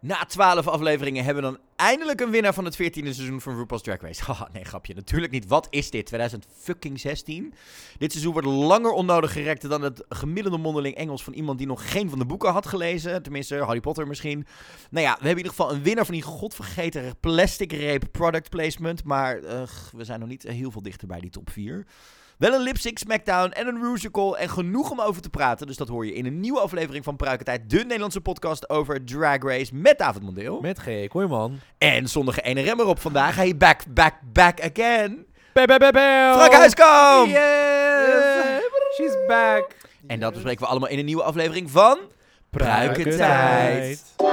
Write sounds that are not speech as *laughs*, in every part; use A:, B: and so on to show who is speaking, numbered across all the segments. A: Na twaalf afleveringen hebben we dan eindelijk een winnaar van het 14e seizoen van RuPaul's Drag Race. *laughs* Haha, nee, grapje. Natuurlijk niet. Wat is dit? 2016? Dit seizoen wordt langer onnodig gerekt dan het gemiddelde mondeling Engels van iemand die nog geen van de boeken had gelezen. Tenminste, Harry Potter misschien. Nou ja, we hebben in ieder geval een winnaar van die godvergeten plastic reep product placement. Maar ugh, we zijn nog niet heel veel dichter bij die top 4. Wel een lipstick smackdown en een musical en genoeg om over te praten. Dus dat hoor je in een nieuwe aflevering van Pruikentijd, de Nederlandse podcast over Drag Race met David Mondeel.
B: Met G. Kooijman.
A: En zondag ene remmer op vandaag. Hey, back, back, back again.
B: Bam, bam, bam, bam.
A: Frank Huiskamp!
B: Yes. She's back.
A: En dat bespreken we allemaal in een nieuwe aflevering van Pruikentijd.
B: Oh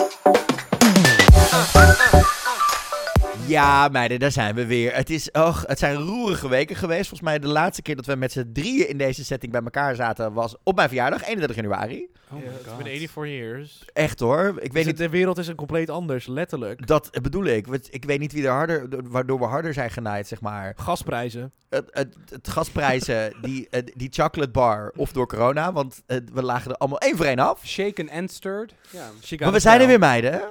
A: Ja, meiden, daar zijn we weer. Het, is, och, het zijn roerige weken geweest. Volgens mij de laatste keer dat we met z'n drieën in deze setting bij elkaar zaten was op mijn verjaardag, 31 januari.
B: Oh my god.
C: It's been 84 years.
A: Echt hoor. Ik weet
B: Dus
A: niet,
B: de wereld is een compleet anders, letterlijk.
A: dat bedoel ik. Want Ik weet niet wie er harder, waardoor we harder zijn genaaid, zeg maar.
B: Gasprijzen.
A: Het, het, het *laughs* gasprijzen, die, eh, die chocolate bar of door corona, want eh, we lagen er allemaal één voor één af.
D: Shaken and stirred. Ja.
A: Maar we zijn er weer, meiden.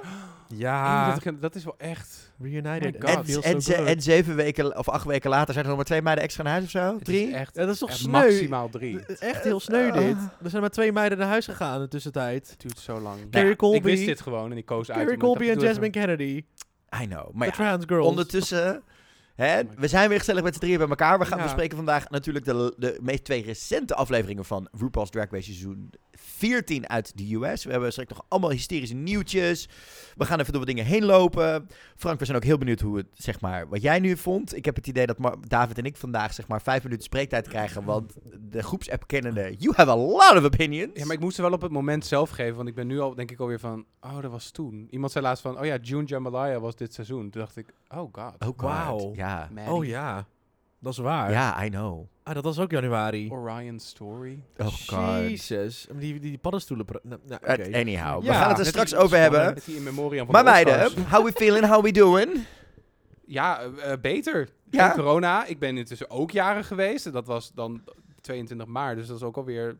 B: Ja.
D: 31, dat is wel echt.
B: Reunited.
D: Oh my
A: En,
D: God.
B: Feels
A: en,
B: so
A: ze-
B: good.
A: en zeven weken of acht weken later zijn er nog maar twee meiden extra naar huis of zo?
D: Het
A: Drie?
D: Is echt,
B: Ja, dat is toch
D: echt
B: sneu?
D: maximaal drie.
B: Eh, Echt heel
A: Ah.
B: sneu dit. Er zijn maar twee meiden naar huis gegaan in de tussentijd.
D: Het duurt zo lang.
B: Carrie
D: Nou, ik
B: Colby.
D: wist dit gewoon en ik koos uit.
B: Carrie
D: omdat ik
B: Colby en
D: dacht, ik doe
B: Jasmine Kennedy.
A: I know.
B: De
A: Maar ja,
B: trans girls.
A: ondertussen... Hè,
D: Oh my
A: we zijn weer gezellig met z'n drieën bij elkaar. We gaan
D: Ja.
A: bespreken vandaag natuurlijk de, de meest twee recente afleveringen van RuPaul's Drag Race seizoen 14 uit de US. We hebben straks nog allemaal hysterische nieuwtjes. We gaan even door wat dingen heen lopen. Frank, we zijn ook heel benieuwd hoe het, zeg maar, wat jij nu vond. Ik heb het idee dat Mar- David en ik vandaag, zeg maar, vijf minuten spreektijd krijgen. Want de groepsapp kennende, you have a lot of opinions.
D: even- Ja, maar ik moest ze wel op het moment zelf geven, want ik ben nu al denk ik alweer van, oh, dat was toen. Iemand zei laatst van, oh ja, June Jambalaya was dit seizoen. Toen dacht ik, oh god.
A: Oh,
B: Wauw.
A: God. Ja.
D: Maddie,
B: Oh ja. Dat is waar.
A: Ja, I know.
B: Ah, dat was ook januari.
D: Orion Story.
A: Oh, God.
B: Jezus. Maar Die, die paddenstoelen... pra- Nou, nou,
A: Uh,
B: oké.
A: Anyhow, we
B: Ja,
A: gaan het er
D: met
A: straks
D: die-
A: over hebben.
D: Met die in memoriam van
A: Maar
D: de
A: meiden,
D: All-Stars.
A: how we feeling, how we doing?
D: Ja, eh, eh, beter.
A: Ja.
D: Geen corona. Ik ben intussen ook jaren geweest. En dat was dan 22 maart. Dus dat is ook alweer...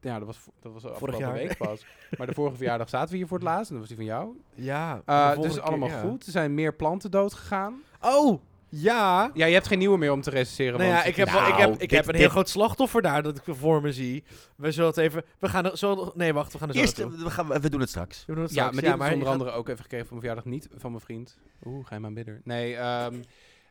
D: Ja, dat was, vo- dat was afgelopen
B: jaar. *laughs*
D: week pas. maar de vorige verjaardag zaten we hier voor het laatst. En dat was die van jou.
B: Ja. de
D: Eh
B: volgende
D: dus
B: keer,
D: allemaal
B: ja.
D: goed. Er zijn meer planten dood gegaan.
B: Oh! Ja!
D: Ja, je hebt geen nieuwe meer om te recenseren.
B: Nou
D: want
B: ja, ik heb, wel-
A: Nou,
B: ik heb, ik
A: dit-
B: heb een heel
A: dit-
B: groot slachtoffer daar dat ik voor me zie. We zullen het even... We gaan er zo... Nee, wacht. We gaan er zo
A: Eerst,
B: naartoe.
A: we, gaan, we doen het straks.
B: We doen het
D: ja, maar
B: straks.
D: die heb ik
B: je
D: onder
B: gaat-
D: andere ook even gekregen van mijn verjaardag. Niet van mijn vriend. Oeh, ga je maar bidder. Nee, ehm,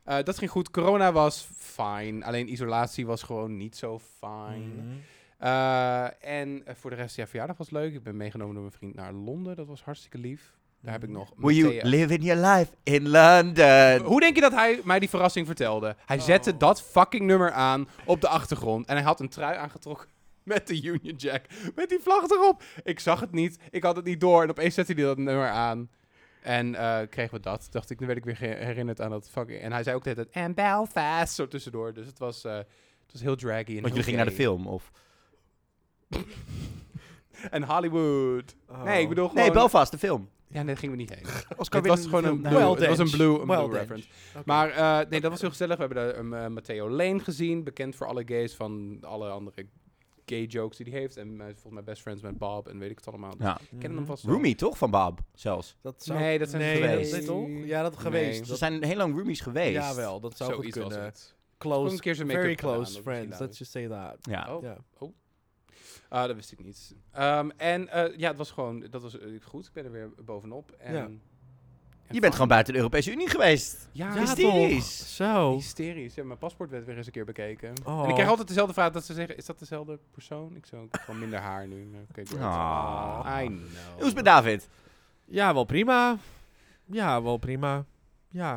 D: eh, dat ging goed. Corona was fine. Alleen isolatie was gewoon niet zo fine.
B: Mhm.
D: Eh, en eh, voor de rest, ja, verjaardag was leuk. Ik ben meegenomen door mijn vriend naar Londen. Dat was hartstikke lief. Daar heb ik nog.
A: Mhm. Will you
D: Matthea-
A: live in your life in London?
D: Hoe denk je dat hij mij die verrassing vertelde? Hij zette dat fucking nummer aan op de achtergrond. En hij had een trui aangetrokken *laughs* met de Union Jack. Met die vlag erop. Ik zag het niet. Ik had het niet door. En opeens zette hij dat nummer aan. En eh, kregen we dat. Dacht ik, nu werd ik weer ge- herinnerd aan dat fucking... En hij zei ook de hele tijd... En Belfast, zo tussendoor. Dus het was, eh, het was heel draggy. en
A: Want jullie
D: heel
A: gingen naar de
D: gay.
A: film, of?
D: *laughs* En Hollywood.
B: Oh.
D: Nee, ik bedoel gewoon...
A: Oh. Nee, Belfast, de film.
D: Ja, nee, daar gingen we niet heen. *laughs*
A: Oscar
D: Het was gewoon een
B: film. Nou,
D: blue,
B: Well
D: het was een
B: danced.
D: blue, een
B: Well
D: blue
B: danced.
D: reference.
B: Oké.
D: Maar eh, nee, dat was heel gezellig. We hebben daar, um, eh, Matteo Lane gezien. Bekend voor alle gays van alle andere gay jokes die hij heeft. En eh, volgens mij best friends met Bob en weet ik het allemaal. Dus
A: Ja. Mhm.
D: Ik ken hem vast wel.
A: Roomie, toch? Van Bob, zelfs.
B: Dat zou-
D: Nee, dat zijn
B: nee,
A: geweest.
B: dat- nee, toch? Ja, dat
D: Nee.
B: geweest.
A: Ze
B: Dat,
A: zijn heel lang roomies geweest.
B: jawel, dat zou goed
D: Zoiets was
B: kunnen.
D: het. Ook
B: Close,
D: een keer zijn make-up
B: very
D: gedaan,
B: close
D: dat
B: friends.
D: misschien
B: Let's just say that.
A: Ja.
D: Oh.
B: Ja.
D: Ah, dat wist ik niet. Ehm, en eh, ja, het was gewoon, dat was eh, goed. Ik ben er weer bovenop. En,
B: Ja.
D: en
A: Je bent gewoon
D: fijn.
A: buiten de Europese Unie geweest.
D: Ja,
B: Ja,
A: Hysterisch.
B: toch? Zo.
D: Hysterisch. Ja, mijn paspoort werd weer eens een keer bekeken.
B: Oh.
D: En ik krijg altijd dezelfde vraag dat ze zeggen, is dat dezelfde persoon? Ik zou gewoon minder haar nu. Oké, great.
A: Ah.
D: I know.
A: Hoe is het met David?
B: Ja, wel prima. Ja, wel prima.
D: *laughs*
B: Ja.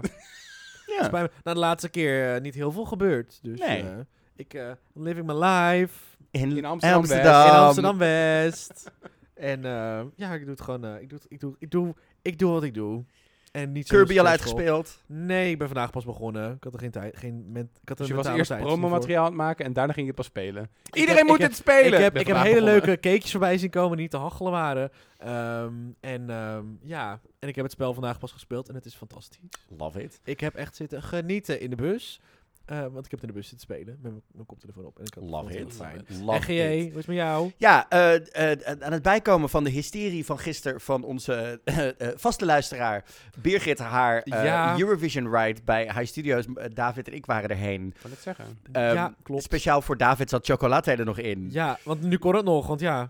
B: Is bij me- na de laatste keer eh, niet heel veel gebeurd. Dus
A: Nee.
B: eh, ik eh, living my life
D: In Amsterdam
B: in
D: Ehm.
B: Amsterdam
D: *laughs*
B: West. en eh, ja, ik doe het gewoon. eh, ik, doe het- ik, doe, ik, doe, ik doe wat ik doe. En niet zo
A: Kirby al
B: succesvol.
A: uitgespeeld.
B: Nee, ik ben vandaag pas begonnen. Ik had er geen tijd. Geen men- ik had er
D: Dus je was
B: mentale
D: eerst
B: tijd niet voor.
D: promomateriaal aan het maken en daarna ging je het pas spelen.
B: heb-
D: Iedereen
B: ik
D: moet
B: heb-
D: het spelen!
B: Ik heb,
D: ben
B: ik heb
D: vandaag
B: hele
D: begonnen.
B: leuke cakejes voorbij zien komen die niet te hachelen waren. Ehm, en ehm, ja, en ik heb het spel vandaag pas gespeeld en het is fantastisch.
A: Love it.
B: Ik heb echt zitten genieten in de bus. Eh, want ik heb het in de bus zitten spelen met mijn- mijn koptelefoon op. En ik had het
A: Love
B: vond
A: it.
B: het heel fijn.
A: Love
B: en GJ,
A: it.
B: hoe is het met jou?
A: Ja, eh, eh, aan het bijkomen van de hysterie van gisteren van onze eh, eh, vaste luisteraar Birgit haar eh,
B: Ja.
A: Eurovision ride bij High Studios. Eh, David en ik waren erheen.
D: Ik wou net zeggen.
A: Ehm,
B: ja, klopt.
A: Speciaal voor David zat chocolade er nog in.
B: Ja, want nu kon het nog, want ja.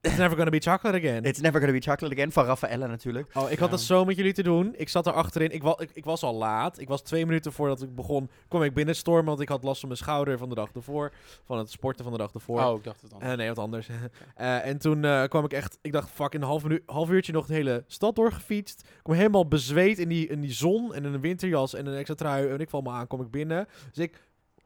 B: It's never gonna be chocolate again.
A: It's never gonna be chocolate again van Raffaella natuurlijk.
B: Oh, ik had
D: Ja.
B: dat zo met jullie te doen. Ik zat er achterin. Ik, wa ik, ik was al laat. Ik was twee minuten voordat ik begon, kwam ik binnenstormen. Want ik had last van mijn schouder van de dag ervoor. Van het sporten van de dag ervoor.
D: Oh, ik dacht het
B: Eh,
D: anders.
B: nee, wat anders. *laughs* Eh, en toen eh, kwam ik echt... Ik dacht, fuck, in een half, minu- half uurtje nog de hele stad doorgefietst. Ik kwam helemaal bezweet in die, in die zon en in een winterjas en een extra trui. En ik val me aan, kom ik binnen. Dus ik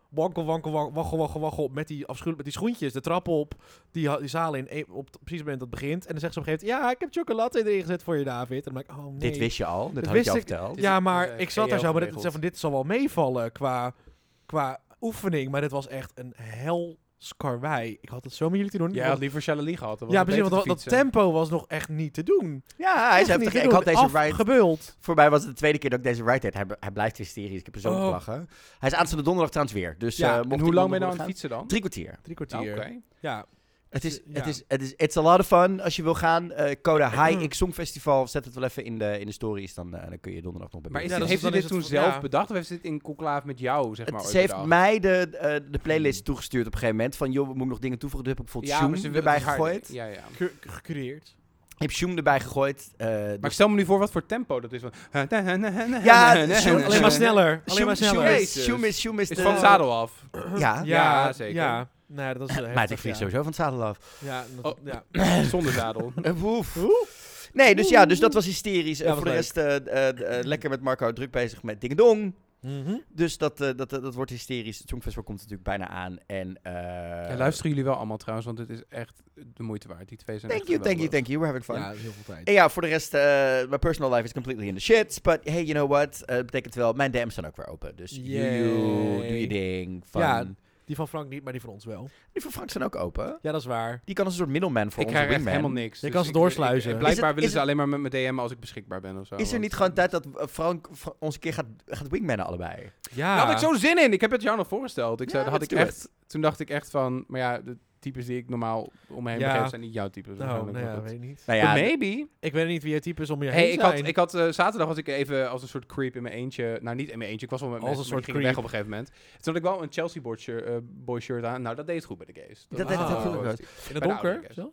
B: wankel, wankel, wankel, waggel, waggel, waggel met die, afschuw- met die schoentjes de trap op. Die, ha- die zaal in, eh, op het- precies het moment dat het begint. En dan zegt ze op een gegeven moment, ja, ik heb chocolade erin gezet voor je, David. En dan ben ik, oh nee.
A: Dit wist je al, dit
B: Dat
A: had ik je
B: wist
A: al
B: ik.
A: verteld.
D: Dit
B: Ja,
D: is-
B: maar
D: dat is, eh,
B: ik zat er
D: GL
B: zo, maar dit, ik
D: geregeld.
B: zei van, dit zal wel meevallen qua, qua oefening. Maar dit was echt een hel... Skarwei. Ik had het zo met jullie te doen. Ik
D: Jij
B: was-
D: had liever Shelley gehad. dan was
B: ja,
D: het
B: precies, want
D: beter
B: dat,
D: te
B: dat
D: fietsen.
B: tempo was nog echt niet te doen.
A: Ja, hij
B: Echt
A: is
B: niet
A: heftig.
B: te
A: Ik
B: doen.
A: had deze ride...
B: Afgebeuld.
A: Voor mij was het de tweede keer dat ik deze ride deed. Hij, hij blijft hysterisch. Ik heb er zo om
B: Oh.
A: gelachen. Hij is aanstaande donderdag trouwens weer. Dus,
B: Ja,
A: eh,
B: en
A: mocht
D: En hoe
A: iemand
D: lang
A: nog
D: ben je nou aan
A: gaan?
D: het fietsen dan?
A: Drie kwartier.
B: Drie
D: Nou,
B: kwartier.
D: Oké.
B: Ja.
A: Het is,
B: Ja.
A: het is, het is, it's a lot of fun. Als je wil gaan, eh code
D: *clears throat*
A: High X Songfestival. Zet het wel even in de, in de stories, dan, eh, dan kun je donderdag nog bij
D: Maar
A: mij.
D: is
B: Ja,
D: dit-
B: dat is-
D: heeft u
B: dan
D: dit
B: is
D: toen
B: het voor-
D: zelf
B: ja.
D: bedacht? Of heeft ze dit in conclave met jou, zeg maar,
A: Het-
D: ooit
A: ze heeft
D: bedacht? Hmm.
A: mij de, eh, de playlist togestuurd op een gegeven moment. Van, joh, we moeten nog dingen toevoegen. Toen heb ik bijvoorbeeld
D: ja, maar
A: Zoom
D: ze wil
A: erbij
D: het haar-
A: gegooid.
D: Ja, ja.
B: Gecureerd.
A: Ik heb Zoom erbij gegooid. eh,
D: Maar ik
A: dus-
D: stel me nu voor wat voor tempo dat is. Want...
A: Ja, Zoom-
B: Alleen maar sneller. Alleen
A: Zoom-
B: maar
A: Zoom
B: sneller.
A: is, Zoom is, Zoom is
D: dus Is
A: de-
D: van het zadel af.
A: Ja.
D: Ja, zeker.
B: Ja. Nee, dat is heel
A: Maar
B: heftig,
A: ik vlieg
B: ja.
A: sowieso van het zadel af.
B: Ja, dat-
D: Oh.
B: ja.
D: *clears throat* Zonder zadel.
A: Eh, woef. Nee, dus ja, dus dat was hysterisch. Eh,
B: Ja, was
A: voor de
B: leuk.
A: rest eh, eh, eh, lekker met Marco druk bezig met Dingedong.
B: Mhm.
A: Dus dat, eh, dat, dat, dat wordt hysterisch. Het Songfestival komt natuurlijk bijna aan. En, eh,
D: Ja, luisteren jullie wel allemaal trouwens, want het is echt de moeite waard. Die twee zijn
A: Thank
D: echt eh,
A: you, thank you,
D: geweldig.
A: thank you. We're having fun.
B: Ja, heel veel tijd.
A: En ja, voor de rest, eh, my personal life is completely in the shit. But hey, you know what? Eh, Dat betekent wel, mijn DM's zijn ook weer open. Dus you, you,
B: Yay.
A: doe je ding. Van,
B: Ja. Die van Frank niet, maar die van ons wel.
A: Die van Frank zijn ook open.
B: Ja, dat is waar.
A: Die kan als een soort middelman voor
D: Ik
A: onze
D: krijg echt
A: wingman.
D: helemaal niks. Dus
B: Je kan ze
D: ik-
B: doorsluizen.
D: ik-
B: Is
D: Blijkbaar
A: het-
D: willen
A: is
D: ze
A: het-
D: alleen maar met mijn DM als ik beschikbaar ben of zo.
A: Is er
D: want-
A: niet gewoon tijd dat eh, Frank Fra- ons een keer gaat, gaat wingmannen allebei?
B: Ja.
D: Daar had ik zo zin in. Ik heb het jou nog voorgesteld. Ik zei,
A: Ja,
D: daar had ik
A: let's do
D: echt, toen dacht ik echt van, maar ja, de types die ik normaal om me heen
B: Ja.
D: begeef zijn niet jouw types.
B: Nou,
D: waarschijnlijk,
B: nee,
D: maar
B: ja,
D: goed.
B: weet ik niet.
A: Nou
D: But
A: ja,
D: maybe.
B: Ik weet niet wie je type is om je
D: Hey,
B: heen
D: ik
B: zijn.
D: had, ik had eh, zaterdag was ik even als een soort creep in mijn eentje. Nou, niet in mijn eentje. Ik was wel met
B: Als
D: mensen,
B: een
D: maar
B: soort
D: die gingen
B: creep.
D: weg op een gegeven moment. Toen had ik wel een Chelsea boy shirt, eh, boy shirt aan. Nou, dat deed het goed bij de gays.
A: Dat deed
B: het heel goed. In het
D: bij de oude
B: donker?
D: guys.
B: Zo?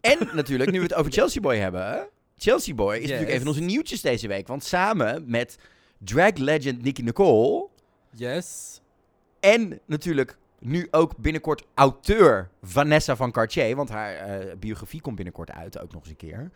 A: En natuurlijk, nu we het over Chelsea Boy hebben. Chelsea Boy is
B: Yes.
A: natuurlijk een van onze nieuwtjes deze week. Want samen met drag legend Nicky Nicole.
B: Yes.
A: En natuurlijk nu ook binnenkort auteur Vanessa van Cartier. Want haar eh, biografie komt binnenkort uit, ook nog eens een keer.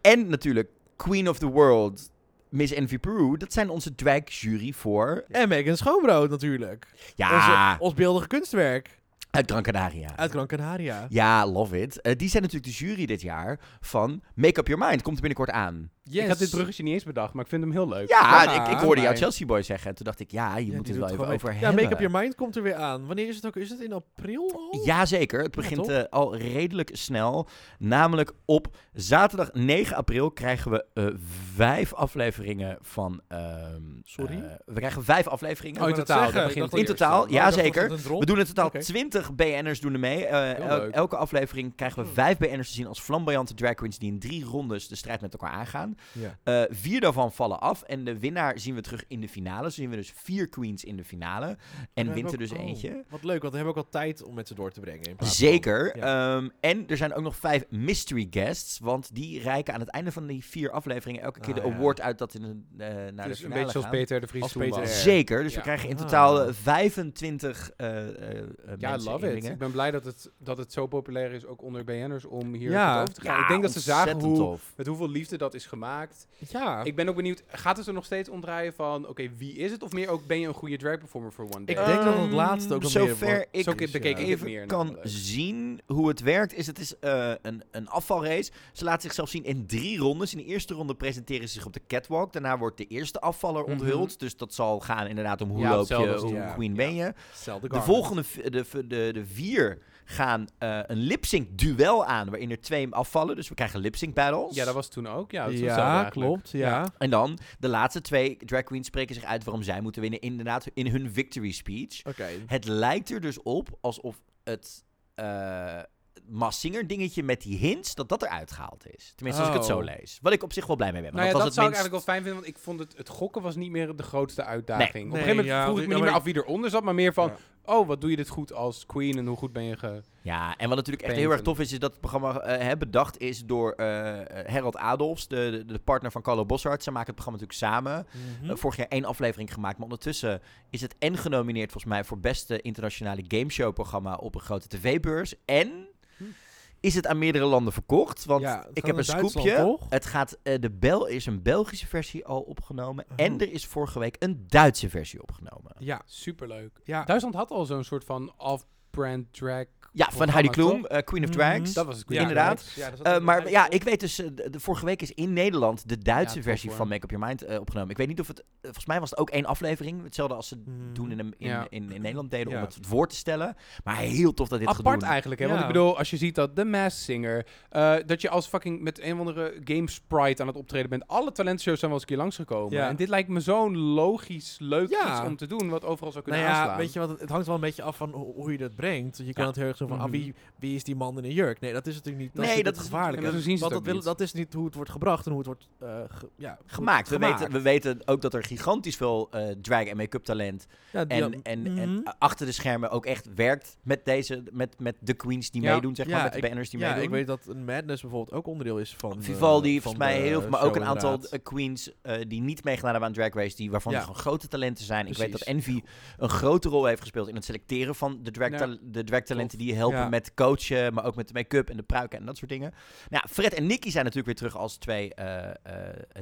A: En natuurlijk Queen of the World, Miss Envy Peru. Dat zijn onze drag jury voor...
B: En Megan Schoonbrood natuurlijk.
A: Ja,
B: Onze- ons beeldige kunstwerk
A: uit Gran Canaria.
B: uit Gran Canaria.
A: Ja, love it. Eh, die zijn natuurlijk de jury dit jaar van Make Up Your Mind. Komt binnenkort aan.
B: Yes.
D: Ik had dit bruggetje niet eens bedacht, maar ik oh, vind hem heel leuk.
A: Ja,
B: Ja,
A: ik, ik hoorde jou
D: maar-
A: Chelsea Boy zeggen. Toen dacht ik, ja, je moet
B: Ja, die
A: het
B: doet
A: wel even
B: gewoon
A: over
B: mee.
A: hebben.
B: Ja, Make Up Your Mind komt er weer aan. Wanneer is het ook? Is het in april al?
A: Jazeker, het
B: Ja,
A: begint
B: toch?
A: eh, al redelijk snel. Namelijk op zaterdag 9 april krijgen we eh, vijf afleveringen van... ehm,
B: Sorry?
A: eh, we krijgen vijf afleveringen.
D: Oh, in
B: Ik wou dat
D: totaal, dat
B: zeggen.
D: begint
B: Ik dacht
D: in
B: dat-
A: totaal,
B: oh, ik dacht dat
A: jazeker.
B: het een drop-
A: We doen in totaal
B: Oké.
A: 20 BN'ers doen er mee. Eh,
D: Heel
A: el-
D: leuk.
A: elke aflevering krijgen we
B: Hmm.
A: vijf BN'ers te zien als flamboyante drag queens... die in drie rondes de strijd met elkaar aangaan.
B: Ja.
A: Eh, vier daarvan vallen af. En de winnaar zien we terug in de finale. Zo zien we dus vier queens in de finale. En
B: We
A: wint er
B: hebben
A: dus
B: ook- oh,
A: eentje.
B: Wat leuk, want we hebben ook al tijd om met ze door te brengen. in plaats van-
A: Zeker.
B: Ja.
A: Ehm, en er zijn ook nog vijf mystery guests. Want die reiken aan het einde van die vier afleveringen elke keer
B: Ah,
A: de
B: ja.
A: award uit dat in een, eh,
B: nou,
A: naar
D: Dus
A: de
D: een
A: finale
D: beetje zoals
A: gaan.
D: Peter de Vries
B: Als
D: toen
B: Peter
D: was.
B: R.
A: Zeker. Dus
D: Ja.
A: we krijgen in
B: Ah.
A: totaal eh, 25 eh, eh, eh,
D: Ja,
A: mensen
D: love it.
A: inringen.
D: Ik ben blij dat het, dat het zo populair is, ook onder BN'ers, om hier
B: Ja.
D: goed over te gaan. ik denk dat ze
A: ontzettend
D: zagen hoe,
A: tof.
D: met hoeveel liefde dat is gemaakt. gemaakt.
B: Ja.
D: Ik ben ook benieuwd, gaat het er nog steeds om draaien van, oké, wie is het? Of meer ook, ben je een goede drag performer voor One Day?
B: Ik denk dat het
A: Ehm,
B: laatste ook wel meer
A: Zover
B: wordt.
A: ik
D: Zo keer bekeek ik het
A: even
D: meer
A: kan
D: namelijk.
A: zien hoe het werkt, is het is eh, een, een afvalrace. Ze laat zichzelf zien in drie rondes. In de eerste ronde presenteren ze zich op de catwalk. Daarna wordt de eerste afvaller
D: Mhm.
A: onthuld. Dus dat zal gaan inderdaad om hoe
D: Ja,
A: loop
D: hetzelfde
A: je,
D: als die,
A: hoe
D: ja.
A: queen
D: Ja.
A: ben je.
B: Hetzelfde
A: De
B: garment.
A: volgende v- de, v- de, de vier gaan eh, een lip-sync duel aan, waarin er twee afvallen. Dus we krijgen lip-sync battles.
D: Ja, dat was toen ook. Ja, dat is hetzelfde
B: Ja,
D: eigenlijk.
B: klopt. Ja.
A: En dan de laatste twee drag queens spreken zich uit waarom zij moeten winnen. Inderdaad, in hun victory speech.
B: Oké.
A: Het lijkt er dus op alsof het eh Massinger dingetje met die hints, dat dat eruit gehaald is. Tenminste, als ik het
B: Oh.
A: zo lees. Wat ik op zich wel blij mee ben. Want
D: Nou ja, dat,
A: dat was
D: zou
A: het
D: ik
A: minst...
D: eigenlijk wel fijn vinden, want ik vond het, het gokken was niet meer de grootste uitdaging.
A: Nee.
D: Op een
B: Nee,
D: gegeven moment
B: ja, want
D: vroeg ik me
B: ik-
D: niet meer
B: maar
D: af wie eronder zat, maar meer van,
B: Ja.
D: oh, wat doe je dit goed als queen en hoe goed ben je ge...
A: Ja, en wat natuurlijk echt heel
D: Painten.
A: erg tof is, is dat het programma eh, hè, bedacht is door eh Harold Adolfs, de, de, de partner van Carlo Bossart. Zij maken het programma natuurlijk samen.
B: Mhm.
A: Eh, vorig jaar één aflevering gemaakt. Maar ondertussen is het en genomineerd volgens mij voor beste internationale gameshow programma op een grote tv-beurs. En
B: Hm.
A: is het aan meerdere landen verkocht. Want
B: Ja, het
A: ik
B: gaat
A: heb een
B: naar Duitsland,
A: scoopje.
B: toch?
A: Het gaat, eh, de Bel is een Belgische versie al opgenomen.
B: Oh.
A: En er is vorige week een Duitse versie opgenomen.
B: Ja.
D: Superleuk.
B: Ja.
D: Duitsland had al zo'n soort van off-brand drag.
A: Ja, van Heidi Klum,
D: programma,
A: eh, Queen of
B: Mhm.
A: Drags.
D: toch? Dat was het.
B: Ja, dus
A: inderdaad.
D: Ja, dat zat
A: Eh,
D: ook
A: maar
D: Heidi
A: ja,
D: Klum.
A: ik weet dus, eh, de, de vorige week is in Nederland de Duitse
D: Ja, top,
A: versie
D: hoor.
A: van Make Up Your Mind eh, opgenomen. Ik weet niet of het, eh, volgens mij was het ook één aflevering. Hetzelfde als ze
B: Mhm.
A: doen in, in,
D: Ja.
A: in, in, Nederland deden om
B: Ja.
A: het het woord te stellen. Maar heel tof dat dit
D: Apart
A: gedoe...
D: eigenlijk, hè?
B: Ja.
D: Want ik bedoel, als je ziet dat The Mass Singer, eh, dat je als fucking met een of andere game sprite aan het optreden bent. Alle talentshows zijn wel eens een keer langsgekomen.
B: Ja.
D: En dit lijkt me zo'n logisch leuk
B: Ja.
D: iets om te doen, wat overal
B: Nou
D: zou kunnen
B: ja,
D: aanslaan.
B: weet je wat, het- het hangt wel een beetje af van ho- hoe je dat brengt. Je kan
A: Ja.
B: het heel erg zo van, ah,
D: Mhm.
B: wie, wie is die man in een jurk? Nee, dat is natuurlijk niet, dat
A: Nee,
B: is
A: dat
B: natuurlijk
A: is-
B: het gevaarlijke.
D: en zo zien ze
B: Want
D: het
B: dat,
D: ook
B: wil-
D: niet.
B: dat is niet hoe het wordt gebracht en hoe het wordt eh, ge- ja, hoe
A: Gemaakt. We,
B: het gemaakt.
A: Weten, we weten ook dat er gigantisch veel eh, drag- en make-up talent...
B: Ja, die-
A: en,
B: ja,
A: en,
B: mhm.
A: en achter de schermen ook echt werkt met, deze, met, met de queens die
D: Ja.
A: meedoen, zeg maar.
B: Ja,
A: met de
B: ik-
A: banners die
B: ja,
A: meedoen.
B: ik weet dat een Madness bijvoorbeeld ook onderdeel is van... eh,
A: Vivaldi,
B: van
A: volgens mij
B: de
A: heel veel, maar ook
B: show
A: een aantal
B: inderdaad.
A: eh, queens eh, die niet meegedaan hebben aan Drag Race, die, waarvan
B: Ja.
A: er gewoon grote talenten zijn. Ik weet dat
B: Precies.
A: Envy een grote rol heeft gespeeld in het selecteren van de drag,
D: Ja.
A: tal- de drag talenten die je helpen
B: Ja.
A: met coachen, maar ook met de make-up en de pruiken en dat soort dingen. Nou, ja, Fred en Nicky zijn natuurlijk weer terug als twee eh, eh,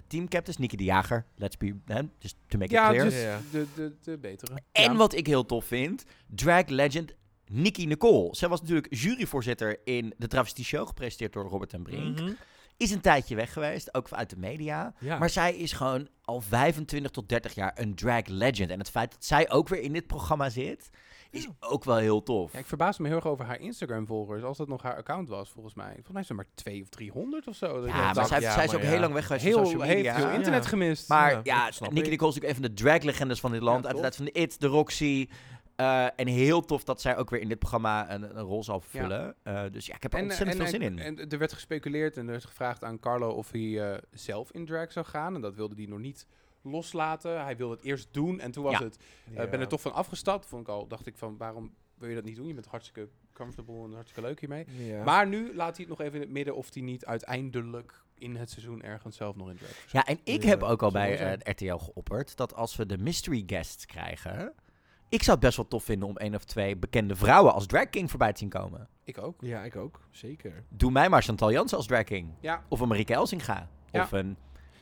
A: teamcaptains. Nicky de Jager, let's be, hè, just to make it
D: ja,
A: clear.
D: dus
B: Ja, ja.
D: De, de, de betere.
A: En
D: Ja.
A: wat ik heel tof vind, drag legend Nicky Nicole. Zij was natuurlijk juryvoorzitter in de Travestie Show, gepresenteerd door Robert en Brink.
B: Mhm.
A: Is een tijdje weg geweest, ook uit de media.
B: Ja.
A: Maar zij is gewoon al 25 tot 30 jaar een drag legend. En het feit dat zij ook weer in dit programma zit, is ook wel heel tof.
D: Ja, ik verbaas me heel erg over haar Instagram-volgers, als dat nog haar account was, volgens mij. Volgens mij is er maar 200 of 300 of zo. Dat ik
A: Ja,
D: dacht,
A: maar zij,
D: ja,
A: zij is
D: maar
A: ook
D: ja.
A: heel lang weg geweest van
D: Heel,
A: social
D: heeft
A: media.
D: veel
B: Ja.
D: internet gemist.
A: Maar
B: Ja,
A: ja,
B: dat snap
A: Nicky
B: ik.
A: Nicole is ook een van de draglegendes van dit land. uit de
D: toch?
A: tijd van de It, de Roxy. eh, en heel tof dat zij ook weer in dit programma een, een rol zal vullen. Eh, dus ja, ik heb er ontzettend veel zin in.
D: En er werd gespeculeerd en er werd gevraagd aan Carlo of hij eh, zelf in drag zou gaan. En dat wilde hij nog niet loslaten. Hij wilde het eerst doen en toen was
A: Ja.
D: het... eh, ben er toch van afgestapt. Vond ik al, dacht ik van, waarom wil je dat niet doen? Je bent hartstikke comfortable en hartstikke leuk hiermee.
B: Ja.
D: Maar nu laat hij het nog even in het midden of hij niet uiteindelijk in het seizoen ergens zelf nog in drag verzet.
A: Ja, en ik
B: Ja,
A: heb ook al
B: zal
A: bij
B: wel zijn.
A: eh, RTL geopperd dat als we de mystery guests krijgen... Ik zou het best wel tof vinden om één of twee bekende vrouwen als drag king voorbij te zien komen.
D: Ik ook.
B: ja, ik ook. Zeker.
A: Doe mij maar Chantal Jansen als drag king.
D: Ja.
A: Of een Marieke Elsinga.
D: Ja.
A: Of een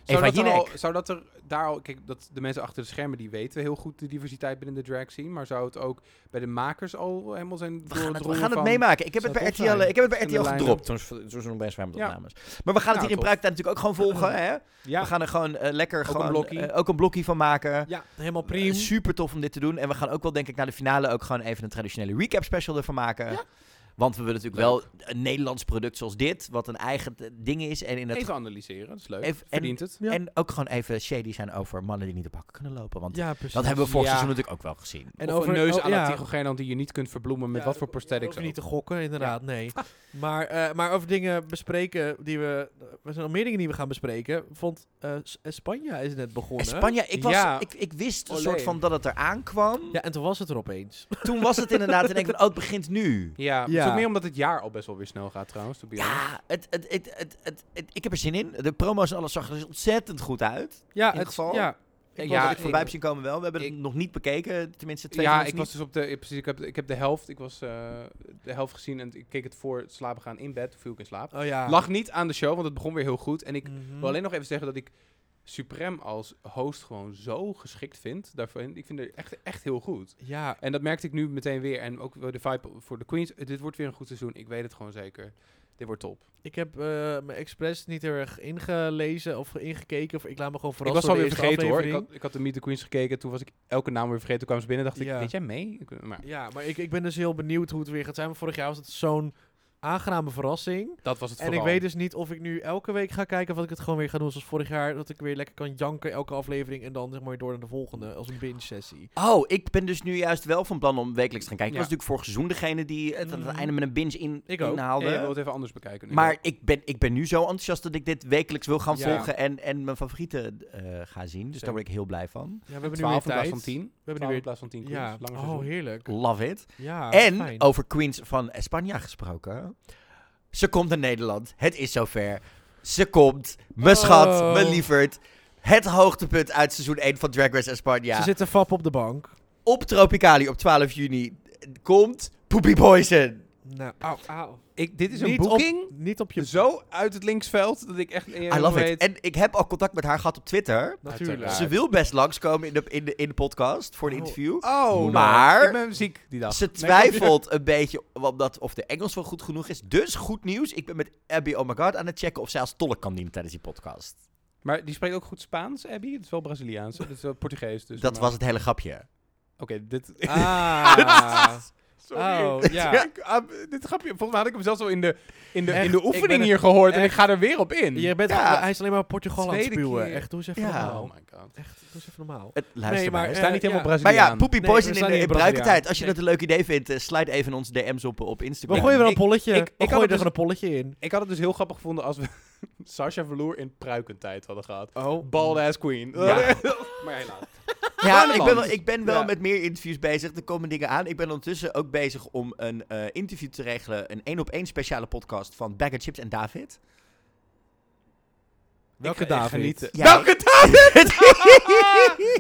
D: Zou
A: Eva
D: dat, er al,
A: Jinek.
D: zou dat er daar al... Kijk, dat de mensen achter de schermen die weten heel goed de diversiteit binnen de drag scene. Maar zou het ook bij de makers al helemaal zijn
A: We gaan het, we
D: doorgedrongen
A: gaan het
D: van-
A: meemaken. Ik heb het,
B: Zou
A: bij
B: tof
A: RTL,
B: zijn.
A: ik heb het bij
D: Verschillende
A: RTL
D: lijnen.
A: gedropt. Toen ze toen ze nog bezig waren met
D: Ja.
A: opnames. Maar we gaan het
D: Nou,
A: hier in
D: tof.
A: praktijk natuurlijk ook gewoon volgen. Hè?
B: Ja,
A: We gaan er gewoon eh, lekker
D: Ook een
A: gewoon,
D: blokkie.
A: eh, ook een blokkie van maken.
B: ja helemaal prima.
A: Eh, Super tof om dit te doen. En we gaan ook wel, denk ik, naar de finale ook gewoon even een traditionele recap special ervan maken. Want we willen natuurlijk wel een Nederlands product zoals dit, wat een eigen eh, ding is. En, in het
D: Even analyseren, dat is leuk.
A: Even- en-
D: Verdient het.
B: ja.
A: en ook gewoon even shady zijn over mannen die niet op hakken kunnen lopen. Want
B: Ja, precies.
A: dat hebben we vorig
D: Ja.
A: seizoen natuurlijk ook wel gezien.
D: En
B: En
D: over
B: over-
D: een neus
B: oh,
D: aan
B: ja.
D: die je niet kunt verbloemen met
B: Ja,
D: wat voor
B: dat-
D: prosthetics
B: dat
D: ook.
B: hoef je niet te gokken, inderdaad, nee.
D: *laughs*
B: Maar, eh, maar over dingen bespreken die we... Er zijn al meer dingen die we gaan bespreken. Vond eh, S- eh, Spanje is net begonnen.
A: En
D: Eh,
A: Spanje, ik, was,
D: Ja.
A: ik, ik wist een
D: Olé.
A: soort van dat het eraan kwam.
B: Ja, en toen was het er opeens. *laughs*
A: Toen was het inderdaad. En ik van, oh, het begint nu.
D: Ja, maar het is
B: Ja.
D: ook meer omdat het jaar al best wel weer snel gaat trouwens. to be honest.
A: Ja, het, het, het, het, het, het- ik heb er zin in. De promo's en alles zag er dus ontzettend goed uit.
B: Ja,
A: In
B: het,
A: geval?
B: ja
A: Ik
D: Ja,
A: ja, ik
D: ik-
A: voorbij heb zien komen wel. We hebben
D: ik-
A: het nog niet bekeken. Tenminste, twee van
D: Ja,
A: ons
D: ik
A: niet.
D: was dus op de. Ik, precies, ik, heb, ik heb de helft. Ik was eh, de helft gezien en ik keek het voor het slapen gaan in bed. Toen viel ik in slaap.
B: Oh ja.
D: Lag niet aan de show, want het begon weer heel goed. En ik
B: Mhm.
D: wil alleen nog even zeggen dat ik Supreme als host gewoon zo geschikt vind. Daarvoor, ik vind het echt, echt heel goed.
B: Ja,
D: En dat merkte ik nu meteen weer. En ook wel de vibe voor de Queens. Dit wordt weer een goed seizoen. Ik weet het gewoon zeker. Dit wordt top.
B: ik heb eh mijn expres niet heel erg ingelezen of ingekeken. Of ik laat me gewoon
D: ik
B: verrassen.
D: was
B: door de
D: alweer
B: eerste
D: vergeten hoor. Ik
B: aflevering.
D: had, ik had de Meet the Queens gekeken. Toen was ik elke naam weer vergeten. Toen kwamen ze binnen. Dacht
B: Ja.
D: ik, weet jij mee? Ik- Maar
B: Ja, maar ik, ik ben dus heel benieuwd hoe het weer gaat zijn. Want vorig jaar was het zo'n aangename verrassing.
D: dat was het
B: En ik
D: vooral.
B: weet dus niet of ik nu elke week ga kijken of dat ik het gewoon weer ga doen zoals vorig jaar. Dat ik weer lekker kan janken elke aflevering en dan zeg maar weer door naar de volgende als een binge sessie.
A: Oh, ik ben dus nu juist wel van plan om wekelijks te gaan kijken.
D: Ja.
A: Ik was natuurlijk vorig seizoen degene die het aan het
B: Mhm.
A: einde met een binge in,
B: Ik ook.
A: inhaalde.
D: Ik wil het even anders bekijken. nu.
A: Maar ik ben, ik ben nu zo enthousiast dat ik dit wekelijks wil gaan
D: Ja.
A: volgen en, en mijn favorieten eh, ga zien. Dus daar
D: Zeker.
A: word ik heel blij van.
B: Ja, we hebben nu weer
D: 12 in
B: tijd.
D: plaats van 10.
B: We hebben
D: 12
B: nu
D: in
B: weer
D: plaats van 10 queens.
B: ja.
D: Langer
B: Oh,
D: seizoen. oh,
B: heerlijk.
A: Love it.
B: Ja,
A: en
B: Ah, fijn.
A: over Queens van Espanja gesproken. Ze komt naar Nederland. Het is zover. Ze komt. Mijn
B: Oh.
A: schat, mijn lieverd. Het hoogtepunt uit seizoen 1 van Drag Race Espanja.
B: Ze zitten fap op de bank.
A: Op Tropicali op 12 juni komt Poopy Poison.
B: Nou, au, au.
D: Ik, dit is een
B: Niet op-
D: boeking
B: niet op je...
D: zo uit het linksveld dat ik echt...
B: Ehm,
A: I love it. En ik heb al contact met haar gehad op Twitter.
B: Natuurlijk.
D: Uiteraard.
A: Ze wil best langskomen in de, in de, in de podcast voor een
B: Oh.
A: interview.
D: Oh,
A: Maar-
D: Ik ben ziek die dag.
A: Ze
D: Nee, grapje.
A: twijfelt een beetje om dat, of de Engels wel goed genoeg is. Dus goed nieuws. Ik ben met Abby Oh My God aan het checken of zij als tolk kan dienen tijdens die podcast.
D: Maar die spreekt ook goed Spaans, Abby. Het is wel Braziliaans. Het is wel Portugees. Dus
A: dat
D: maar-
A: was het hele grapje.
D: Oké, dit...
B: Ah.
D: *laughs* Sorry.
B: Oh, ja.
D: *laughs* Ja, ik- ah, dit grapje, volgens mij had ik hem zelfs al in de, in de,
B: Echt,
D: in de
B: ik ben
D: oefening
B: het-
D: hier gehoord en
B: echt.
D: ik ga er weer op in.
B: Je bent,
A: Ja.
B: Hij is alleen maar Portugal aan het
D: Tweede
B: spuwen.
D: keer.
B: Echt, doe eens even
A: Ja.
B: normaal.
D: Oh my god.
B: Echt, doe eens even normaal.
A: Het, luister
B: Nee,
A: maar.
D: We
B: maar-
D: staan
B: Eh,
D: niet helemaal
B: ja.
A: Maar
D: Braziliaan.
A: ja, Poopy
B: Nee,
A: Poison
B: we
A: in
B: staan
A: de in
B: niet in Braziliaan.
A: bruikertijd. Als je
B: Nee.
A: dat een leuk idee vindt, eh, slide even in ons DM's op, op Instagram.
B: We gooien er een
D: ik-
B: polletje.
D: ik-
B: we
D: ik had
B: gooien
D: het
B: er
D: dus-
B: gewoon een polletje in.
D: Ik had het dus heel grappig gevonden als we *laughs* Sasha Verloer in pruikentijd hadden gehad.
B: Oh.
D: Bald ass queen. *laughs*
A: Ja.
D: maar helaas.
A: Ja, ik ben wel,
D: Nederland.
A: ik ben wel
D: Ja.
A: met meer interviews bezig. Er komen dingen aan. Ik ben ondertussen ook bezig om een eh, interview te regelen. Een één-op-één speciale podcast van Bagger Chips en David.
B: Welke
D: Ik ga echt
B: David?
D: genieten.
A: Jij-
D: Welke David?
B: *laughs*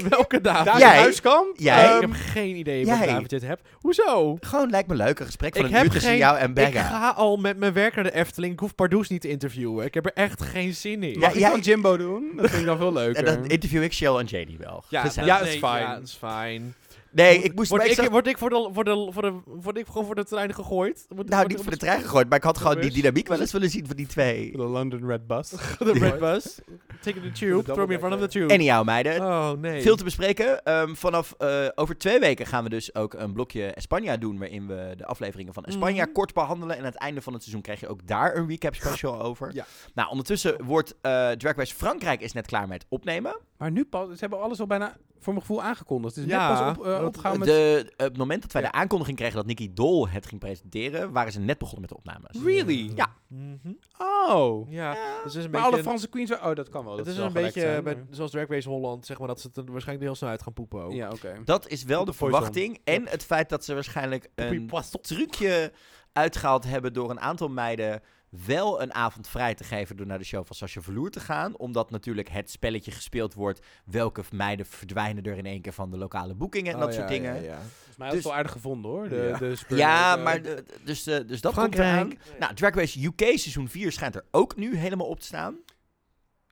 B: Welke David?
D: David
A: Jij-
D: Huiskamp?
A: jij-
D: Ehm,
B: ik heb geen idee
A: jij.
B: wat David dit hebt. Hoezo?
A: *laughs* Gewoon lijkt me leuk. Een gesprek van
B: Ik
A: een uur
B: heb
A: tussen
B: geen-
A: jou en
B: Ik
A: Bagger.
B: ga al met mijn werk naar de Efteling. Ik hoef Pardoes niet te interviewen. Ik heb er echt geen zin in.
A: Ja,
D: mag ik
A: jij-
D: dan Jimbo doen? Dat vind ik dan *laughs* veel
A: En
D: leuker.
A: dan interview ik Shell en JD wel. Gezellig.
D: ja, dat is fijn.
B: Ja, dat is fijn.
A: nee, ik moest...
B: nou, word,
A: maar ik
B: ik,
A: zag-
B: word ik voor de, voor de, voor de, word ik gewoon voor de trein gegooid? Word-
A: nou,
B: word-
A: niet voor de
B: word-
A: trein gegooid, maar ik had gewoon die
B: bus.
A: dynamiek wel eens willen zien van die twee.
D: De London Red Bus.
B: de red bus. Take the tube. Throw me in front of the tube.
A: Anyhow, meiden.
B: Oh, nee.
A: Veel te bespreken. Ehm, vanaf eh, over twee weken gaan we dus ook een blokje Espanja doen. Waarin we de afleveringen van Espanja
B: Mhm.
A: kort behandelen. En aan het einde van het seizoen krijg je ook daar een recap special over.
D: Ja.
A: Nou, ondertussen wordt eh Drag Race Frankrijk is net klaar met opnemen.
D: Maar nu pas, ze hebben alles al bijna voor mijn gevoel aangekondigd. Het is
B: Ja,
D: net pas op, eh,
B: dat-
D: opgaan met...
A: De, op het moment dat wij
D: Ja.
A: de aankondiging kregen dat Nicky Dol het ging presenteren, waren ze net begonnen met de opnames.
D: Really?
A: Ja.
B: Mhm.
D: Oh.
B: Ja, dus het is een
D: Maar
B: beetje...
D: alle Franse queens... Oh, dat kan wel.
B: Het
D: dat
B: is
D: ze
B: een
D: wel gelekt
B: beetje
D: zijn,
B: met-
D: maar-
B: zoals Drag Race Holland, zeg maar, dat ze het er waarschijnlijk heel snel uit gaan poepen ook.
D: Ja, oké.
A: Dat is wel de
D: Poison.
A: verwachting. En het feit dat ze waarschijnlijk een
B: Poepoisson.
A: trucje uitgehaald hebben door een aantal meiden wel een avond vrij te geven door naar de show van Sascha Verloer te gaan. Omdat natuurlijk het spelletje gespeeld wordt. Welke meiden verdwijnen er in één keer van de lokale boekingen en
D: Oh
B: Oh
A: dat soort dingen. Ja,
D: Volgens mij had het
A: Dus-
D: wel aardig gevonden, hoor. De,
B: Ja.
D: de spur- eh,
A: maar de- dus, eh, dus dat
B: Frankrijk.
A: komt eraan. Nou, Drag Race UK seizoen 4 schijnt er ook nu helemaal op te staan.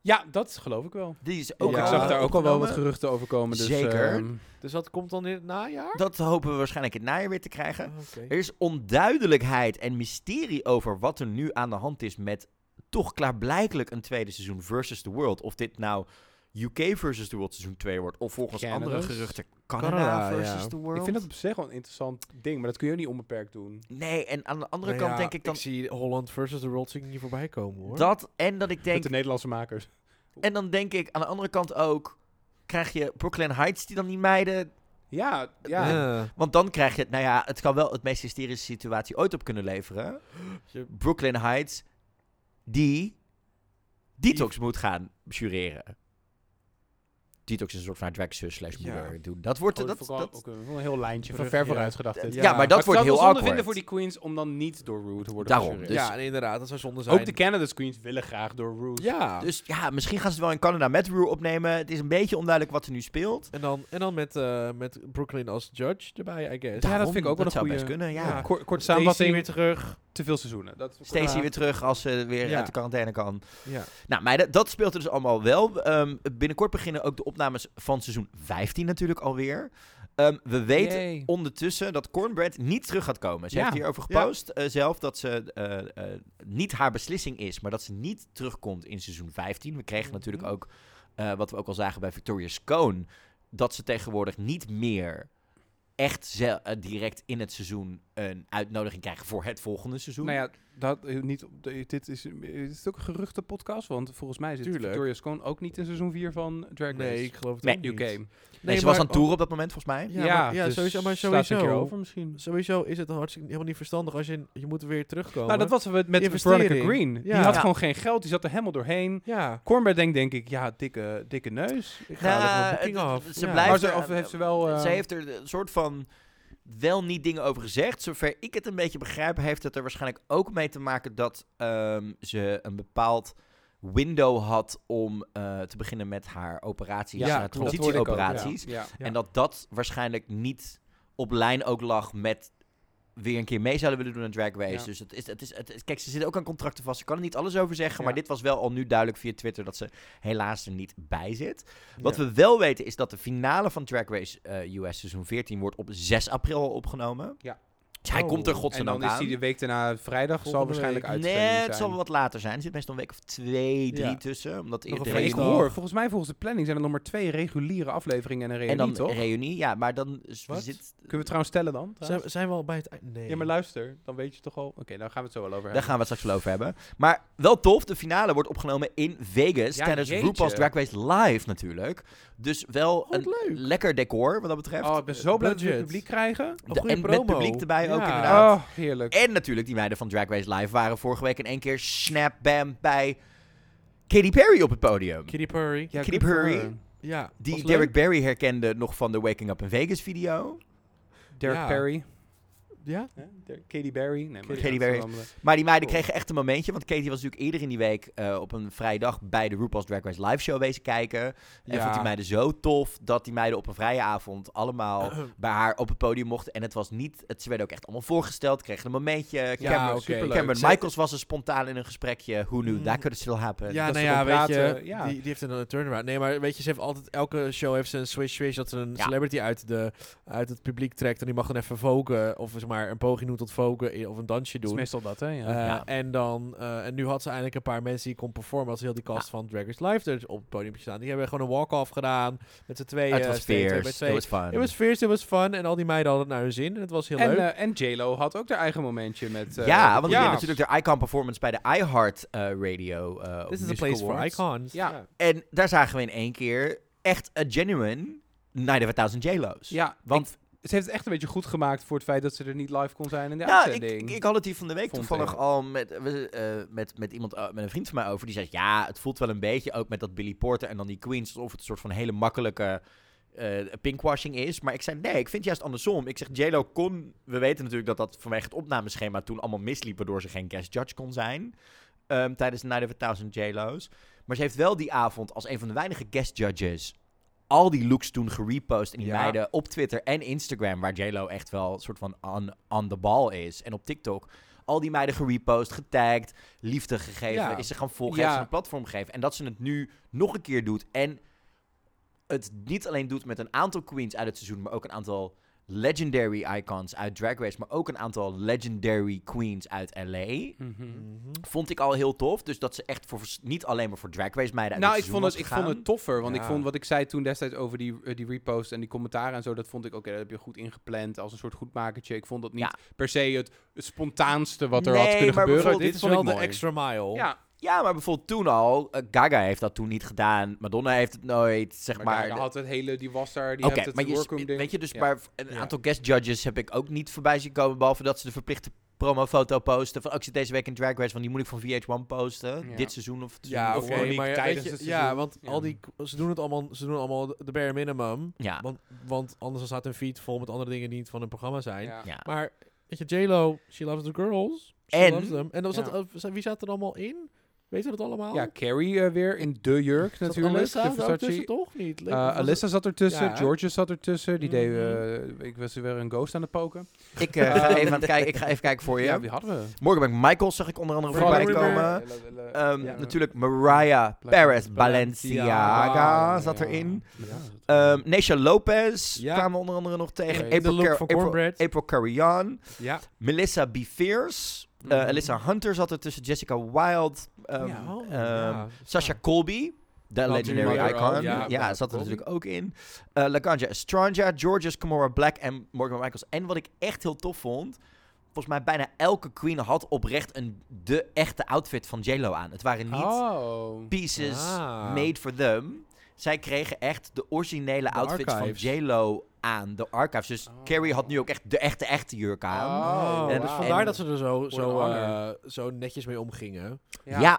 D: Ja, dat geloof ik wel.
A: Die is ook
D: Ook,
B: Ja.
D: Ik zag daar ook al wel eh,
A: opgenomen.
D: wat geruchten over komen. Dus,
A: Zeker.
D: ehm,
B: Dus dat komt dan in het najaar?
A: Dat hopen we waarschijnlijk in het najaar weer te krijgen.
B: Oké.
A: Er is onduidelijkheid en mysterie over wat er nu aan de hand is met toch klaarblijkelijk een tweede seizoen versus the world. Of dit nou UK versus the world seizoen 2 wordt, of volgens
D: Canada's.
A: andere geruchten Canada,
B: Canada,
A: versus
B: ja.
A: the world.
D: ik vind dat op zich wel een interessant ding, maar dat kun je ook niet onbeperkt doen.
A: Nee, en aan de andere
B: Nou
A: kant
B: ja,
A: denk ik dan
B: Ik zie Holland versus de World zie ik niet voorbij komen hoor.
A: dat en dat ik
D: Met
A: denk,
D: de Nederlandse makers.
A: en dan denk ik aan de andere kant ook, krijg je Brooklyn Heights die dan niet meiden?
D: Ja, ja.
B: ja.
A: Want dan krijg je, nou ja, het kan wel het meest hysterische situatie ooit op kunnen leveren.
B: Je-
A: Brooklyn Heights, die detox moet gaan jureren. Detox is een soort van haar dwergzus slash
D: Ja.
A: moeder doen. Dat wordt...
D: Oh,
A: dat,
D: dat, vond ik
A: dat,
D: ook een, wel een heel lijntje van
B: Brug,
D: ver
B: ja.
D: vooruit gedacht. dit.
A: Ja, maar dat wordt
D: ik zou het wel
A: heel
D: zonde
A: awkward.
D: vinden voor die queens om dan niet door Rude te worden
A: Daarom,
D: gejureerd.
A: dus-
B: ja, en inderdaad, dat zou zonde zijn.
D: Ook de Canada's queens willen graag door Rude.
B: Ja.
A: Dus ja, misschien gaan ze het wel in Canada met Rue opnemen. Het is een beetje onduidelijk wat er nu speelt.
B: En dan, en dan met, eh, met Brooklyn als judge erbij, I guess.
D: Ja, dat vind ik ook wel een
A: zou
D: goeie.
A: best kunnen, ja.
B: Ja.
D: Kort,
B: Stacy
D: kort samenvatting,
B: weer terug.
D: te veel seizoenen. Dat
A: Stacey
B: Ja.
A: weer terug als ze weer
B: Ja.
A: uit de quarantaine kan.
B: Ja.
A: Nou, maar dat, dat speelt er dus allemaal wel. Ehm, binnenkort beginnen ook de opnames van seizoen 15 natuurlijk alweer. Ehm, we weten
D: Yay.
A: ondertussen dat Cornbread niet terug gaat komen. Ze
D: Ja.
A: heeft hierover
D: Ja.
A: gepost eh, zelf dat ze eh, eh, niet haar beslissing is, maar dat ze niet terugkomt in seizoen 15. We kregen
B: Mhm.
A: natuurlijk ook, eh, wat we ook al zagen bij Victoria's Cone, dat ze tegenwoordig niet meer echt ze- eh, direct in het seizoen een uitnodiging krijgen voor het volgende seizoen.
D: Nou ja, dat, eh, niet, op de- dit, is, eh, dit is ook een geruchte podcast, want volgens mij zit
B: Tuurlijk.
D: Victoria's Cone ook niet in seizoen 4 van Drag Race.
B: Nee, ik geloof het
A: Nee,
B: ook niet.
D: UK.
A: Nee, ze
B: maar-
A: was aan het toeren op dat moment, volgens mij.
B: Ja, maar- ja,
D: dus
B: sowieso, maar
D: slaat ze een keer
B: sowieso.
D: over misschien.
B: Sowieso is het dan hartstikke helemaal niet verstandig als je, je moet weer terugkomen.
D: Nou, dat was het met
B: Investering.
D: Veronica Green. Die
B: Ja.
D: had
A: Ja.
D: gewoon geen geld, die zat er helemaal doorheen.
B: Ja,
D: Cornbread denkt, denk ik, ja, dikke, dikke neus.
B: ik
A: Nou,
B: ga er
A: het-
B: van af.
A: Ze
B: ja.
A: blijft
D: Maar ze-
A: er-
D: of heeft ze wel, eh,
A: Ze heeft er een soort van wel niet dingen over gezegd. Zover ik het een beetje begrijp, heeft het er waarschijnlijk ook mee te maken dat ehm, ze een bepaald window had om eh, te beginnen met haar operaties, haar
D: klopt. Dat hoorde ik ook, ja.
A: transitieoperaties.
D: Ja.
B: Ja.
A: En dat dat waarschijnlijk niet op lijn ook lag met weer een keer mee zouden willen doen aan Drag Race.
D: Ja.
A: Dus het is, het is, het is- kijk, ze zitten ook aan contracten vast. Ze kan er niet alles over zeggen.
D: Ja.
A: Maar dit was wel al nu duidelijk via Twitter dat ze helaas er niet bij zit. Wat
B: Ja.
A: we wel weten is dat de finale van Drag Race eh, US seizoen 14 wordt op 6 april opgenomen.
D: Ja.
A: Dus hij
B: Oh.
A: komt er
D: En
A: godzijdank
D: dan is
A: aan.
D: hij de week daarna vrijdag, zal
B: Volgende
D: waarschijnlijk
B: week.
D: uitgegeven
A: Nee, het
D: zijn.
A: zal wel wat later zijn. Er zit meestal een week of twee, drie
B: Ja.
A: tussen. Omdat
B: Nog een
A: de
D: Maar ik
B: Vrijdag.
A: reunie-
D: hoor, volgens mij volgens de planning zijn er nog maar twee reguliere afleveringen en een reunie,
A: En dan
D: toch?
A: reunie, ja, maar dan is-
B: Wat?
A: zit,
D: Kunnen we trouwens stellen dan? trouwens?
B: Zijn, zijn we al bij het eind? Nee.
D: Ja, maar luister, dan weet je toch al... Oké, daar gaan we het zo wel over
A: daar
D: hebben.
A: gaan we het straks wel over hebben. Maar wel tof, de finale wordt opgenomen in Vegas
D: Ja,
A: tijdens
D: jeetje.
A: RuPaul's Drag Race Live natuurlijk. Dus wel
B: Wat
A: een
B: leuk.
A: lekker decor wat dat betreft.
D: Oh, ik ben zo blij dat we weer
B: Budget.
D: publiek krijgen.
B: Een
A: De-
B: goede
A: en
B: promo.
A: met publiek erbij ook
B: Ja.
A: inderdaad.
D: Oh, heerlijk.
A: En natuurlijk die meiden van Drag Race Live waren vorige week in één keer snap bam bij Katy Perry op het podium.
B: Kitty Perry. Ja.
A: Kitty
D: good for
A: Purry.
D: her.
A: Die
B: was
A: Derek
B: leuk.
A: Barry herkende nog van de Waking Up in Vegas video.
D: Derek
B: Ja.
D: Perry.
B: Ja?
D: Hè? Der- Katy Berry. Nee, maar
A: Katy
D: dat is
A: Perry.
D: een eh, andere.
A: Maar die meiden
B: Oh.
D: Cool.
A: kregen echt een momentje. Want Katie was natuurlijk eerder in die week eh, op een vrijdag bij de RuPaul's Drag Race live show wezen kijken. En
D: Ja.
A: vond die meiden zo tof dat die meiden op een vrije avond
B: *clears throat*
A: allemaal bij haar op het podium mochten. En het was niet, het, ze werden ook echt allemaal voorgesteld, kregen een momentje.
B: Ja,
A: Cameron,
B: oké.
D: superleuk.
A: Cameron
D: Ze-
A: Michaels was er spontaan in een gesprekje. Who knew,
B: Mm.
A: that could still happen.
B: Ja,
D: dat
B: nou
D: ze
B: ja,
D: dan
B: weet
D: praten,
B: je,
D: ja.
B: Die, die heeft een eh, turnaround. Nee, maar weet je, ze heeft altijd, elke show heeft ze een swish swish, dat ze een
A: Ja.
B: celebrity uit, de, uit het publiek trekt en die mag dan even voken, of zeg maar een poging doen tot voken i- of een dansje
D: Dat is
B: doen.
D: meestal dat, hè?
B: Eh,
D: Ja.
A: Ja.
B: En dan, eh, en nu had ze eindelijk een paar mensen die kon performen, als heel die cast van Drag Race Live er op het podium staan. Die hebben gewoon een walk-off gedaan, met z'n tweeën.
A: het was
B: eh, twee, twee bij
A: fierce,
B: twee.
A: it was fun.
B: Het was fierce, het was fun, en al die meiden hadden het naar hun zin, en het was heel
D: En,
B: leuk.
D: eh, en J-Lo had ook haar eigen momentje met... eh,
A: ja, want ik
D: ja.
A: deed natuurlijk de Icon Performance bij de iHeart eh, Radio. eh
B: This is a
A: Music
B: place for
A: Awards.
B: icons.
D: Ja.
A: En daar zagen we in één keer echt a genuine Night of a Thousand J-Lo's.
D: Ja,
A: Want-
D: want ze heeft het echt een beetje goed gemaakt voor het feit dat ze er niet live kon zijn in de
A: Ja, ik,
D: uitzending.
A: ik, ik had het hier van de week
D: Vond
A: toevallig
D: ik.
A: al met, we- eh, met, met iemand, eh, met een vriend van mij over. Die zei, ja, het voelt wel een beetje ook met dat Billy Porter en dan die Queens. Alsof het een soort van hele makkelijke eh, pinkwashing is. Maar ik zei, nee, ik vind het juist andersom. Ik zeg, J-Lo kon, we weten natuurlijk dat dat vanwege het opnameschema toen allemaal misliep. Waardoor ze geen guest judge kon zijn ehm, tijdens de Night of a Thousand J-Lo's. Maar ze heeft wel die avond als een van de weinige guest judges... Al die looks toen gerepost en die
D: Ja.
A: meiden op Twitter en Instagram, waar JLo echt wel een soort van on, on the ball is. En op TikTok, al die meiden gerepost, getagd, liefde gegeven,
D: Ja.
A: is ze gaan volgen,
D: Ja.
A: heeft ze een platform gegeven. En dat ze het nu nog een keer doet en het niet alleen doet met een aantal queens uit het seizoen, maar ook een aantal legendary icons uit Drag Race, maar ook een aantal legendary queens uit LA.
D: Mhm.
B: Mhm.
A: Vond ik al heel tof. Dus dat ze echt voor vers- niet alleen maar voor Drag Race meiden uit
D: Nou,
A: het
D: ik
A: seizoen
D: vond het, ik
A: was
D: vond
A: gegaan.
D: het toffer. Want ik
B: Ja.
D: vond wat ik zei toen destijds over die, eh, die repost en die commentaren en zo. Dat vond ik, oké, dat heb je goed ingepland als een soort goedmakertje. Ik vond dat niet
A: Ja.
D: per se het, het spontaanste wat er
A: Nee,
D: had
A: maar
D: kunnen gebeuren.
A: bijvoorbeeld
D: Dit
B: Dit is
D: vond
B: wel
D: ik
B: de
D: mooi.
B: extra mile.
D: Ja,
A: Ja, maar bijvoorbeeld toen al. eh, Gaga heeft dat toen niet gedaan. Madonna heeft het nooit, zeg
D: maar,
A: maar.
D: daar had het hele, die was daar, die
A: Oké,
D: heeft het
A: maar je,
D: workroom
A: sp-
D: ding.
A: weet je, dus
D: Ja.
A: maar een
D: Ja.
A: aantal guest judges heb ik ook niet voorbij zien komen. Behalve dat ze de verplichte promofoto posten van, oh, ik zit deze week in Drag Race, want die moet ik van VH1 posten.
D: Ja.
A: Dit seizoen of het
D: Ja,
A: seizoen
D: of
A: daarvoor.
D: gewoon niet
B: ja,
D: tijdens
B: weet
D: het
B: je,
D: seizoen.
B: ja, want
D: Ja.
B: Al die, ze, doen het allemaal, ze doen allemaal de bare minimum.
A: Ja.
B: Want, want anders staat hun feed vol met andere dingen die niet van hun programma zijn.
D: Ja.
A: Ja.
B: Maar, weet je, J-Lo, she loves the girls. She
A: En-
B: loves them. En dan zat,
D: Ja.
B: eh, za- wie zat er allemaal in? Weten we dat allemaal?
D: Ja, Carrie eh, weer in de jurk
B: Zat
D: natuurlijk.
B: Oh. Alyssa
D: de
B: er ook
D: Versace.
B: tussen, toch? Niet? Leek-
D: Eh,
B: was het-
D: Alyssa zat ertussen,
B: Ja.
D: Georgia zat ertussen. Die deed,
B: Mhm.
D: eh, ik was weer een ghost aan het poken.
A: Ik, eh, ga even aan het kijken, ik ga even kijken voor je.
D: Ja, wie hadden we?
A: Morgen ben ik Michael, zag ik onder andere
B: Vooral
A: Oh voorbij
B: River.
A: komen. Ehm, Natuurlijk Mariah Perez Balenciaga zat erin.
D: Ja,
A: Ehm Nesha Lopez
B: Ja.
A: kwamen we onder andere nog tegen.
D: Ja,
B: de
A: April,
B: look
A: Car-
B: van
A: April,
B: Cornbread.
A: April Carrion.
D: ja.
A: Melissa B. Fierce. Eh
B: Mhm.
A: Alyssa Hunter zat er tussen. Jessica Wild. ehm,
D: Ja.
B: Oh,
A: ehm,
B: ja.
A: Sasha Colby. De
B: Natuurlijk
A: legendary
D: Mother
A: icon.
D: Earl,
A: Ja,
D: ja, Mother
A: zat er
D: Colby.
A: natuurlijk ook in. Eh Laganja Estranja, Georges Camora Black en Morgan Michaels. En wat ik echt heel tof vond... Volgens mij bijna elke queen had oprecht een, de echte outfit van JLo aan. Het waren niet
D: Oh.
A: pieces
B: Ah.
A: made for them. Zij kregen echt de originele
D: De
A: outfits
D: archives.
A: van J-Lo aan. De archives. Dus
D: Oh.
A: Carrie had nu ook echt de echte, echte jurk aan.
B: Oh,
A: En-
B: dus
A: en-
B: vandaar dat ze er zo, zo,
D: honor.
B: eh, zo netjes mee omgingen.
A: Ja.
D: ja.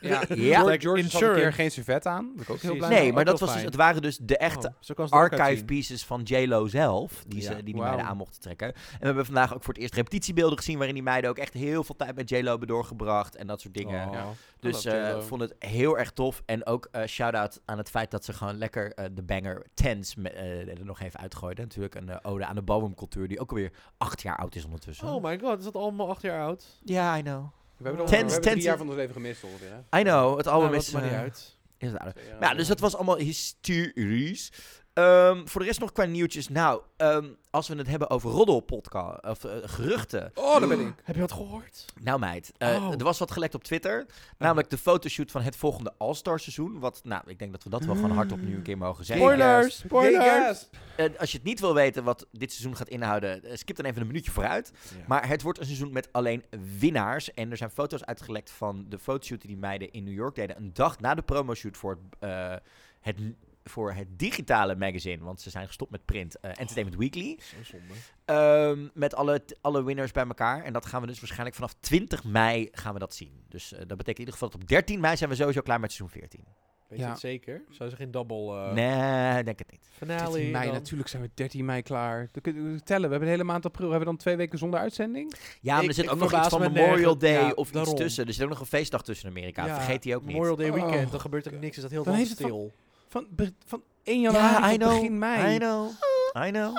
A: Ja.
D: George,
B: Like
D: George had een
B: insurance.
D: keer geen servet aan. Ben ik ook heel
B: Precies.
D: blij mee.
A: Nee,
D: Ook
A: maar dat was
D: wel
A: dus,
D: fijn.
A: het waren dus de echte
B: Oh, zo kan ze er ook
A: archive
B: uitzien.
A: pieces van J-Lo zelf. Die,
B: Ja.
A: ze, die die
D: Wauw.
A: meiden aan mochten trekken. En we hebben vandaag ook voor het eerst repetitiebeelden gezien. waarin die meiden ook echt heel veel tijd met J-Lo hebben doorgebracht. en dat soort dingen.
B: Oh.
D: Ja.
A: Dus
D: I love
A: eh,
D: J.Lo.
A: vond het heel erg tof. En ook eh shout-out aan het feit dat ze gewoon lekker eh, de banger Tens me- eh, er nog even uitgooiden. Natuurlijk een eh, ode aan de Bowencultuur, die ook alweer acht jaar oud is ondertussen.
B: Oh my god, is dat allemaal acht jaar oud?
A: Ja, I know.
D: We hebben, nog,
A: Tens-
D: we hebben
A: tens-
D: drie jaar van ons leven gemist ongeveer. hè?
A: I know, het album
B: Nou,
A: is...
B: maakt maar
A: eh,
B: niet uit.
A: is het ouder.
D: Twee jaar
A: Maar ja,
D: oud.
A: dus dat was allemaal hysterisch. Ehm, voor de rest nog qua nieuwtjes. Nou, ehm, als we het hebben over roddelpodcast, of eh, geruchten.
D: Oh, daar ben ik.
B: Heb je wat gehoord?
A: Nou meid, eh,
B: Oh.
A: er was wat gelekt op Twitter. Namelijk de fotoshoot van het volgende All-Star seizoen. Wat, nou, ik denk dat we dat wel gewoon hardop nu een keer mogen zeggen.
B: Spoilers,
D: Big
B: spoilers.
D: gasp.
A: Eh, als je het niet wil weten wat dit seizoen gaat inhouden, eh, skip dan even een minuutje vooruit. Maar het wordt een seizoen met alleen winnaars. En er zijn foto's uitgelekt van de fotoshoot die die meiden in New York deden. Een dag na de promoshoot voor het, eh, het, voor het digitale magazine. Want ze zijn gestopt met print. eh, Entertainment Weekly.
B: Zo zonde.
A: Ehm, met alle, alle winners bij elkaar. En dat gaan we dus waarschijnlijk vanaf 20 mei gaan we dat zien. Dus eh, dat betekent in ieder geval dat op 13 mei zijn we sowieso klaar met seizoen 14.
B: Weet
D: Ja.
B: je het zeker? Zou ze geen double eh
A: nee, ik denk het niet.
B: finale
D: 13 mei,
B: dan?
D: natuurlijk zijn we 13 mei klaar. Dan kunnen we tellen. We hebben de hele maand april. Hebben we dan twee weken zonder uitzending?
A: Ja, maar
B: Ik-
A: er zit
B: ik
A: ook nog iets
B: verbaas
A: van
B: me
A: Memorial
B: nergens-
A: Day
B: ja,
A: of
B: daarom.
A: iets tussen. Dus er is ook nog een feestdag tussen in Amerika.
B: Ja,
A: Vergeet die ook niet.
B: Memorial Day weekend,
D: Oh,
B: dan gebeurt er niks. Is dat heel
D: Dan
B: dan
D: heeft het
B: stil?
D: Van, be- van 1 januari
A: I
D: tot
A: know,
D: begin mei.
A: I know. I know.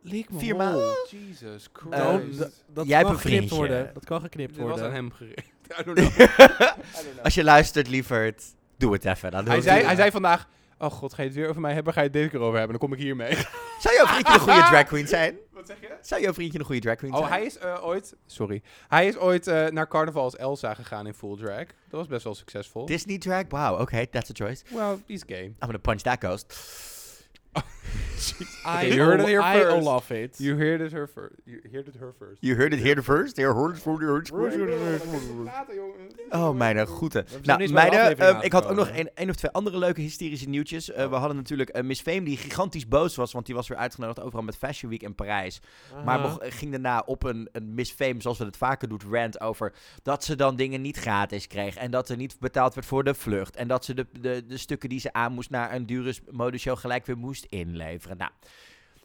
D: Lik me
A: Vier
D: hol.
A: maanden.
D: Jesus
A: Eh,
B: Nou,
D: Christ.
B: d- dat
A: jij hebt
B: kan
A: een
B: geknipt
A: vriendje.
B: worden. Dat kan geknipt
D: Dit was aan
B: worden.
D: hem gericht. *laughs* I don't know. I don't
A: *laughs*
D: know.
A: Als je luistert, lieverd, doe het even. Dan doen
D: Hij
A: we
D: zei,
A: het.
D: hij zei vandaag... Oh god, ga je het weer over mij hebben? Ga je het deze keer over hebben? Dan kom ik hiermee.
A: *laughs* Zou jouw vriendje een
D: *laughs*
A: goede drag queen zijn?
D: Wat zeg je?
A: Zou jouw vriendje een goede drag queen
D: Oh,
A: zijn?
D: hij is eh, ooit... Sorry. Hij is ooit eh, naar carnaval als Elsa gegaan in full drag. Dat was best wel succesvol.
A: Disney drag? Wow, oké, that's a choice.
D: Well, he's gay.
A: I'm gonna punch that ghost.
D: I heard it here
B: I
D: first.
B: love it.
D: You heard it her first. You heard it her first.
A: You heard it here the first. They heard it from the first. Oh, mijn goede.
B: zijn
A: Nou,
B: niet bij de
A: meiden,
B: aflevering
A: ehm, ik had ook nog
B: aangekomen.
A: een, een of twee andere leuke hysterische nieuwtjes. Eh, we hadden natuurlijk eh, Miss Fame, die gigantisch boos was, want die was weer uitgenodigd overal met Fashion Week in Parijs. Maar
B: Uh-huh.
A: beg- ging daarna op een, een Miss Fame, zoals we het vaker doen, rant over dat ze dan dingen niet gratis kreeg. En dat er niet betaald werd voor de vlucht. En dat ze de, de, de stukken die ze aan moest naar een dure s- modeshow gelijk weer moest inleveren. Nou,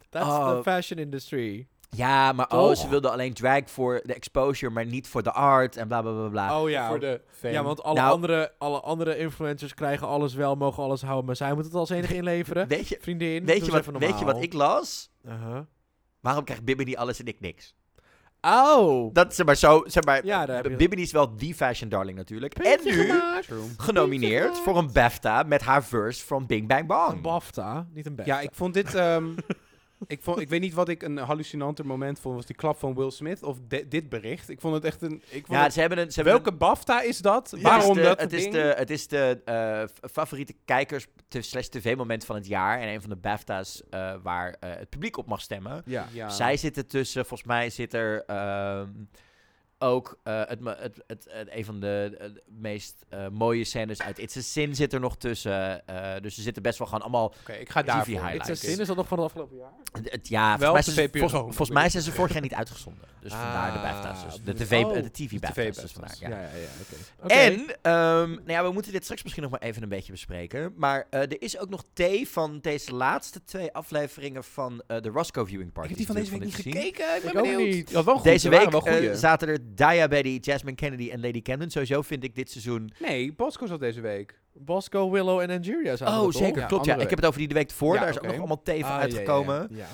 B: That's
A: Oh.
B: the fashion industry.
A: ja, maar oh,
B: Toch?
A: ze wilde alleen drag voor de exposure, maar niet voor de art en bla bla bla bla.
B: Oh ja.
D: Voor de fame.
B: Ja, want alle,
A: Nou.
B: andere, alle andere influencers krijgen alles wel, mogen alles houden, maar zij moet het als enige inleveren.
A: Weet je,
B: Vriendin,
A: weet
B: doe
A: je,
B: eens
A: wat,
B: dus even
A: weet je wat ik
B: normaal. Uh-huh.
A: las?
B: Aha.
A: Waarom krijgt Bimini alles en ik niks?
B: Oh!
A: Dat zeg maar zo, zeg maar.
B: Ja, daar heb je-
A: Bimini is wel die fashion darling natuurlijk. en
B: Puntje
A: nu
B: gemaakt.
A: genomineerd
B: Puntje
A: voor een BAFTA met haar verse van Bing Bang
B: Een
A: Bang.
B: BAFTA, niet een BAFTA.
D: Ja, ik vond dit... ehm, ik, vond, ik weet niet wat ik een hallucinanter moment vond. Was die klap van Will Smith of di- dit bericht? Ik vond het echt een... Ik vond
A: Ja,
D: het-
A: ze hebben een. Ze hebben
D: welke BAFTA is dat?
A: een- het is
D: Waarom
A: de-
D: dat
A: Het is
D: ding?
A: de, het is de eh, f- favoriete kijkers te- slash tv-moment van het jaar. En een van de BAFTA's eh, waar eh, het publiek op mag stemmen.
B: Ja.
D: Ja.
A: Zij zitten tussen, volgens mij zit er ehm, ook eh, het, ma- het, het, het- een van de eh, meest eh, mooie scènes uit It's a Sin zit er nog tussen. eh, dus ze zitten best wel gewoon allemaal...
D: Oké, ik ga
A: TV
D: daarvoor.
A: highlights.
D: It's a sin.
B: is dat nog van het afgelopen jaar?
A: Het, het- ja,
D: Wel
A: volgens
D: op
A: mij,
D: de
A: is-
D: VPRO.
A: volgens, volgens mij zijn ze vorig jaar niet uitgezonden. Dus vandaar de
D: Ah,
A: BAFTA's. Dus de
D: dus-
A: TV,
D: oh,
A: eh, de TV
D: de
A: BAFTA's.
D: TV
A: Dus vandaar, ja.
B: Ja, ja, ja. oké.
A: En, ehm, nou ja, we moeten dit straks misschien nog maar even een beetje bespreken. Maar eh, er is ook nog thee van deze laatste twee afleveringen van eh, de Roscoe Viewing Party.
D: Ik heb die van deze week niet
A: gezien.
D: gekeken. Ik ben
B: Ik ook
D: benieuwd.
B: niet.
D: Ja, wel goed.
A: Deze
D: er waren
A: week
D: wel goeie.
A: eh, zaten er Daya Betty, Jasmine Kennedy en Lady Camden. Sowieso vind ik dit seizoen...
D: nee, Bosco zat deze week.
B: Bosco, Willow en Angeria zijn
A: Oh, zeker.
D: Ja,
A: klopt, ja.
D: andere
A: Ik heb het over die de week ervoor.
D: Ja,
A: Daar is
D: oké.
A: ook nog allemaal thee van
D: Ah, ja, ja, ja.
A: uitgekomen.
B: Ja.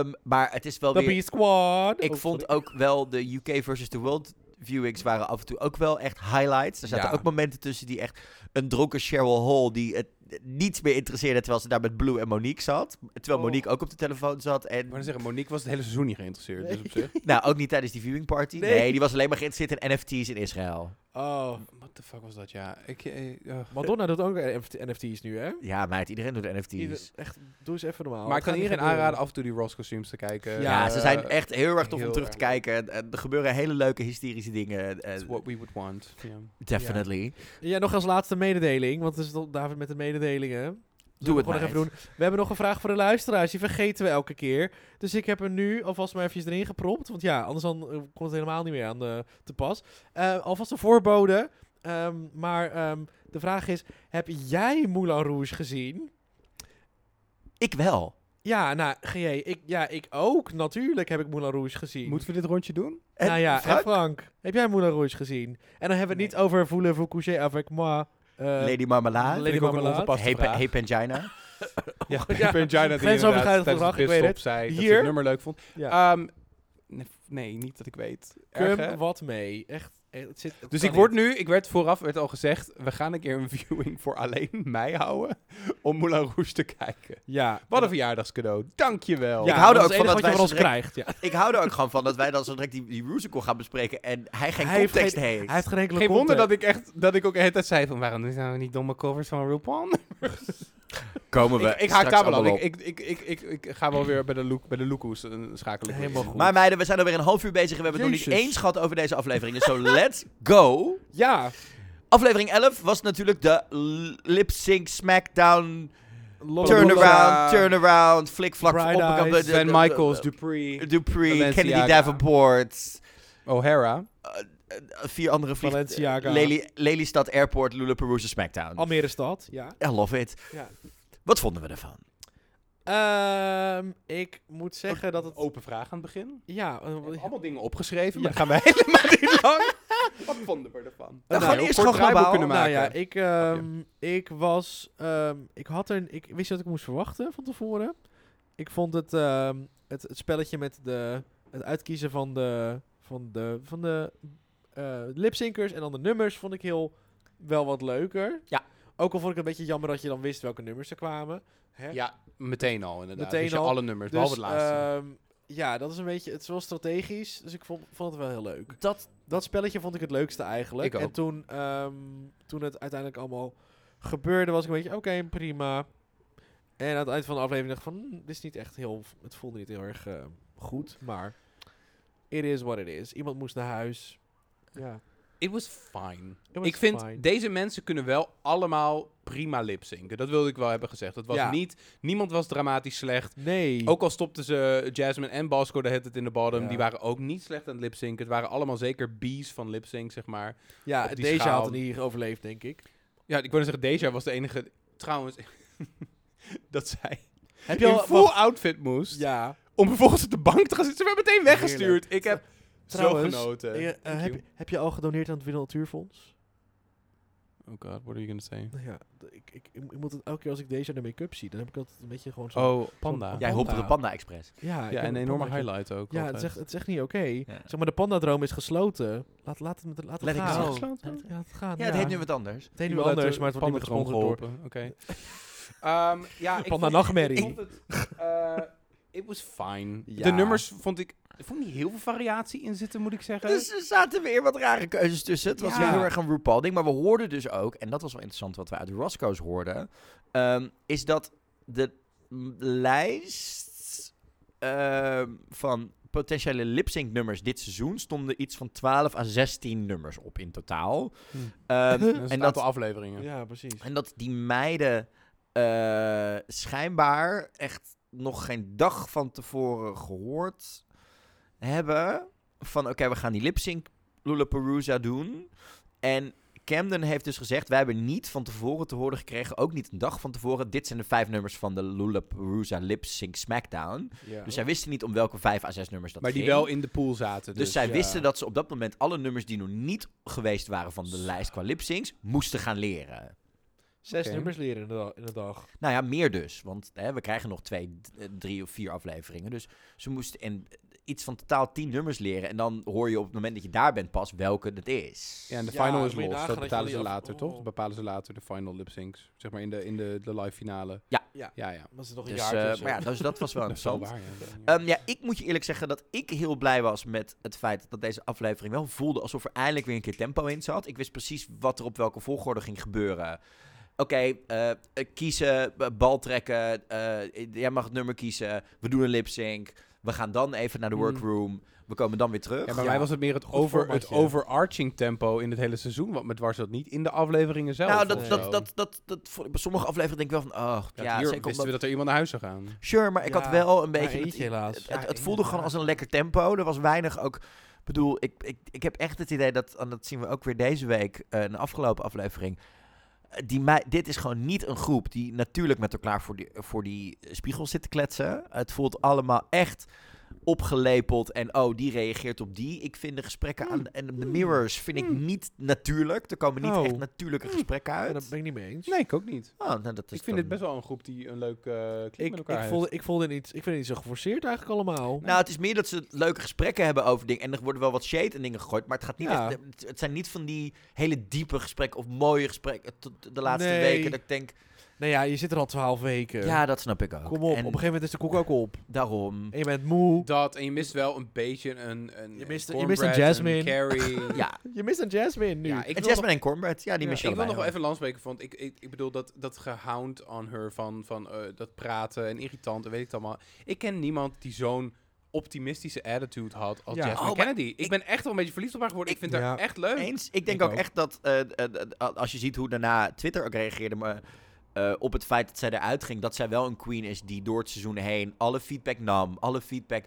A: Ehm, maar het is wel
B: The
A: weer...
B: B-Squad.
A: Ik
B: Oh,
A: vond
B: sorry.
A: ook wel de UK versus the world viewings waren af en toe ook wel echt highlights. Er zaten
D: Ja.
A: ook momenten tussen die echt een dronken Cheryl Hall die het niets meer interesseerde terwijl ze daar met Blue en Monique zat. Terwijl
B: Oh.
A: Monique ook op de telefoon zat en
D: Ik wou net zeggen, Monique was het hele seizoen niet geïnteresseerd. Dus op *laughs* zich.
A: nou ook niet tijdens die viewing party. Nee.
B: Nee.
A: die was alleen maar geïnteresseerd in NFT's in Israël.
B: Oh.
D: What the fuck was dat, ja. Ik, eh, ugh.
B: Madonna doet ook NFT NFT's nu, hè?
A: Ja, meid, iedereen doet NFT's.
B: Ieder- echt, doe eens even normaal.
D: maar
B: Wat
D: ik kan
B: gaat
D: iedereen
B: die gebeuren?
D: aanraden af en toe die Ross costumes te kijken.
A: ja,
B: Ja,
A: ze
D: Eh,
A: zijn echt heel erg tof om
D: heel
A: terug te
D: erg.
A: kijken. En Er gebeuren hele leuke hysterische dingen. eh,
D: It's what we would want. Ja.
A: Definitely.
B: Ja, nog als laatste mededeling, want het is nog David met de mededelingen.
A: Doe het
B: Gewoon
A: maar.
B: nog even doen. We hebben nog een vraag voor de luisteraars, die vergeten we elke keer. Dus ik heb er nu alvast maar eventjes erin gepropt, want ja, anders dan eh, komt het helemaal niet meer aan de, te pas. Eh, alvast een voorbode, ehm, maar ehm, de vraag is, heb jij Moulin Rouge gezien?
A: Ik wel.
B: Ja, nou, GJ, ik, ja, ik ook. Natuurlijk heb ik Moulin Rouge gezien.
D: Moeten we dit rondje doen?
A: En
B: nou ja,
A: Frank?
B: en Frank, heb jij Moulin Rouge gezien? En dan hebben we het niet over voelen vous coucher avec moi. eh,
A: Lady Marmalade.
B: Lady
D: Vind ik ook een
B: Marmalade.
D: ongepaste
A: Hey,
D: *laughs* vraag.
A: hey Pangina.
D: Ja,
B: Ja,
D: Ben oh. Gina die
B: grensoverschrijdend
D: inderdaad
B: gedrag,
D: tijdens de
B: ik weet
D: pitstop
B: het.
D: zei dat ze
B: Hier.
D: het nummer leuk vond.
B: ja.
D: Ehm, nee, nee, niet dat ik weet. Erg, hè?
B: Kum wat mee. Echt. eh, Het zit, het
D: Dus
B: kan
D: ik word
B: niet.
D: nu, ik werd vooraf werd al gezegd, we gaan een keer een *laughs* viewing voor alleen mij houden om Moulin Rouge te kijken.
B: Ja.
D: Wat een verjaardagscadeau, dankjewel.
B: Ja,
A: Ik hou er
B: dat
A: ook
B: is het
A: van dat
B: enige wat
A: wij
B: je van ons
A: zo direct-
B: krijgt. Ja.
A: Ik hou er ook gewoon van dat wij dan zo direct die, die musical gaan bespreken en hij geen
B: Hij heeft
A: context
B: geen-
A: heeft.
B: Hij heeft geen enkele
D: Geen wonder dat ik echt, dat ik ook de hele tijd zei van, waarom zijn we niet domme covers van RuPaul?
A: Komen
D: Ik, ik haak daar wel aan. Ik, ik, ik, ik, ik, ik ga wel weer bij de look, bij de lookhoes eh, een schakel ik weer
B: Helemaal
D: in.
B: goed.
A: Maar meiden, we zijn alweer een half uur bezig en we hebben het nog
B: Jezus.
A: niet eens gehad over deze aflevering. Dus zo, let's go.
B: Ja.
A: Aflevering 11 was natuurlijk de l- lip sync smackdown
D: Lollapalooza.
A: turnaround, turnaround, flikvlak.
B: Oh, Bright
A: opgekap-
B: Eyes.
A: de- de-
D: Van
A: de-
D: Michaels,
A: de-
D: Dupree,
A: Dupree, Kennedy
D: Balenciaga.
A: Davenport,
D: O'Hara.
A: eh, eh, vier andere vlieg...
B: Balenciaga.
A: Lely- Lelystad Airport, Lollapalooza Smackdown.
B: Almere stad. Ja.
A: I love it.
B: Ja.
A: Wat vonden we ervan?
B: Ehm, ik moet zeggen dat het...
D: Open vraag aan het begin.
B: Ja. eh,
D: We hebben allemaal dingen opgeschreven, maar
B: Ja.
D: dan gaan we *laughs* helemaal niet lang. Wat vonden we ervan?
A: Dan
B: Nou,
A: gaan we
B: heel
A: eerst
D: kort
A: gewoon globaal.
D: draaiboek kunnen
B: nou
D: maken.
B: ja, ik, ehm, ik was... ehm, ik had er... Ik wist dat ik moest verwachten van tevoren. Ik vond het, ehm, het, het spelletje met de... Het uitkiezen van de... Van de... Van de eh lipsynkers en dan de nummers vond ik heel... Wel wat leuker.
A: Ja.
B: Ook al vond ik het een beetje jammer dat je dan wist welke nummers er kwamen. Hè?
D: Nou Ja, meteen al inderdaad.
B: Meteen
D: dus eh, je
B: al.
D: alle nummers,
B: dus,
D: behalve het laatste.
B: ehm, ja, dat is een beetje... Het is wel strategisch, dus ik vond, vond het wel heel leuk.
A: Dat
B: Dat spelletje vond ik het leukste eigenlijk.
D: Ik ook.
B: En toen, ehm, toen het uiteindelijk allemaal gebeurde, was ik een beetje, oké, prima. En aan het eind van de aflevering dacht ik van, "Hmm, dit is niet echt heel, het voelde niet heel erg eh, goed, maar it is what it is. Iemand moest naar huis. Ja.
D: It was fine.
B: it was
D: Ik vind,
B: fine.
D: deze mensen kunnen wel allemaal prima lipzinken. Dat wilde ik wel hebben gezegd. Dat was
B: Ja.
D: niet, niemand was dramatisch slecht.
B: Nee.
D: Ook al stopten ze Jasmine en Basco de het in de bottom.
B: Ja.
D: Die waren ook niet slecht aan het lipzinken. Het waren allemaal zeker B's van lipzink, zeg maar.
B: ja,
D: op die
B: deze
D: schaal.
B: had het niet overleefd, denk ik.
D: Ja, ik wilde zeggen, Deja was de enige... Trouwens, *laughs* dat zij
B: Heb
D: in
B: wacht,
D: full outfit moest.
B: Ja.
D: Om vervolgens op de bank te gaan zitten. Ze werd meteen weggestuurd.
B: Heerlijk.
D: Ik heb
B: Trouwens,
D: zo genoten.
B: eh, eh,
D: Thank
B: heb,
D: you.
B: heb je al gedoneerd aan het Wilde Natuurfonds?
D: Oh god, what are you gonna say?
B: Nou Ja, d- ik, ik, ik moet het elke keer als ik deze aan de make-up zie, dan heb ik altijd een beetje gewoon zo...
D: Oh, panda.
A: Jij
B: Panda.
A: hoopt op de Panda Express.
B: Ja, ik
D: Ja,
B: heb
D: een enorme
B: panda-
D: highlight ook.
B: Ja, het
D: altijd.
B: is, echt, het is echt niet oké.
A: Ja.
B: Zeg maar, de pandadroom is gesloten. Laat, laat het, met- laat het
A: Let it
B: gaan.
A: go.
B: Ja, laat het gaan.
A: Ja, het heet nu wat anders.
B: het heet nu anders, maar het wordt niet meer gesponsord door.
D: Oké. *laughs* Ehm, ja, ik
B: Panda
D: vond-
B: nachtmerrie.
D: Ik vond het... eh, it was fine.
B: Ja.
D: De nummers vond ik... Ik vond niet heel veel variatie in zitten, moet ik zeggen.
A: Dus er zaten weer wat rare keuzes tussen. Het was
D: Ja.
A: heel erg een RuPaul-ding. Maar we hoorden dus ook, en dat was wel interessant wat we uit Roscoe's hoorden, ehm, is dat de m- lijst ehm, van potentiële lip-sync nummers dit seizoen stonden iets van 12 à 16 nummers op in totaal.
B: Hm.
A: Ehm,
D: *laughs* Dat is
A: en
D: een
A: dat
D: aantal afleveringen.
B: Ja, precies.
A: en dat die meiden eh, schijnbaar echt nog geen dag van tevoren gehoord hebben. Van oké, we gaan die lip-sync Lollapalooza doen. En Camden heeft dus gezegd, wij hebben niet van tevoren te horen gekregen, ook niet een dag van tevoren. Dit zijn de vijf nummers van de Lollapalooza lip-sync Smackdown. Dus zij wisten niet om welke vijf à zes nummers dat
D: maar die
A: ging.
D: wel in de pool zaten. Dus,
A: Dus, zij
D: ja.
A: wisten dat ze op dat moment alle nummers die nog niet geweest waren van de lijst qua lipsyncs, moesten gaan leren.
B: Zes
D: Oké.
B: nummers leren in de, da- in de dag.
A: Nou ja, meer dus. Want hè, we krijgen nog twee, d- eh, drie of vier afleveringen. Dus ze moesten in iets van totaal tien nummers leren. En dan hoor je op het moment dat je daar bent pas welke het is.
D: Ja, en de
B: Ja,
D: final is
B: moet je
D: los.
B: nagaan
D: Dat
B: dat
D: bepalen ze
B: jullie af-
D: later, toch?
B: oh.
D: Dat bepalen ze later, de final lip syncs. Zeg maar in de, in de, de live finale.
A: Ja.
B: Ja.
D: Ja, ja.
B: Dat is nog een
A: Dus,
B: jaar
A: eh,
B: tussen.
A: maar ja, dus dat was
B: *laughs*
A: wel
D: Dat is wel
A: interessant.
D: waar, ja.
A: Ehm, ja, ik moet je eerlijk zeggen dat ik heel blij was met het feit dat deze aflevering wel voelde alsof er eindelijk weer een keer tempo in zat. Ik wist precies wat er op welke volgorde ging gebeuren. Oké, eh, eh, kiezen, eh, bal trekken, eh, jij mag het nummer kiezen, we doen een lip sync, we gaan dan even naar de
D: Hmm.
A: workroom, we komen dan weer terug.
D: Ja, bij mij was het meer het, over, het
B: formatje.
D: overarching tempo in het hele seizoen. Want met dwars dat niet in de afleveringen zelf.
A: Nou,
D: of
A: dat,
D: zo.
A: dat, dat, dat, dat, vond ik bij sommige afleveringen denk ik wel van, oh,
D: Ja,
A: ja,
D: hier
A: zeker
D: wisten
A: omdat...
D: we dat er iemand naar huis zou gaan.
A: Sure, maar ik had
B: Ja,
A: wel een
B: maar
A: beetje... het-
B: eentje helaas.
A: Het,
B: Ja,
A: het, het voelde gewoon als
B: inderdaad.
A: een lekker tempo. Er was weinig ook... Ik bedoel, ik, ik, ik heb echt het idee dat, en dat zien we ook weer deze week, eh, in de afgelopen aflevering, eh, die mei- dit is gewoon niet een groep die natuurlijk met elkaar voor die, voor die eh, spiegel zit te kletsen. Het voelt allemaal echt opgelepeld en oh, die reageert op die. Ik vind de gesprekken
B: Hmm.
A: aan en de mirrors vind ik niet natuurlijk. Er komen niet
B: Oh.
A: echt natuurlijke gesprekken
B: Ja,
A: uit.
B: dat ben ik niet mee eens.
D: Nee, ik ook niet.
A: Oh, nou, dat is
D: Ik vind
A: dan-
D: dit best wel een groep die een leuk eh klik
B: Ik,
D: met
B: ik,
D: elkaar
B: voelde, ik, voelde niet, ik vind het niet zo geforceerd eigenlijk allemaal.
A: Nou, het is meer dat ze leuke gesprekken hebben over dingen. En er worden wel wat shade en dingen gegooid. Maar het, gaat niet
B: Ja.
A: echt- het- het zijn niet van die hele diepe gesprekken of mooie gesprekken. tot De laatste
B: Nee.
A: weken dat ik denk,
B: nou ja, je zit er al twaalf weken.
A: ja, dat snap ik ook.
B: Kom op, op een
A: En
B: gegeven moment is de koek ook op.
A: daarom.
B: En je bent moe.
D: heeft. Dat, en je mist wel een beetje een... een
B: Je mist-
D: een
B: je mist een
D: cornbread,
B: Jasmine.
D: Carrie.
A: Ja,
B: Je mist een Jasmine nu.
D: Ja, ik
A: en
D: wil nog-
A: Jasmine en Cornbread. Ja, die
B: Ja.
A: mis je
D: Ik wil nog
A: allebei,
D: wel even landspreken, want ik, ik, ik bedoel dat, dat gehound aan haar van, van eh, dat praten en irritant en weet ik het allemaal. Ik ken niemand die zo'n optimistische attitude had als
B: Ja.
D: Jasmine
A: Oh, maar
D: Kennedy. Ik,
A: ik-
D: ben echt wel een beetje verliefd op haar geworden. Ik,
A: Ik-
D: vind haar
B: Ja.
D: echt leuk.
A: Eens. Ik denk
D: Ik
A: ook,
D: ook.
A: echt dat, eh, eh, eh, als je ziet hoe daarna Twitter ook reageerde maar, eh, op het feit dat zij eruit ging, dat zij wel een queen is die door het seizoen heen alle feedback nam, alle feedback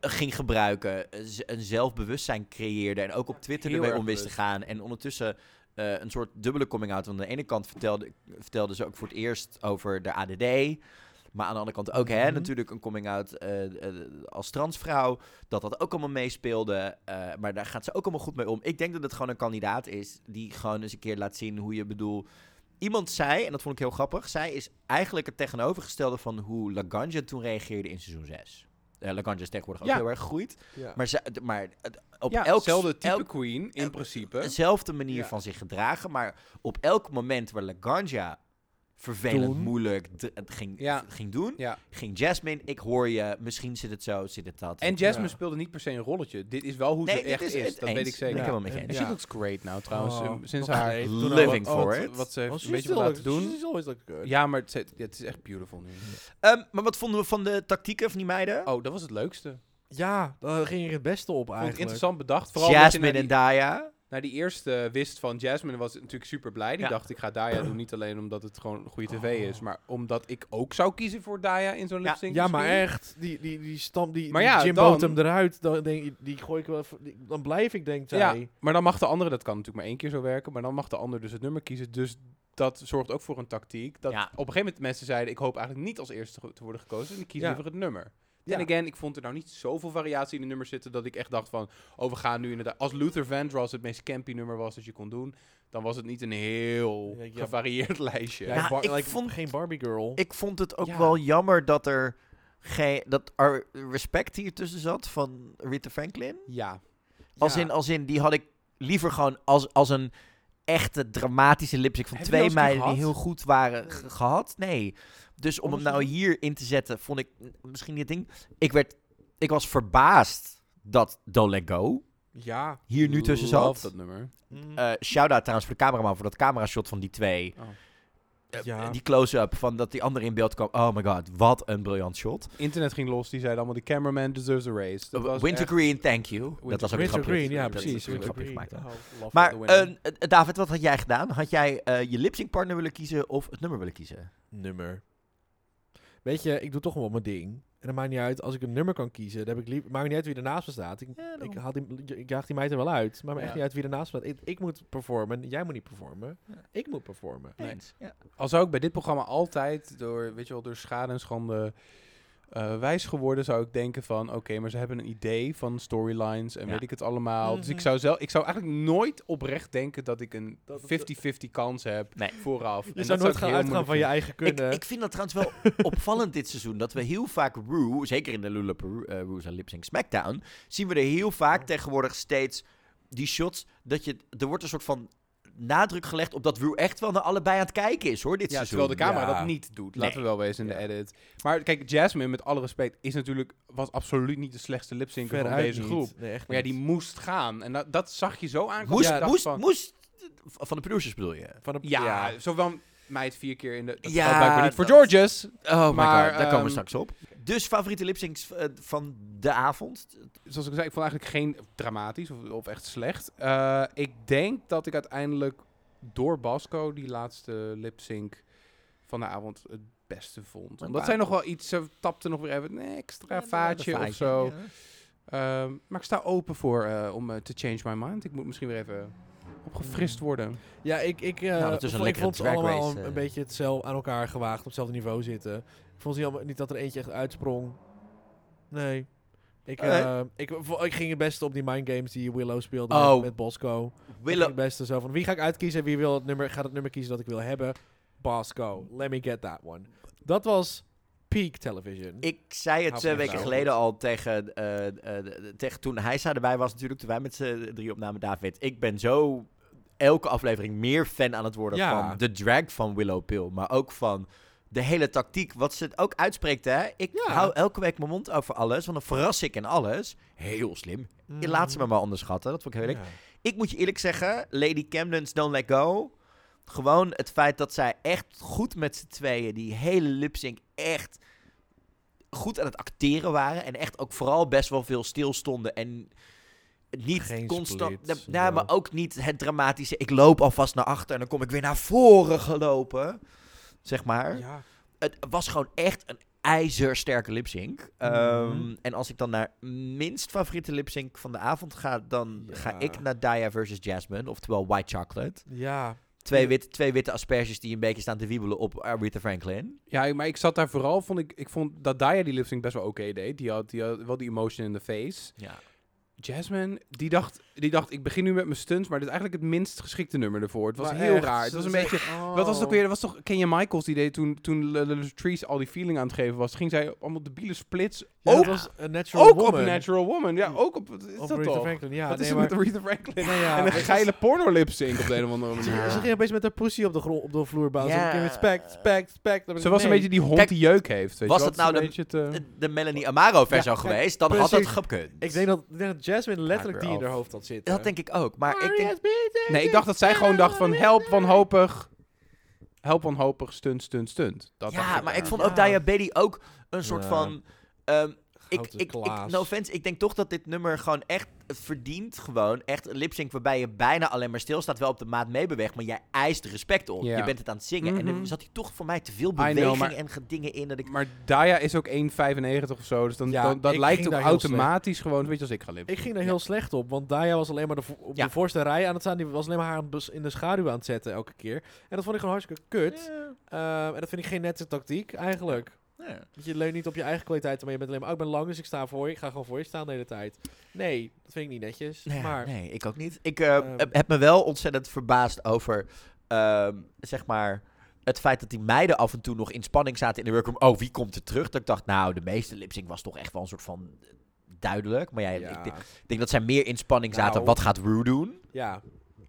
A: eh, ging gebruiken, eh, z- een zelfbewustzijn creëerde en ook op Twitter
D: heel
A: ermee
D: erg
A: om wist te gaan. En ondertussen eh, een soort dubbele coming-out. Want aan de ene kant vertelde, vertelde ze ook voor het eerst over de ADD. Maar aan de andere kant ook, hè,
B: Mhm.
A: natuurlijk een coming-out eh, eh, als transvrouw. Dat dat ook allemaal meespeelde. eh, maar daar gaat ze ook allemaal goed mee om. Ik denk dat het gewoon een kandidaat is die gewoon eens een keer laat zien hoe je bedoel. Iemand zei, en dat vond ik heel grappig, zij is eigenlijk het tegenovergestelde van hoe Laganja toen reageerde in seizoen 6. Eh Laganja is tegenwoordig ook
D: Ja.
A: heel erg gegroeid.
B: Ja.
A: Maar, ze, d- maar het- op
D: ja,
A: elk,
D: hetzelfde type
A: elk-
D: queen in
A: elk-
D: principe.
A: dezelfde manier
D: Ja.
A: van zich gedragen. Maar op elk moment waar Laganja vervelend,
B: Doen.
A: moeilijk d- het ging,
D: Ja.
A: ging doen,
D: Ja.
A: ging Jasmine, ik hoor je, misschien zit het zo, zit het dat.
D: En Jasmine
B: Ja.
D: speelde niet per se een rolletje. Dit is wel hoe
A: Nee,
D: ze
A: dit
D: echt
A: is
D: is.
A: het
D: Dat
A: eens.
D: weet ik zeker.
A: Ik heb
B: Ja.
A: hem met je
D: En
A: eens.
D: she
B: Ja.
D: looks great nou trouwens.
B: Oh.
D: um, sinds
B: Nog
D: haar
B: steeds.
D: toen
A: Living
D: al wat-
A: for
D: wat-
A: it.
D: Wat ze
B: Want
D: heeft een
B: she's
D: beetje
B: still-
D: laten doen.
B: she's always like good.
D: Ja, maar het, het- het is echt beautiful nu.
A: Ehm, maar wat vonden we van de tactieken van die meiden?
D: Oh, dat was het leukste. Ik
B: Ja, daar ging je het beste op
D: vond het
B: eigenlijk.
D: interessant bedacht. Vooral omdat je naar
A: Jasmine en
D: die-
A: Daya.
D: naar die eerste wist van Jasmine was ik natuurlijk super blij. Die
A: Ja.
D: dacht, ik ga Daya doen. Niet alleen omdat het gewoon een goede tv is, maar omdat ik ook zou kiezen voor Daya in zo'n
A: Ja.
D: lip sync.
B: Ja, maar
D: misschien.
B: echt, die, die, die stam, die,
D: Maar
B: die
D: ja,
B: Jim
D: dan-
B: Bottom eruit, dan, denk, ik- die gooi ik wel even- die- dan blijf ik, denkt zij.
D: Ja, maar dan mag de andere, dat kan natuurlijk maar één keer zo werken, maar dan mag de ander dus het nummer kiezen. Dus dat zorgt ook voor een tactiek. Dat
A: Ja.
D: op een gegeven moment mensen zeiden, ik hoop eigenlijk niet als eerste ge- te worden gekozen. En ik kies
B: Ja.
D: liever het nummer. En
B: Ja.
D: again, ik vond er nou niet zoveel variatie in de nummers zitten dat ik echt dacht van, oh we gaan nu inderdaad, als Luther Vandross het meest campy nummer was dat je kon doen, dan was het niet een heel
B: Ja, ja.
D: gevarieerd *laughs* lijstje.
B: Ja,
A: Nou,
B: bar-
A: ik
B: like,
A: vond-
B: geen Barbie girl.
A: Ik vond het ook
D: Ja.
A: wel jammer dat er geen dat er respect hier tussen zat van Rita Franklin.
D: Ja.
A: Als,
D: Ja.
A: in, als in, die had ik liever gewoon als, als een echte dramatische lipstick van
D: Heb je
A: twee
D: die wel eens
A: meiden
D: een keer
A: die heel
D: gehad?
A: goed waren ge- gehad. Nee. Dus om hem nou
D: Andersom?
A: hier in te zetten, vond ik mm, misschien niet het ding. Ik, werd, ik was verbaasd dat Don't Let Go
B: Ja. Mm.
A: hier nu tussen
D: Love
A: zat.
D: dat nummer.
A: Eh shout-out trouwens voor de cameraman voor dat camerashot van die twee.
D: Oh.
B: Ja.
A: Die close-up van dat die andere in beeld kwam. Oh my god, wat een briljant shot.
D: Internet ging los, die zeiden allemaal, de cameraman deserves a raise.
B: Oh,
D: Dat was
A: Winter
D: echt-
A: Green, thank you. dat was ook een
B: Winter
A: grapje.
B: Green, ja
A: Dat is
B: precies.
A: natuurlijk
B: Winter
A: een grapje
B: Green.
A: gemaakt.
B: Oh, love
A: Maar
B: the winner.
A: eh, eh, David, wat had jij gedaan? Had jij eh, je lipsingpartner willen kiezen of het nummer willen kiezen?
B: nummer. Weet je, ik doe toch wel mijn ding. En dat maakt niet uit, als ik een nummer kan kiezen, dan heb ik liep, maakt niet uit wie ernaast me staat. Ik, ik, haal die, ik jaag die meid er wel uit, maar maakt echt
D: Ja.
B: niet uit wie ernaast me staat. Ik, ik moet performen, jij moet niet performen.
A: Ja.
B: Ik moet performen.
D: Nee.
A: Eens. Ja.
D: Al zou ik bij dit programma altijd door, weet je wel, door schade en schande eh, wijs geworden, zou ik denken van, oké, maar ze hebben een idee van storylines en
A: Ja.
D: weet ik het allemaal. Dus ik
B: Mhm.
D: zou, zelf, ik zou eigenlijk nooit oprecht denken dat ik een
B: Dat het-
D: 50-50 kans heb
A: Nee.
D: vooraf. En
B: Je
D: dat
B: zou nooit
D: ik
B: gaan
D: heel
B: uitgaan van je
D: moeilijk
B: eigen
A: Ik,
B: kunnen.
A: ik vind dat trouwens *laughs* wel opvallend dit seizoen. Dat we heel vaak Rue, zeker in de Lollapalooza uh, Lip Sync Smackdown, zien we er heel vaak tegenwoordig steeds die shots dat je, er wordt een soort van nadruk gelegd op dat Rue echt wel naar allebei aan het kijken is hoor, dit
D: vind. Ja,
A: seizoen.
D: terwijl de camera
B: Ja.
D: dat niet doet.
A: Nee.
D: Laten we wel wezen in de edit. Maar kijk, Jasmine, met alle respect, is natuurlijk, was absoluut niet de slechtste lipzinker van
B: Veruit
D: deze
B: niet.
D: groep.
B: Nee, echt
D: Maar ja,
B: niet.
D: die moest gaan. En dat, dat zag je zo aankomen.
A: Moest,
D: Ik dacht
A: moest,
D: van-
A: moest, eh, van de producers bedoel je?
B: Van de,
D: Ja, zowel meid vier keer in de... Dat
A: Ja,
D: ja, blijkbaar niet voor
A: dat-
D: Georges.
A: Oh maar,
D: Maar,
A: god, daar komen we
D: ehm,
A: straks op. Dus favoriete lipsyncs eh, van de avond?
D: Zoals ik zei, ik vond eigenlijk geen dramatisch of, of echt slecht. Eh, ik denk dat ik uiteindelijk door Basco die laatste lip sync van de avond het beste vond. Omdat zij nog wel iets... Ze tapte nog weer even een extra vaatje of zo. Ehm, maar ik sta open voor eh, om te change my mind. Ik moet misschien weer even
A: Mm.
D: opgefrist worden.
B: Ja, ik, ik, eh,
A: Nou, dat is een
B: vond- ik
A: lekkere
B: vond ze
A: drag
B: allemaal
A: race,
B: een,
A: eh.
B: een beetje hetzelfde aan elkaar gewaagd, op hetzelfde niveau zitten. Ik vond ze niet, allemaal- niet dat er eentje echt uitsprong. Nee. Ik,
A: Nee.
B: eh, ik, vo- ik ging het beste op die mind games die Willow speelde
A: Oh.
B: met, met Bosco. Ik ging
A: Willow,
B: het beste zo van, wie ga ik uitkiezen en wie wil het nummer, gaat het nummer kiezen dat ik wil hebben? Bosco, let me get that one. Dat was peak television.
A: ik zei het
D: Hou
A: twee
D: van
A: weken
D: jou.
A: geleden al tegen, eh, eh, de- tegen toen hij erbij was natuurlijk, toen wij met z'n drie opnamen David. Ik ben zo elke aflevering meer fan aan het worden
B: Ja.
A: van de drag van Willow Pill, maar ook van de hele tactiek, wat ze ook uitspreekt hè. Ik
B: Ja.
A: hou elke week mijn mond over alles, want dan verras ik in alles. Heel slim.
B: Mm.
A: Laat ze me maar onderschatten, dat vond ik heel leuk.
B: Ja.
A: Ik moet je eerlijk zeggen, Lady Camden's Don't Let Go. Gewoon het feit dat zij echt goed met z'n tweeën die hele lipsync echt goed aan het acteren waren. En echt ook vooral best wel veel stilstonden. En niet
B: Geen
A: constant.
B: splits,
A: nou,
B: ja.
A: maar ook niet het dramatische. Ik loop alvast naar achter en dan kom ik weer naar voren gelopen. Zeg maar
D: Ja.
A: het was gewoon echt een ijzersterke lipsync. Ehm,
B: Mhm.
A: En als ik dan naar minst favoriete lipsync van de avond ga, dan
B: Ja.
A: ga ik naar Daya versus Jasmine, oftewel White Chocolate.
B: Ja.
A: Twee, wit, twee witte asperges die een beetje staan te wiebelen op Aretha Franklin.
D: Ja, ik- maar ik zat daar vooral, vond ik, ik vond dat Daya die lip sync best wel oké deed. Die had, die had wel die emotion in the face.
A: Ja.
D: Jasmine, die dacht, die dacht, ik begin nu met mijn stunts, maar dit is eigenlijk het minst geschikte nummer ervoor. Het was
B: Maar
D: heel
B: echt,
D: raar. Het
B: ze
D: was een
B: zei-
D: beetje...
B: Oh.
D: Wat was het ook weer? Dat was toch Kenya Michaels die deed toen, toen Le- Le- Latrice al die feeling aan het geven was. Ging zij op allemaal debiele splits.
B: Ja, dat
D: ook
B: was een natural
D: ook op
B: woman.
D: Natural Woman. Ja, ook op... Wat is
B: Op
D: dat
B: Aretha
D: toch?
B: Franklin, ja.
D: Wat
B: nee,
D: is er
B: maar-
D: met Aretha Franklin? *laughs*
B: Nee, ja,
D: en een
B: het is-
D: geile porno lip sync op de een of andere
B: Ze-
D: manier.
B: Ze ging opeens met haar poesie op de, grond, op de vloer bouwen. Ze
A: Ja.
B: ging met spek, spek, spek. Dan ben
D: Ze
B: ik,
D: was een
B: nee.
D: beetje die hond
A: Kijk,
D: die jeuk heeft. Weet
A: was
D: je
A: dat
D: wel?
A: nou
D: is
A: de-
D: een beetje het, eh,
A: De, de Melanie Amaro versie
D: Ja,
A: al
D: kijk,
A: geweest, dan had dat
B: precies.
A: gekund.
B: Ik denk dat, ik denk dat Jasmine letterlijk
D: weer
B: die in
D: af.
B: haar hoofd had zitten. Oh,
A: dat denk ik ook, maar ik denk...
D: Nee, ik dacht dat zij gewoon dacht van help wanhopig. Help wanhopig, stunt, stunt, stunt. Dat dacht
A: ja, maar ik
D: aan.
A: vond
B: Ja.
A: ook Daya Betty ook een soort
B: Ja.
A: van... ehm, ik,
B: Grote
A: ik, ik,
B: Klaas.
A: no offense, ik denk toch dat dit nummer gewoon echt verdient gewoon. Echt een lipsync waarbij je bijna alleen maar stilstaat, wel op de maat meebeweegt, maar jij eist respect op.
D: Ja.
A: Je bent het aan het zingen en
D: Mhm.
A: er zat hier toch voor mij te veel
D: know,
A: beweging
D: maar-
A: en gedingen in dat ik...
D: Maar Daya is ook 1,95 of zo. Dus dan,
B: Ja,
D: dan, dat
B: ik
D: lijkt
B: ging
D: ook
B: daar heel
D: automatisch gewoon. Weet je, als ik ga lippen.
B: Ik ging daar heel slecht op, want Daya was alleen maar de vo- op
A: Ja.
B: de voorste rij aan het staan. Die was alleen maar haar aan het bes- in de schaduw aan het zetten elke keer. En dat vond ik gewoon hartstikke kut. Ehm, en dat vind ik geen nette tactiek, eigenlijk.
A: Ja.
B: Dat je leunt niet op je eigen kwaliteit, maar je bent alleen maar... Oh, ik ben lang, dus ik sta voor je. Ik ga gewoon voor je staan de hele tijd. Nee, dat vind ik niet netjes.
A: Nee,
B: maar
A: Nou nee, ik ook niet. Ik eh,
B: Ehm.
A: heb me wel ontzettend verbaasd over, ehm, zeg maar, het feit dat die meiden af en toe nog in spanning zaten in de workroom. Oh, wie komt er terug? Dat ik dacht, nou, de meeste lipsync was toch echt wel een soort van eh, duidelijk. Maar ja, ik,
D: Ja.
A: denk- ik denk dat zij meer in spanning zaten.
D: Nou.
A: Wat gaat Rue doen?
B: ja,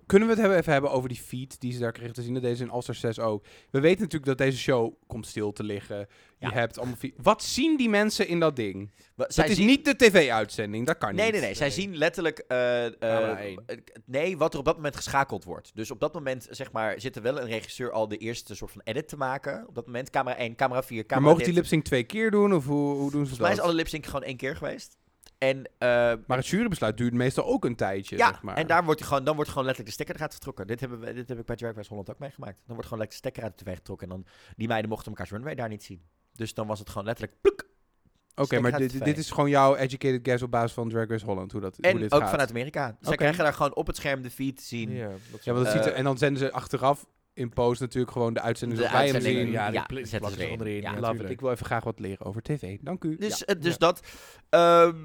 D: Kunnen we het hebben, even hebben over die feed die ze daar kregen te zien? Dat deze in All-Star 6 ook. We weten natuurlijk dat deze show komt stil te liggen.
A: Ja.
D: Je hebt allemaal feed. Wat zien die mensen in dat ding?
A: Wa-
D: Dat
A: Zij
D: is
A: zien-
D: niet de tv-uitzending, dat kan niet.
A: Nee, nee, nee. Zij zien letterlijk. eh, eh,
D: Camera één.
A: eh, nee, wat er op dat moment geschakeld wordt. Dus op dat moment, zeg maar, zit er wel een regisseur al de eerste soort van edit te maken. Op dat moment, camera 1, camera 4,
D: Maar
A: camera.
D: mogen die
A: dit.
D: lipsync twee keer doen? Of hoe, hoe doen ze
A: Volgens mij is
D: dat?
A: alle lipsync gewoon één keer geweest. En, eh,
D: Maar het jurybesluit duurt meestal ook een tijdje.
A: ja,
D: zeg maar.
A: en daar wordt je gewoon, dan wordt gewoon letterlijk de stekker eruit getrokken. Dit, hebben we, dit heb ik bij Drag Race Holland ook meegemaakt. Dan wordt gewoon letterlijk de stekker uit de tv getrokken. En dan, die meiden mochten elkaars runway daar niet zien. Dus dan was het gewoon letterlijk pluk.
D: Oké,
A: Stekker
D: maar
A: uit
D: dit,
A: de
D: dit
A: vee.
D: is gewoon jouw educated guess op basis van Drag Race Holland. Hoe, dat, hoe
A: En
D: dit
A: ook
D: gaat.
A: vanuit Amerika. Zij
D: Oké.
A: krijgen daar gewoon op het scherm de feed te zien.
B: Ja, dat is-
D: Ja, want dat
A: Eh,
D: ziet er, en dan zenden ze achteraf in post natuurlijk gewoon de uitzending
A: de
D: erbij om te
A: uitzending,
D: zien.
A: ja, die pl-
B: die
A: zetten
B: plakken
A: ze
B: ze
A: erin.
B: onderin.
A: Ja,
B: Ja,
D: Love it.
B: tuurlijk.
D: Ik wil even graag wat leren over tv. Dank u.
A: Dus,
D: Ja.
A: eh, dus dat. ehm,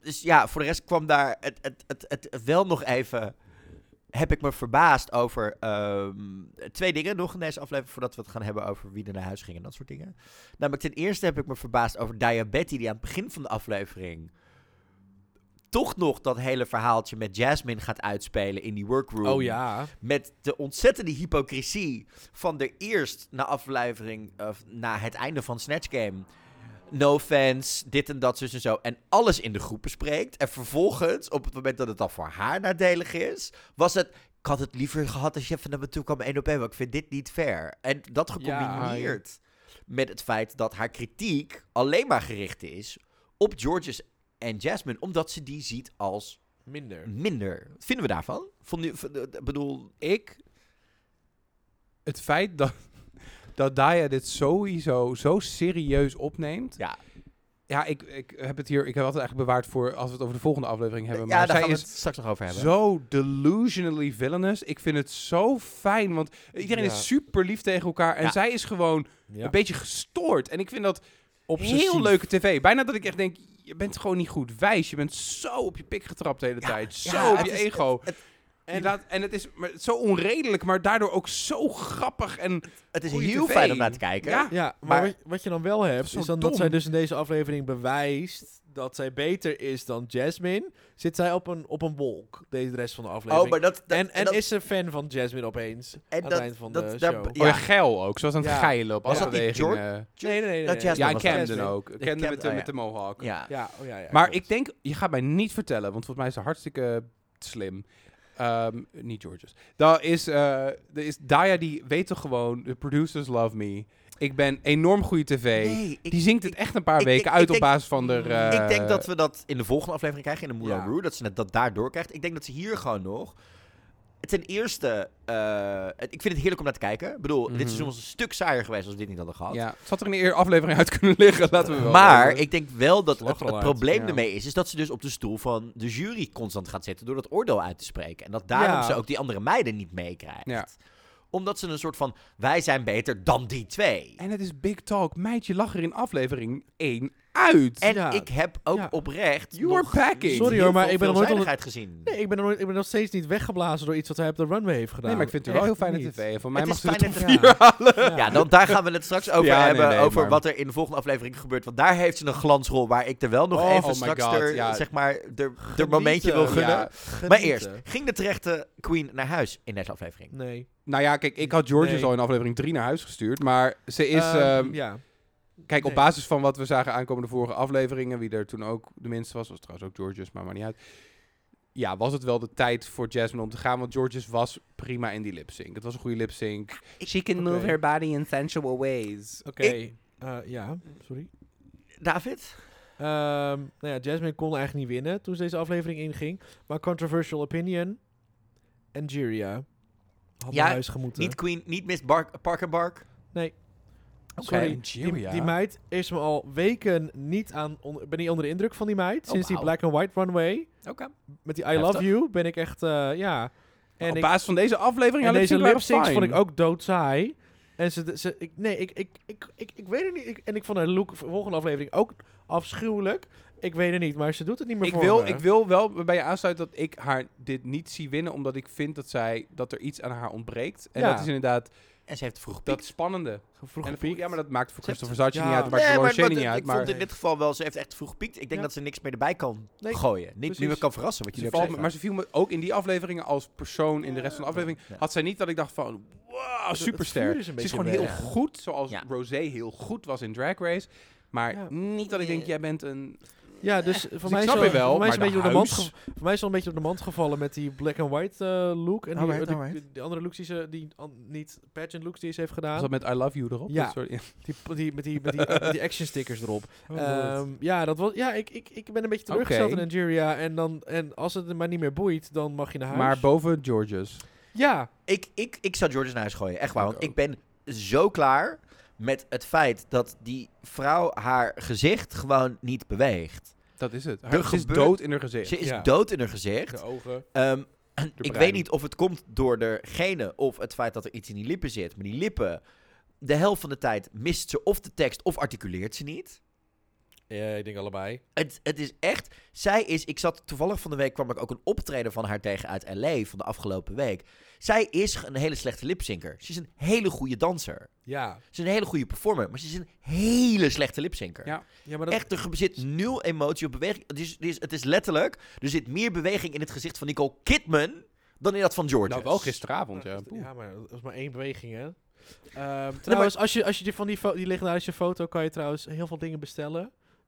A: dus ja, voor de rest kwam daar het, het, het, het wel nog even. Heb ik me verbaasd over ehm, twee dingen nog in deze aflevering voordat we het gaan hebben over wie er naar huis ging en dat soort dingen. Namelijk ten eerste heb ik me verbaasd over Diabetti die aan het begin van de aflevering toch nog dat hele verhaaltje met Jasmine gaat uitspelen in die workroom.
B: Oh ja.
A: Met de ontzettende hypocrisie van de eerst na aflevering, of na het einde van Snatch Game. No fans, dit en dat, zus en zo. En alles in de groep bespreekt. En vervolgens, op het moment dat het dan voor haar nadelig is, was het. Ik had het liever gehad als je even naar me toe kwam één op één. Want ik vind dit niet fair. En dat gecombineerd met het feit dat haar kritiek alleen maar gericht is op Georges en Jasmine. Omdat ze die ziet als Mm.
B: Minder.
A: minder. Wat vinden we daarvan? Vond u, v- d- bedoel,
D: Ik, het feit dat, dat Daya dit sowieso zo serieus opneemt.
A: Ja.
D: Ja, ik, ik heb het hier, ik heb het eigenlijk bewaard voor als we het over de volgende aflevering hebben.
A: ja,
D: Maar
A: daar
D: zij
A: gaan we
D: is
A: het straks nog over hebben.
D: Zo delusionally villainous. Ik vind het zo fijn, want iedereen
B: Ja.
D: is super lief tegen elkaar. En
A: Ja.
D: zij is gewoon
B: Ja.
D: een beetje gestoord. En ik vind dat
B: Obsessief.
D: heel leuke tv. Bijna dat ik echt denk, je bent gewoon niet goed wijs. Je bent zo op je pik getrapt de hele
A: Ja,
D: tijd. Zo
A: ja,
D: op
A: het
D: je
A: is-
D: ego.
A: het-
D: en, dat, en het is maar, zo onredelijk, maar daardoor ook zo grappig. En
A: Het is
D: Goeie
A: heel
D: tv.
A: fijn om naar te kijken.
D: Ja.
B: Ja, maar,
A: Maar-
B: wat, wat je dan wel hebt,
D: Zo
B: is dan
D: dom.
B: dat zij dus in deze aflevering bewijst dat zij beter is dan Jasmine. Zit zij op een, op een wolk, deze rest van de aflevering.
A: Oh, maar dat... dat
B: en en
A: dat-
B: is ze fan van Jasmine opeens,
A: en
B: aan het
A: dat-
B: eind van
A: dat-
B: de
A: daar-
B: show.
A: Ja.
D: Oh ja, geil ook. Zoals aan het
B: Ja.
D: geilen op
B: Was dat
A: die
D: afleveringen.
B: Nee, nee, nee. nee,
A: dat
B: nee.
A: Jasmine
D: Ja,
A: was
B: Jasmine.
D: Camden dus ook. Camden
A: Camden,
D: met de,
A: oh ja.
D: met de mohawk.
A: ja.
B: Ja, oh ja, ja.
D: Maar
B: klopt.
D: ik denk, je gaat mij niet vertellen, want volgens mij is ze hartstikke slim. Ehm, niet Georges. Daar is, eh er is Daya die weet toch gewoon, de producers love me. Ik ben enorm goede tv.
A: Nee, ik,
D: die zingt het echt een paar
A: ik-
D: weken
A: ik-
D: uit
A: ik
D: op
A: denk-
D: basis van eh, de.
A: ik denk dat we dat in de volgende aflevering krijgen, in de Moulin
D: Ja.
A: Rouge. Dat ze net dat daardoor krijgt. Ik denk dat ze hier gewoon nog... Ten eerste, eh, het- ik vind het heerlijk om naar te kijken. Ik bedoel,
D: Mhm.
A: dit seizoen was een stuk saaier geweest als we dit niet hadden gehad.
D: Ja, het had er in de eer- aflevering uit kunnen liggen, laten we wel.
A: Maar
D: zeggen.
A: ik denk wel dat
B: Slag
A: het,
B: er
A: het
B: al uit,
A: probleem
D: ja.
A: ermee is, is dat ze dus op de stoel van de jury constant gaat zitten door dat oordeel uit te spreken. En dat daarom
B: Ja.
A: ze ook die andere meiden niet meekrijgt.
D: Ja.
A: Omdat ze een soort van, wij zijn beter dan die twee.
D: En het is Big Talk. Meidje lag er in aflevering 1 uit.
A: En
B: Ja.
A: ik heb ook
B: Ja.
A: oprecht
D: You
A: nog
D: are backing.
A: niet
B: Sorry
A: heel
B: hoor, maar
A: veel
B: ik ben nog nooit onder-
A: veelzijdigheid gezien.
B: Nee, ik ben, nog nooit- ik ben nog steeds niet weggeblazen door iets wat hij op de runway heeft gedaan.
D: nee, maar ik vind het wel heel
B: Echt
D: fijne
B: niet.
D: tv. En Voor mij
A: Het
D: mag
A: is
D: ze het
A: fijne
D: top
A: tv.
D: vier halen.
A: Ja, dan, daar gaan we het straks over
D: Ja, nee,
A: hebben.
D: nee,
A: over
D: maar-
A: wat er in de volgende aflevering gebeurt. Want daar heeft ze een glansrol waar ik er wel nog
D: Oh,
A: even
D: oh my
A: straks
D: God,
A: er,
D: ja.
A: zeg maar, er, er momentje wil
B: Genieten.
A: gunnen.
D: Ja.
A: Maar
B: Genieten.
A: eerst, ging de terechte Queen naar huis in deze aflevering?
B: Nee.
D: Nou ja, kijk, ik had Georges
B: Nee.
D: al in aflevering 3 naar huis gestuurd. Maar ze is.
B: Ehm,
D: ehm,
B: ja.
D: Kijk, op
B: Nee.
D: basis van wat we zagen aankomen de vorige afleveringen, wie er toen ook de minste was, was trouwens ook Georges, maar maar niet uit. Ja, was het wel de tijd voor Jasmine om te gaan, want Georges was prima in die lip sync. Het was een goede lip sync. Ah, She can
B: move Oké. her
D: body in sensual ways.
B: Oké. Eh, ja, sorry.
A: David?
B: Ehm, nou ja, Jasmine kon eigenlijk niet winnen toen ze deze aflevering inging. Maar Controversial Opinion en Jiria had
A: Ja,
B: naar huis gemoeten.
D: eh?
A: Niet Queen, niet Miss Bark, Parker Bark.
B: Oh, Sorry, die, die meid is me al weken niet aan... on- ben niet onder de indruk van die meid.
A: Oh,
B: Sinds die
A: wauw.
B: Black and White Runway
D: Oké.
B: met die I
D: Heftig.
B: Love You ben ik echt... eh, ja.
D: op
B: ik-
D: basis van deze aflevering
B: En
D: haar
B: deze lip
D: lip-syncs
B: syncs
D: waren
B: vond ik
D: fine.
B: ook doodzaai. En ze, ze ik, nee, ik, ik, ik, ik, ik weet het niet. Ik- en ik vond haar look voor de volgende aflevering ook afschuwelijk. Ik weet het niet, maar ze doet het niet meer
D: Ik
B: voor
D: wil,
B: me.
D: ik wil wel bij je aansluiten dat ik haar dit niet zie winnen, omdat ik vind dat, zij, dat er iets aan haar ontbreekt. En
B: Ja.
D: dat is inderdaad
A: En ze heeft vroeg piek.
D: Dat spannende.
B: Vroeg
D: En de
B: gepiekt.
D: ja, maar dat maakt voor
A: Ze heeft-
D: Christopher Versace
B: ja.
D: niet uit. Dat maakt voor Lorraine
A: ik
D: niet uit. Maar
A: vond in dit geval wel, ze heeft echt vroeg gepiekt. Ik denk
B: Ja.
A: dat ze niks meer erbij kan
B: Nee,
A: gooien. Niet
B: precies.
A: nu meer kan verrassen, wat
D: Ze
A: jullie
D: valt
A: ook
D: me-
A: zeggen.
D: maar ze viel me ook in die afleveringen als persoon in de rest van de aflevering.
A: Ja.
D: Had zij niet dat ik dacht van, wow,
B: het
D: superster.
B: vuur Ah, is een
D: Ze is
B: beetje
D: gewoon heel
B: weg. Ja.
D: goed, zoals
A: Ja.
D: Rosé heel goed was in Drag Race. Maar
B: Ja.
D: niet dat ik denk, jij bent een...
B: Ja, dus voor mij is
D: snap
B: wel-
D: je wel,
B: voor mij is
D: maar
B: een beetje
D: de
B: door de mand
D: huis-
B: ge- voor mij is wel een beetje op de mand gevallen met die black and white eh, look. En die,
D: Alright,
B: die-
D: alright.
B: die andere looks die ze, die an- niet pageant looks die ze heeft
D: Was
B: gedaan.
D: dat met I Love You erop? dus
B: Ja.
D: Dat *laughs* soort-
B: Die, die, met, die, met, die, met die action stickers erop.
D: Eh,
B: Ehm, ja, dat was, ja ik, ik, ik ben een beetje teleurgesteld
D: Oké.
B: in Nigeria. En, dan, en als het maar niet meer boeit, dan mag je naar huis.
D: maar boven Georges.
B: ja,
A: Ik, ik, ik zou Jordan naar huis gooien, echt waar.
D: Ik
A: Want
D: ook.
A: ik ben zo klaar met het feit dat die vrouw haar gezicht gewoon niet beweegt.
D: Dat is het. Haar-
A: Er
D: Ze is
A: gebeurt-
D: dood in haar gezicht.
A: Ze is
B: Ja.
A: dood in haar gezicht.
D: ogen. *clears throat*
A: Ehm, ik
D: brein.
A: weet niet of het komt door de genen of het feit dat er iets in die lippen zit. Maar die lippen, de helft van de tijd mist ze of de tekst of articuleert ze niet.
B: ik denk allebei.
A: Het, het is echt. Zij is. Ik zat toevallig van de week. kwam ik ook een optreden van haar tegen uit LA. van de afgelopen week. Zij is een hele slechte lipzinker. Ze is een hele goede danser.
B: Ja.
A: Ze is een hele goede performer. Maar ze is een hele slechte lipzinker.
D: Ja.
B: ja, maar dat,
A: Echt, er ge- zit nul emotie op beweging. Het is, het, is, het is letterlijk. Er zit meer beweging in het gezicht van Nicole Kidman. dan in dat van George.
D: Nou, wel gisteravond, ja.
B: ja,
D: Poeh.
B: maar dat was maar één beweging, hè. Ehm, trouwens, als je, als je die van die, fo- die legendarische foto kan je trouwens heel veel dingen bestellen.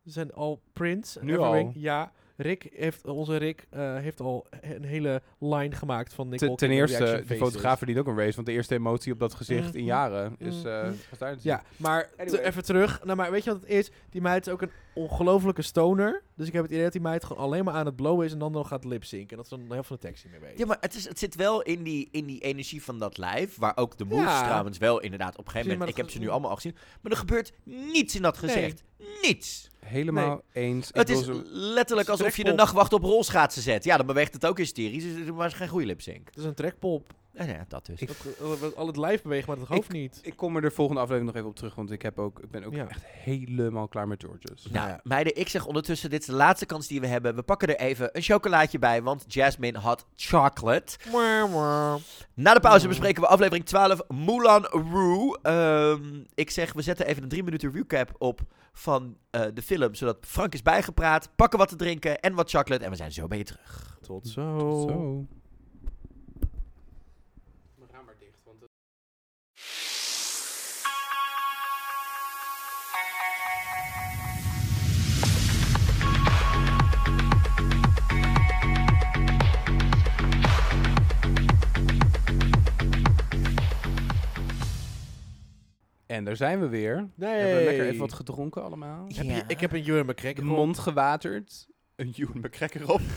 B: Er zijn al prints.
D: Nu
B: everything.
D: al?
B: Ja. Rick heeft, onze Rick eh, heeft al een hele line gemaakt van
D: Te-
B: Nicole.
D: ten
B: Kidman
D: eerste,
B: reaction
D: de
B: faces.
D: fotograaf verdient ook een race. Want de eerste emotie op dat gezicht in
B: Mhm.
D: jaren is... eh,
B: Mhm.
D: was daar te zien.
B: Ja, maar te-
D: Anyway.
B: even terug. Nou, maar weet je wat het is? Die meid is ook een ongelofelijke stoner. Dus ik heb het idee dat die meid gewoon alleen maar aan het blowen is en dan nog gaat lipzinken. En dat ze dan heel veel de tekst niet meer weet.
A: Ja, maar het, is, het zit wel in die, in die energie van dat lijf. Waar ook de moves
B: Ja.
A: trouwens wel inderdaad op een gegeven
B: Zie je,
A: moment. Ik
B: maar
A: heb
B: dat
A: ze
B: ge-
A: nu allemaal al gezien. Maar er gebeurt niets in dat gezicht. Niets.
D: Helemaal eens. Ik
A: het
D: wil
A: is
D: zo-
A: letterlijk alsof je de
B: strekpop.
A: nachtwacht op rolschaatsen zet. Ja, dan beweegt het ook hysterisch. Dus, maar het is geen goede lipsync.
B: Het is een trekpop.
A: Nou ja, dat dus.
D: Ik-
B: Dat, dat- dat eh, al het lijf beweegt, maar het hoofd niet.
D: Ik kom er de volgende aflevering nog even op terug, want ik, heb ook, ik ben ook
B: Ja.
D: echt helemaal klaar met Georges.
A: nou,
B: ja.
A: meiden, ik zeg ondertussen, dit is de laatste kans die we hebben. We pakken er even een chocolaatje bij, want Jasmine had chocolate.
B: Mwah, mwah.
A: Na de pauze
B: Mm.
A: bespreken we aflevering 12, Moulin Rouge. Ehm, ik zeg, we zetten even een drie minuten recap op van eh, de film, zodat Frank is bijgepraat. Pakken wat te drinken en wat chocolate en we zijn zo bij je terug.
B: Tot
D: Zo. We gaan maar dicht, want En daar zijn we weer. We
B: Nee.
D: hebben lekker even wat gedronken allemaal.
B: heb
A: Ja.
B: je, ik heb een Ewan McGregor.
D: De mond gewaterd. Een Ewan McCracker
B: *laughs*
D: op. Hij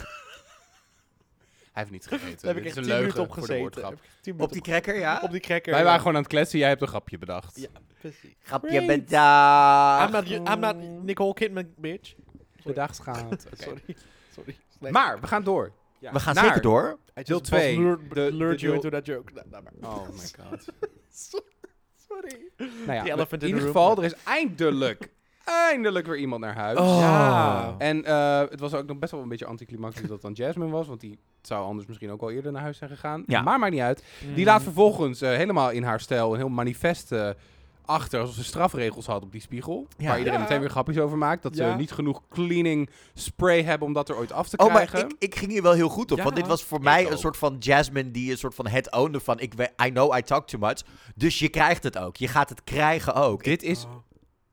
D: heeft niet gegeten.
B: Daar heb ik
D: Dit
B: echt
D: is een
B: 10
D: leugen
B: minuten op
D: voor de
B: gezeten.
D: woordgrap.
B: Heb ik 10 minuten
A: Op die cracker, ja?
B: op die cracker.
D: Wij
B: ja.
D: waren gewoon aan het kletsen. Jij hebt een grapje bedacht.
B: Ja, precies.
A: Grapje
D: Great.
B: I'm
A: bedacht.
B: not, I'm not Nicole Kidman, bitch.
D: Bedacht *laughs* gaat.
B: Sorry. Sorry. Slecht.
D: Maar we gaan door.
B: Ja.
A: We gaan
D: Naar-
A: zeker door.
B: I just
D: deel
B: was
D: twee.
B: lured-
D: De-
B: lured
D: de
B: you
D: deel-
B: into that joke. Nou,
D: *laughs*
B: nou maar.
D: Oh my god.
B: Sorry.
D: nou ja,
B: The elephant
D: in
B: in
D: ieder
B: the
D: geval,
B: room.
D: er is eindelijk, *laughs* eindelijk weer iemand naar huis.
A: Oh.
B: Ja.
D: En eh, het was ook nog best wel een beetje anticlimactisch dat het dan Jasmine was. Want die zou anders misschien ook al eerder naar huis zijn gegaan.
A: Ja.
D: Maar maakt niet uit.
B: Mm.
D: Die laat vervolgens eh, helemaal in haar stijl een heel manifest eh, achter. Alsof ze strafregels had op die spiegel.
A: Ja.
D: Waar iedereen
B: Ja.
D: meteen weer grapjes over maakt. Dat
B: Ja.
D: ze niet genoeg cleaning spray hebben om dat er ooit af te
A: Oh, maar
D: krijgen.
A: ik, ik ging hier wel heel goed op.
B: Ja.
A: Want dit was voor
D: Ik
A: mij
D: ook.
A: een soort van Jasmine die een soort van het owner van... Ik, we- I know I talk too much. Dus je krijgt het ook. Je gaat het krijgen ook.
D: Dit is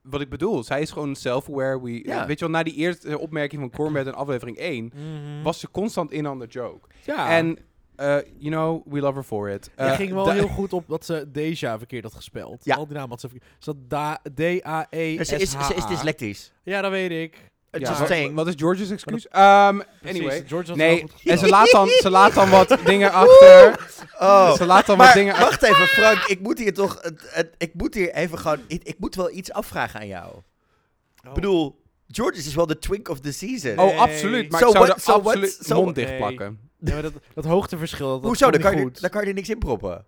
D: wat ik bedoel. Zij is gewoon self-aware. We-
A: Ja.
D: Weet je wel, na die eerste eh, opmerking van Cormac in aflevering 1...
A: Hm.
D: was ze constant in on the joke.
B: Mhm. ja.
D: En, eh, you know, we love her for it.
B: Hij
D: Eh,
B: ging wel
D: da-
B: heel goed op dat ze Deja verkeerd had gespeld.
A: Ja.
B: Al die namen had ze verkeerd. Ze had da- E D-A-E.
A: Ja, ze, is, ze is
D: dus
A: dyslectisch.
B: Ja, dat weet ik.
A: Uh,
D: Ja.
A: Just
D: Wa-
A: saying.
D: Wat is George's excuus? Ehm,
B: Precies,
D: anyway.
B: George had
D: Nee,
B: het wel goed
D: en ze
B: gedaan.
D: laat dan, ze laat dan
A: *laughs*
D: wat dingen achter.
A: Oh.
D: Ze laat dan wat
A: Maar
D: dingen achter.
A: wacht even, Frank. Ik moet hier toch... het- het- ik moet hier even gewoon... Ik, ik moet wel iets afvragen aan jou. Ik
B: Oh.
A: bedoel, George is wel de twink of the season.
D: Oh, absoluut. Maar
A: So
D: ik zou
A: what-
D: er
A: so what-
D: absoluut
A: so
D: mond
A: what-
D: dicht
B: Nee.
D: plakken.
B: Ja, maar dat, dat hoogteverschil. Oh, Dat, dat
A: Hoezo? Daar
B: vond ik
A: kan, je,
B: goed.
A: daar kan je niks in proppen.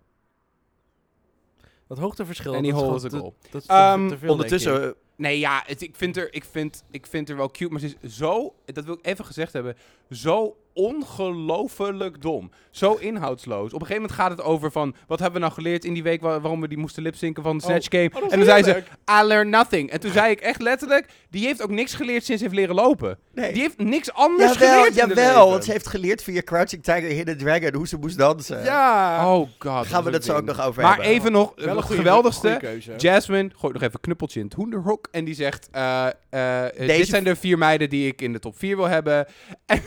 B: Dat hoogteverschil.
D: En die
B: dat
D: hole
B: is
D: is een
B: gewoon
D: goal.
B: te- Dat is te-
D: Ehm,
B: te veel, denk ik.
A: Ondertussen...
D: Nee, ja, het- ik, vind er, ik, vind, ik vind er wel cute. Maar ze is zo, dat wil ik even gezegd hebben, zo ongelooflijk dom. Zo inhoudsloos. Op een gegeven moment gaat het over van... Wat hebben we nou geleerd in die week wa- waarom we die moesten lipzinken van de
A: Oh,
D: Snatch Game?
B: dat is
D: en toen zei ze,
B: heerlijk.
D: I learned nothing. En toen zei ik echt letterlijk... Die heeft ook niks geleerd sinds ze heeft leren lopen.
A: Nee.
D: Die heeft niks anders
A: Jawel,
D: geleerd in haar
A: jawel,
D: leven.
A: want ze heeft geleerd via Crouching Tiger, Hidden Dragon, hoe ze moest dansen.
B: Ja.
D: Oh god. dat
A: Gaan we
D: is
A: dat zo
D: ding.
A: ook nog over
D: Maar
A: hebben?
D: even nog,
B: Wel een
D: het
B: goede-
D: geweldigste.
B: goede keuze.
D: Jasmine gooit nog even een knuppeltje in het hoenderhok. En die zegt: eh, eh, eh,
A: Deze-
D: Dit zijn de vier meiden die ik in de top 4 wil hebben. *laughs*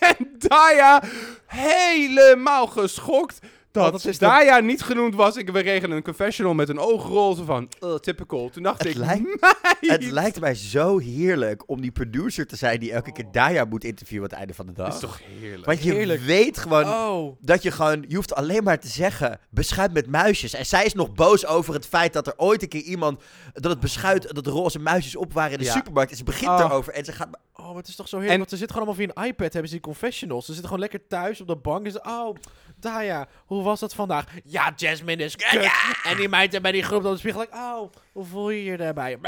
D: En, en Daya, helemaal geschokt. Dat,
B: Want dat is de-
D: Daya niet genoemd was. Ik, we kregen een confessional met een oogrol. Zo van, "Ugh, typical. Toen dacht
A: Het
D: ik,
A: lijkt-
D: meid.
A: Het lijkt mij zo heerlijk om die producer te zijn die elke keer Daya moet interviewen aan het einde van de dag.
D: Dat is toch heerlijk.
A: Want je
B: heerlijk.
A: weet gewoon
B: Oh.
A: dat je gewoon, je hoeft alleen maar te zeggen, beschuit met muisjes. En zij is nog boos over het feit dat er ooit een keer iemand, dat het beschuit, dat roze muisjes op waren in de
D: Ja.
A: supermarkt. En ze begint
D: Oh.
A: daarover en ze gaat, maar-
B: Oh, maar het is toch zo heerlijk.
D: En-
B: want ze zitten gewoon allemaal via een iPad, hebben ze die confessionals. Ze zitten gewoon lekker thuis op de bank. En ze, oh, Daya, hoe was dat vandaag? Ja, Jasmine is kut. En die meid daar bij die groep op de spiegel, like, oh, hoe voel je je daarbij?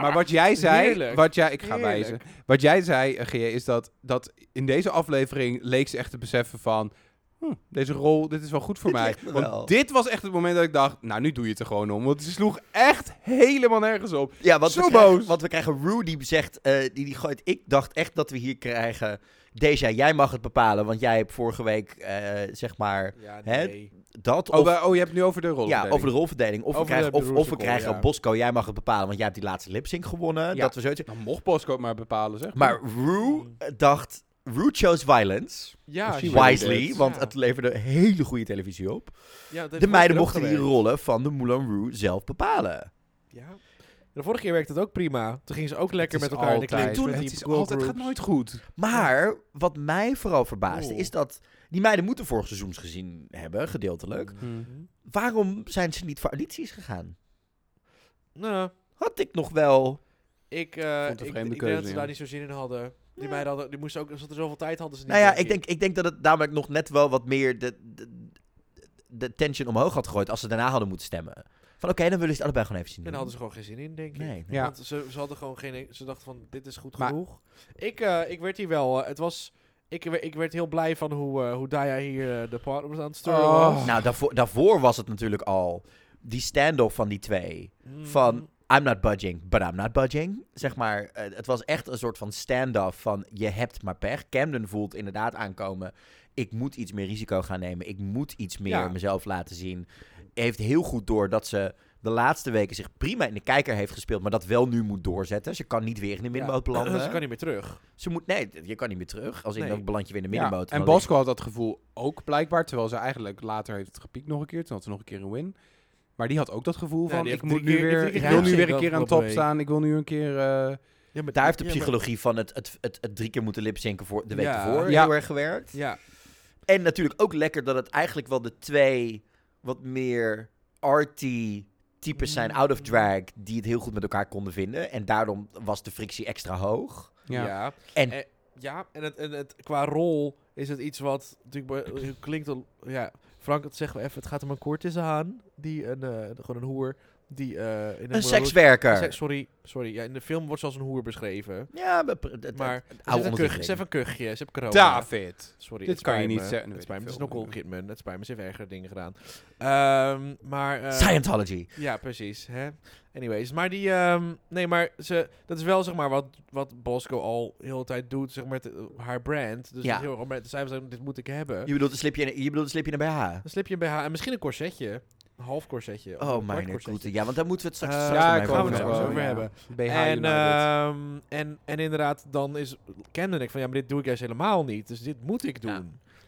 D: Maar wat jij zei,
B: Heerlijk.
D: wat jij, ik ga
B: Heerlijk.
D: wijzen. Wat jij zei, eh, G, is dat, dat in deze aflevering leek ze echt te beseffen van, hm, deze rol, dit is wel goed voor
A: *laughs* Dit
D: mij.
A: ligt me
D: Want
A: wel.
D: dit was echt het moment dat ik dacht, nou nu doe je het er gewoon om, want ze sloeg echt helemaal nergens op.
A: ja, want
D: Zo
A: we krijgen,
D: boos.
A: Want we krijgen Rue die zegt, eh, die, die gooit, ik dacht echt dat we hier krijgen, Deja, jij mag het bepalen, want jij hebt vorige week, eh, zeg maar,
B: Ja,
A: Hè? dat
D: Oh,
A: of...
D: wij- oh, je hebt het nu over de rol.
A: Ja, over de rolverdeling. Of
D: Over
A: we krijgen,
D: de
A: of, of we
D: beroepsrecord,
A: krijgen
D: ja.
A: Bosco, jij mag het bepalen, want jij hebt die laatste lipsync gewonnen.
D: Ja.
A: Dat we zoiets...
D: Dan mocht Bosco het maar bepalen, zeg.
A: Maar
D: Mm.
A: Rue eh, dacht... Rue chose violence,
B: Ja,
D: She
B: ja,
A: wisely,
D: did.
A: want
B: Ja.
A: het leverde hele goede televisie op.
B: ja, dat
A: De meiden
B: ook
A: mochten die
B: gewerkt.
A: rollen van de Moulin Rue zelf bepalen.
B: Ja. De vorige keer werkte het ook prima. Toen gingen ze ook lekker met
D: Het is
B: elkaar in de
D: altijd-
B: kling. Toen
D: het
B: die
D: is
B: girl
D: altijd, het gaat
B: groups.
D: nooit goed.
A: Maar wat mij vooral verbaasde
B: Oeh.
A: is dat... Die meiden moeten vorig seizoens gezien hebben, gedeeltelijk.
B: Mhm.
A: Waarom zijn ze niet voor audities gegaan?
B: Nou,
A: Had ik nog wel...
B: ik, eh
D: Vond
B: ik,
D: een
B: ik
D: vreemde
B: denk
D: keuze,
B: dat ze
D: ja.
B: daar niet zo zin in hadden. Die
A: Ja.
B: meiden hadden, die moesten ook, ze hadden zoveel tijd hadden ze niet.
A: Nou ja, ik denk, ik denk dat het namelijk nog net wel wat meer de, de, de tension omhoog had gegooid als ze daarna hadden moeten stemmen. Van oké, dan willen ze het allebei gewoon even zien.
B: En daar
A: doen.
B: hadden ze gewoon geen zin in, denk ik.
A: Nee.
D: Ja.
B: Want ze, ze hadden gewoon geen... Ze dachten van, dit is goed
D: Maar-
B: genoeg. Ik, eh, ik werd hier wel... eh, het was... Ik, we- ik werd heel blij van hoe, eh hoe Daya hier eh, de partners aan het sturen
D: Oh.
B: was.
A: Nou, daarvoor, daarvoor was het natuurlijk al die stand-off van die twee.
B: Mm.
A: Van I'm not budging, but I'm not budging. Zeg maar, eh, het was echt een soort van stand-off van je hebt maar pech. Camden voelt inderdaad aankomen. Ik moet iets meer risico gaan nemen. Ik moet iets meer
D: Ja.
A: mezelf laten zien. Heeft heel goed door dat ze de laatste weken zich prima in de kijker heeft gespeeld. Maar dat wel nu moet doorzetten. Ze kan niet weer in de middenmoot
B: Ja.
A: belanden.
B: *laughs* *clears throat* Ze kan niet meer terug.
A: Ze moet, nee, je kan niet meer terug. Als in
B: Nee.
A: dan beland je weer in de
D: Ja,
A: middenmoot.
D: en
A: dan
D: Bosco had dat gevoel ook blijkbaar, terwijl ze eigenlijk later heeft het gepiekt nog een keer. Toen had ze nog een keer een win. Maar die had ook dat gevoel
B: Ja,
D: van,
B: die
D: ik,
B: heeft
D: moet
B: drie
D: nu
B: keer- die
D: weer,
B: heeft
D: ik
B: drie
D: wil
B: keer
D: nu weer een
B: gezien
D: keer aan
B: afgelopen
D: top staan. Ik wil nu een keer... eh,
B: Ja, maar
A: Daar heeft de psychologie van het, het, het, het drie keer moeten lipzinken voor de week
B: Ja.
A: ervoor
D: Ja.
A: heel erg gewerkt.
B: Ja,
A: En natuurlijk ook lekker dat het eigenlijk wel de twee wat meer arty types
B: Mm.
A: zijn, out of drag, die het heel goed met elkaar konden vinden. En daarom was de frictie extra hoog.
D: ja.
B: ja. ja.
A: En-
B: Eh, ja, en, het, en het, qua rol is het iets wat natuurlijk bij- het klinkt al, ja, Frank, dat zeggen we even, het gaat om een kortissaan, die een, eh, gewoon een hoer, die eh, in
A: Een
B: monoloog-
A: sekswerker.
B: Seks- sorry, sorry. Ja, in de film wordt ze als een hoer beschreven.
A: ja, maar pr- het, het-
B: Maar
A: het
B: ze heeft
A: oude
B: een, kuch, ze heeft
A: ondergronding.
B: een kuchje, ze heeft corona.
D: David.
B: Sorry,
D: Dit
B: het
D: kan je
B: spijt
D: niet
B: me.
D: zeggen,
B: Het
D: weet
B: spijt me.
D: ik
B: Het is
D: veel.
B: Nicole Kidman. Het spijt me. Ze heeft ergere dingen gedaan. Ehm, maar... eh,
A: Scientology.
B: ja, precies. Hè? Anyways, maar die... ehm, nee, maar ze, dat is wel zeg maar wat, wat Bosco al heel de tijd doet, zeg maar, met eh, haar brand. Dus
A: Ja.
B: ja. heel erg met zij zei, dit moet ik hebben.
A: Je bedoelt een slipje, je bedoelt een slipje naar BH.
B: Een slipje bij haar en misschien een corsetje. Een half corsetje. of een
A: Oh,
B: kwart
A: mijn
B: corsetje.
A: goede. Ja, want daar moeten we het straks,
B: Eh,
A: straks
B: ja,
A: nog
B: ik
A: even
B: wou het
A: over
B: zo
A: hebben.
B: over hebben.
D: BH
B: En,
D: United.
B: ehm, en, en inderdaad, dan is kende ik van ja, maar dit doe ik juist helemaal niet. Dus dit moet ik doen.
A: Ja.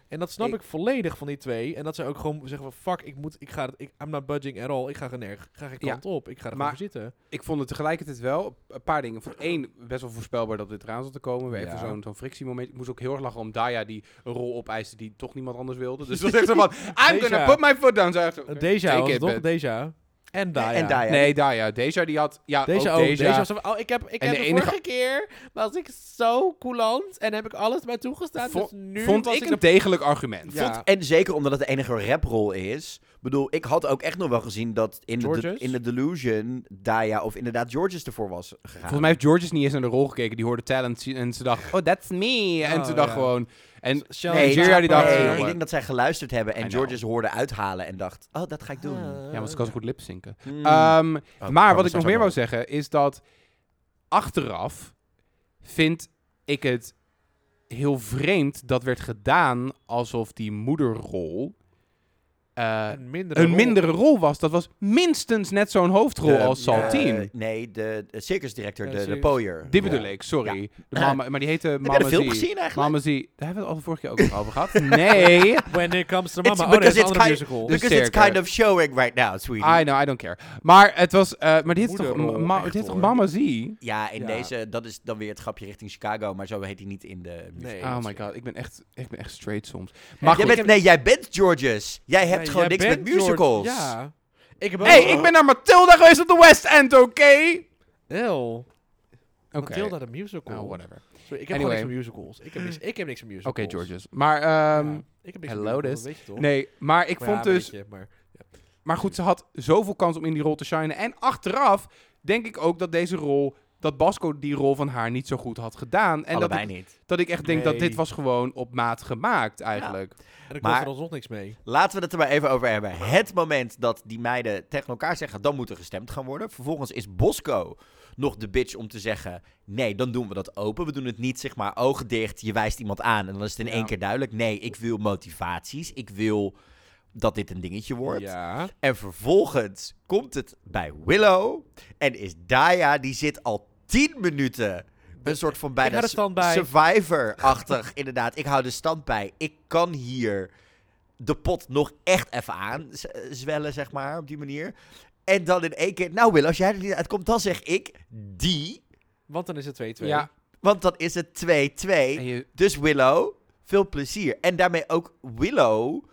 B: En dat snap
D: Ik-
B: ik, volledig van die twee. En dat ze ook gewoon zeggen van fuck, ik moet, ik ga, ik, I'm not budging at all. Ik ga, gener, ik ga geen
D: Ja.
B: kant op. Ik ga er
D: Maar-
B: maar, zitten.
D: ik vond het tegelijkertijd wel een paar dingen. Voor één, best wel voorspelbaar dat dit eraan zat te komen. Weer even
B: Ja.
D: zo'n zo'n frictiemoment. Ik moest ook heel erg lachen om Daya die een rol opeiste die toch niemand anders wilde. Dus dat is echt zo van, I'm gonna
B: Deja.
D: put my foot down. Zo echt zo,
B: Deze
D: oké,
B: Deja
D: take
B: was
D: it,
B: het toch?
D: bitch.
B: Deja. En Daya.
A: En Daya.
D: Nee, Daya. Deja die had, ja,
B: Deze
D: ook
B: ook. Deze
D: Deja.
B: was zo van, oh, ik heb, ik
D: En
B: heb
D: de
B: de,
D: enige-
B: vorige keer was ik zo coulant en heb ik alles bij toegestaan.
D: Vo-
B: dus nu
D: vond
B: was
D: ik
B: ik
D: een degelijk argument.
B: Ja.
A: En zeker omdat het de enige raprol is, bedoel, ik had ook echt nog wel gezien dat in, de,
B: Georges?
A: in de Delusion Daya of inderdaad Georges ervoor was gegaan.
D: Volgens mij heeft Georges niet eens naar de rol gekeken. Die hoorde talent zien en ze dacht, oh, that's me. En
B: Oh,
D: ze dacht
B: ja.
D: gewoon... En
B: Shall
A: Nee,
B: we-
D: Nigeria die dacht,
A: nee,
D: "Jongen."
A: ik denk dat zij geluisterd hebben
D: I
A: en
D: know.
A: Georges hoorde uithalen en dacht, oh, dat ga ik doen.
B: Ah.
D: Ja, want ze kan zo goed lipzinken.
A: Hmm.
D: Ehm,
A: Oh,
D: maar
A: kan
D: wat
A: er
D: ik nog
A: straks
D: meer
A: ook
D: wou zeggen is dat achteraf vind ik het heel vreemd dat werd gedaan alsof die moederrol eh,
B: een mindere
D: een
B: rol.
D: mindere rol was. Dat was minstens net zo'n hoofdrol
A: De-
D: als Saltine.
A: eh, nee, de, de circusdirecteur,
B: Ja,
A: de, de
B: circus.
A: pooier.
D: Dit bedoel ik, sorry. De mama, maar die heette
A: Heb je
D: Mama
A: de film
D: Z.
A: gezien eigenlijk?
D: Mama Z. Daar hebben we het al de vorige keer ook nog over gehad. *laughs* Nee.
B: When it comes to
A: It's
B: mama. Oh, nee, dat
A: because
B: is een
A: it's
B: andere
A: kind-
B: musical.
D: de
A: Because it's
D: cirkel.
A: kind of showing right now, sweetie.
D: I know, I don't care. Maar het was... eh, maar dit is toch,
B: Moederrol,
D: ma-
B: echt
D: dit is toch
B: hoor.
D: Mama Z?
A: Ja, in
B: Ja.
A: deze, dat is dan weer het grapje richting Chicago, maar zo heet hij niet in de musical.
B: Nee.
D: Oh
B: dat
D: my
B: is-
D: god, ik ben echt, ik ben echt straight soms. Maar
A: Jij
D: goed.
A: bent, nee, jij bent Georges. Jij hebt
B: Ja,
A: gewoon
B: jij
A: niks
B: bent
A: met musicals.
B: George- Ja. Ik heb
D: hey, ik ben naar Matilda geweest op de West End, oké?
B: Ew.
D: Oké.
B: Matilda de musical.
D: Oh, whatever. Oké,
B: Sorry, ik heb
D: Anyway.
B: gewoon niks van musicals. Ik heb niks, ik heb niks van musicals.
D: Georges. Maar,
B: Ja,
D: ehm,
B: ik heb niks van
D: hello
B: musicals,
D: this.
B: dat weet je toch?
D: nee, maar ik
B: Maar ja,
D: vond dus...
B: weet je, maar-
D: Maar goed, ze had zoveel kans om in die rol te shinen. En achteraf denk ik ook dat deze rol... Dat Basco die rol van haar niet zo goed had gedaan. En dat
A: Allebei
D: ik,
A: niet.
D: dat ik echt denk dat
B: Nee.
D: dit was gewoon op maat gemaakt, eigenlijk.
B: En dan
A: Maar-
B: komt er alsnog niks mee.
A: Laten we het er maar even over hebben. Het moment dat die meiden tegen elkaar zeggen, dan moet er gestemd gaan worden. Vervolgens is Bosco nog de bitch om te zeggen, nee, dan doen we dat open. We doen het niet, zeg maar, ogen dicht, je wijst iemand aan en dan is het in
D: Ja.
A: één keer duidelijk. Nee, ik wil motivaties. Ik wil dat dit een dingetje wordt.
D: Ja.
A: En vervolgens komt het bij Willow. En is Daya, die zit al 10 minuten. Een soort van
B: hou
A: bijna
B: de stand bij.
A: survivor-achtig. *laughs* inderdaad, ik hou de stand bij. Ik kan hier de pot nog echt even aan z- zwellen, zeg maar, op die manier. En dan in één keer, nou Willow, als jij er niet uitkomt, dan zeg ik die.
B: Want dan is het 2-2.
D: ja.
A: Want dan is het 2-2.
D: En je,
A: Dus Willow, veel plezier. En daarmee ook Willow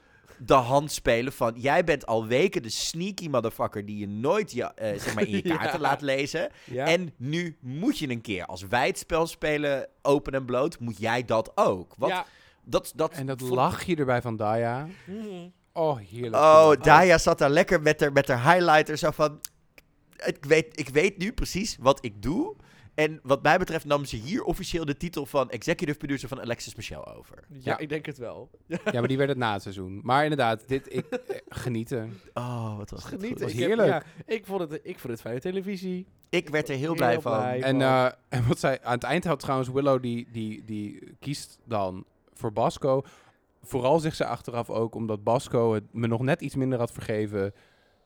A: de hand spelen van... jij bent al weken de sneaky motherfucker... die je nooit je, eh, zeg maar in je
B: *laughs* Ja.
A: kaarten laat lezen.
B: Ja.
A: En nu moet je een keer. Als wij het spel spelen, open en bloot... moet jij dat ook. Wat?
B: Ja.
A: Dat, dat
D: en dat
A: vond-
D: lachje erbij van Daya.
B: Mhm.
D: Oh, heerlijk.
A: Oh, Daya zat daar lekker met haar, met haar highlighter zo van... Ik weet, ik weet nu precies wat ik doe... En wat mij betreft nam ze hier officieel de titel van executive producer van Alexis Michel over.
B: Ja,
D: Ja.
B: ik denk het wel.
D: Ja, maar die werd het na het seizoen. Maar inderdaad, dit, ik, eh, genieten.
A: Oh, wat was dit goed.
B: Genieten.
D: was
B: ik heb-
D: heerlijk.
B: ja, ik, vond het, ik vond het fijne televisie.
A: Ik werd er heel blij van.
D: En, eh, en wat zij aan het eind had trouwens, Willow die, die, die kiest dan voor Basco. Vooral zegt ze achteraf ook, omdat Basco het me nog net iets minder had vergeven.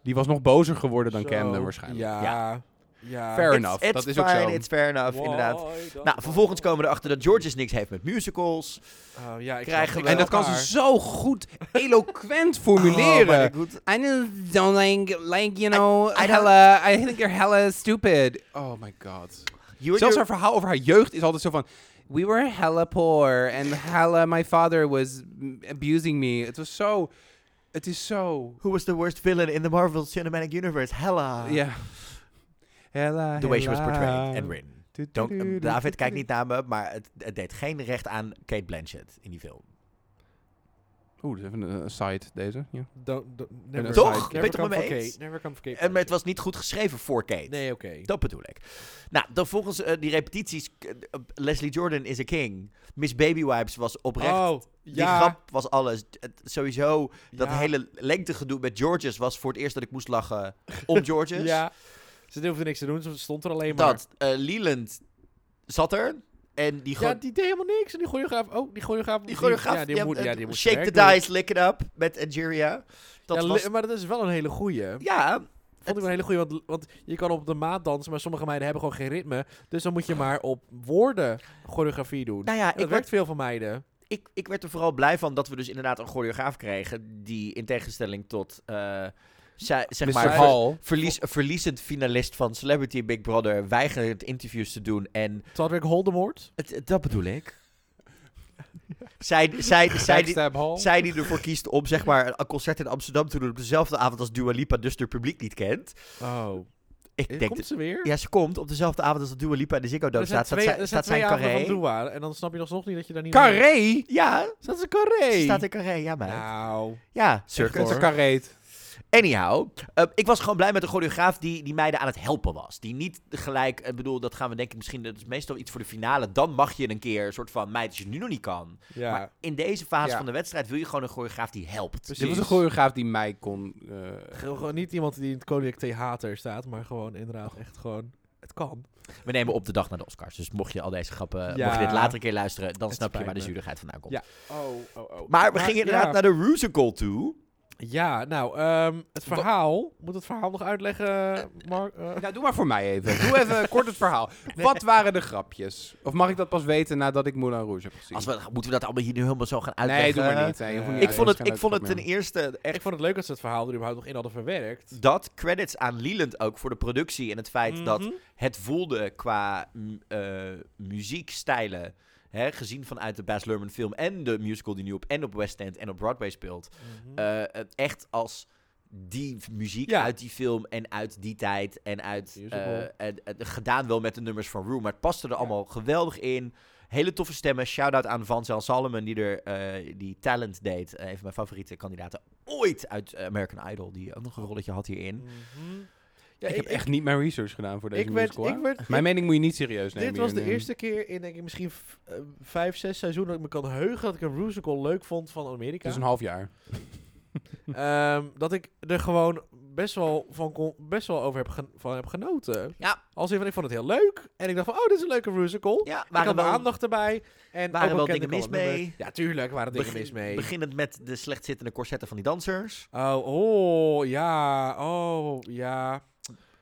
D: Die was nog bozer geworden dan Camden waarschijnlijk.
B: Ja.
A: Ja.
B: ja.
D: Fair
A: It's-
D: enough,
A: it's
D: dat is ook
A: fine,
D: zo.
A: It's fair enough, inderdaad. Nou, vervolgens komen we erachter dat Georges niks heeft met musicals.
B: Oh, ja, ik
A: Krijgen
B: snap
A: we-
B: het.
D: En dat kan dus-
B: Maar-
D: ze zo goed,
A: *laughs*
D: eloquent
A: Oh, maar
D: formuleren.
A: ik moet-
D: I don't like, like you know,
A: I don't-
D: hella, I think you're hella stupid. Oh my god.
A: you and
D: Zelfs haar
A: your,
D: verhaal over haar jeugd is altijd zo van... We were hella poor and hella my father was mm, abusing me. Het was zo... Het is zo...
A: who was the worst villain in the Marvel Cinematic Universe? Hella.
D: Ja. Hella,
A: The way she was
D: hella.
A: portrayed and written.
D: Du- du-
A: Don't,
D: du- du-
A: eh, David,
D: du-
A: kijk
D: du-
A: niet naar me, maar het, het deed geen recht aan Kate Blanchett in die film.
D: Oeh, dat is even een eh, side deze. Ja.
B: Don't- don't- never-
D: Toch?
B: Never
A: Ben je het er
B: come
A: mee
B: for
A: eens?
B: Kate. Never come for Kate.
A: En, maar het was niet goed geschreven voor Kate.
B: Nee, oké.
A: Dat bedoel ik. Nou, dan volgens eh, die repetities... eh, Leslie Jordan is a king. Miss Baby Wipes was oprecht...
B: Oh,
A: Die
B: ja.
A: grap was alles. Het- sowieso, dat
B: Ja.
A: hele lengtegedoe met Georges was voor het eerst dat ik moest lachen
B: *laughs*
A: om Georges.
B: Ja. Ze hoefde niks te doen, ze stond er alleen maar.
A: Dus? Dat eh, Leland zat er en die
B: Ja,
A: gewoon...
B: die deed helemaal niks. En die choreograaf ook. Die choreograaf...
A: die choreograaf,
B: Ja, die
A: ja,
B: moet,
A: eh,
B: ja, die moet
A: Shake
B: zijn
A: the
B: werk doen.
A: dice, lick it up met Angeria. Dat
B: Ja,
A: was...
B: li- Maar dat is wel een hele goeie.
A: Ja,
B: Vond ik wel een hele goeie, want, want je kan op de maat dansen, maar sommige meiden hebben gewoon geen ritme. Dus dan moet je maar op woorden choreografie doen.
A: nou ja,
B: dat
A: ik
B: werkt
A: werd,
B: veel van meiden.
A: ik, ik werd er vooral blij van dat we dus inderdaad een choreograaf kregen... die in tegenstelling tot, eh, zij, zeg
D: Mr.
A: maar...
B: Hall.
D: Hall.
A: Verlies, verliezend finalist van Celebrity Big Brother... weigerend interviews te doen en
B: Tadwick Holdemort.
A: Het- het- dat bedoel ik. zij, zij, zij, die,
D: Backstab Hall.
A: zij die ervoor kiest om zeg maar, een concert in Amsterdam te doen op dezelfde avond als Dua Lipa, dus de publiek niet kent.
B: Oh.
A: Ik denk
B: Komt
A: dat-
B: ze weer?
A: ja, ze komt op dezelfde avond als dat Dua Lipa in de Ziggo Dome
B: er zijn
A: staat.
B: twee,
A: staat, zij-
B: er zijn
A: staat
B: twee
A: zij in
B: avonden
A: carré?
B: van Doua. En dan snap je nog nog niet dat je daar niet... mee-
D: Carré?
A: Ja,
B: Staat ze carré?
A: ze staat in carré, ja meid.
B: Nou.
A: Ja,
D: Het is
A: circus.
D: een carré.
A: Anyhow, eh, ik was gewoon blij met een choreograaf die, die mij daar aan het helpen was. Die niet gelijk, ik bedoel, dat gaan we denk ik misschien, dat is meestal iets voor de finale. Dan mag je een keer een soort van, meid, als je het nu nog niet kan.
D: Ja.
A: Maar in deze fase
D: Ja.
A: van de wedstrijd wil je gewoon een choreograaf die helpt.
B: Precies.
D: Dit was een choreograaf die mij kon... eh,
B: Gewoon niet iemand die in het Koninklijk Theater staat, maar gewoon inderdaad echt gewoon... Het kan.
A: We nemen op de dag naar de Oscars. Dus mocht je al deze grappen,
B: Ja.
A: mocht je dit later een keer luisteren, dan
B: Het
A: snap je
B: spijt
A: waar de
B: me.
A: zuurigheid vandaan komt.
D: Ja. oh, oh, oh.
A: Maar we
B: Maar,
A: gingen inderdaad
B: ja.
A: naar de Rusical toe.
B: Ja, nou, ehm, het verhaal... Moet het verhaal nog uitleggen, Mark? Eh,
D: Nou, doe maar voor mij even. Doe even kort het *laughs* verhaal. Wat waren de grapjes? Of mag ik dat pas weten nadat ik Moulin Rouge heb gezien?
A: Als we, moeten we dat allemaal hier nu helemaal zo gaan
D: nee,
A: uitleggen?
D: doe maar niet. Nee, je hoeft niet
B: Ja,
A: ik
D: uit-
A: vond
D: dat
A: het,
D: is geen
A: ik vond het ten
D: uitleg
A: eerste echt
B: *laughs* ik vond het leuk dat ze het verhaal er überhaupt nog in hadden verwerkt.
A: dat. Credits aan Leland ook voor de productie en het feit dat
B: Mhm.
A: het voelde qua mm, eh, muziekstijlen. Hè, gezien vanuit de Baz Luhrmann film en de musical die nu op en op West End en op Broadway speelt.
B: Mhm.
A: eh, het echt als die muziek
B: Ja.
A: uit die film en uit die tijd en uit
B: Musical.
A: eh, en- en gedaan wel met de nummers van Room, maar het paste er allemaal geweldig in. Hele toffe stemmen. Shout-out aan Vanzel Salomon, die er eh, die talent deed. Eh, een van mijn favoriete kandidaten ooit uit eh, American Idol, die ook nog een rolletje had hierin.
B: Mhm.
D: meer.
B: Ja,
D: ik heb echt niet mijn research gedaan voor deze
B: ik werd,
D: musical, hè?
B: ik werd,
D: Mijn mening moet je niet serieus nemen.
B: dit was de
D: hierin.
B: eerste keer in denk ik misschien v- eh, vijf, zes seizoenen dat ik me kan heugen dat ik een musical leuk vond van Amerika.
D: Het is een half jaar.
B: Ehm, dat ik er gewoon best wel, van kon, best wel over heb gen- van heb genoten.
A: Ja.
B: Als in van, ik vond het heel leuk. En ik dacht van, oh, dit is een leuke musical.
A: Ja,
B: ik had
A: waren
B: mijn
A: wel,
B: aandacht erbij. En
A: waren
B: ook
A: wel
B: kende
A: dingen
B: ik
A: mis
B: al het nummer.
A: mee.
B: Ja, tuurlijk waren er dingen
A: Begin-
B: mis mee.
A: Beginnend met de slechtzittende corsetten van die dansers.
B: Oh, oh, ja. Oh, ja.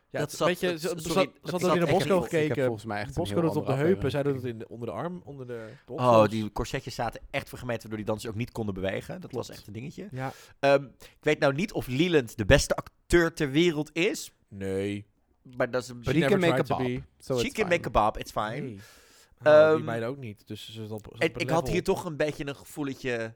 B: Ja,
A: Dat
B: dat
A: zat-
B: zat, weet je,
A: dat-
B: ze-
A: sorry,
B: zat,
A: dat
B: zat
A: zat
B: ook in de
A: echt
B: Bosco
A: niet.
D: Ik heb
B: gekeken.
D: volgens mij echt een
B: Bosco
D: heel
B: doet het op de
D: andere
B: heupen, zij
D: aflevering
B: doet het in de, onder de arm, onder de de
A: Oh,
B: oksels.
A: die corsetjes zaten echt vergemeten waardoor die dansers ook niet konden bewegen. Dat was echt een dingetje.
B: Ja.
A: Ehm, ik weet nou niet of Leland de beste acteur ter wereld is.
B: Nee.
A: Maar dat is een
D: But he can
B: Never
D: make a
B: tried to
D: bob.
B: be.
D: So
A: She
D: it's
A: can
D: fine.
A: make a bob, it's fine.
B: Nee. Ah,
A: Ehm,
B: die meiden ook niet. Dus ze zat op, zat
A: En
B: op het
A: ik had
B: level.
A: hier toch een beetje een gevoeletje...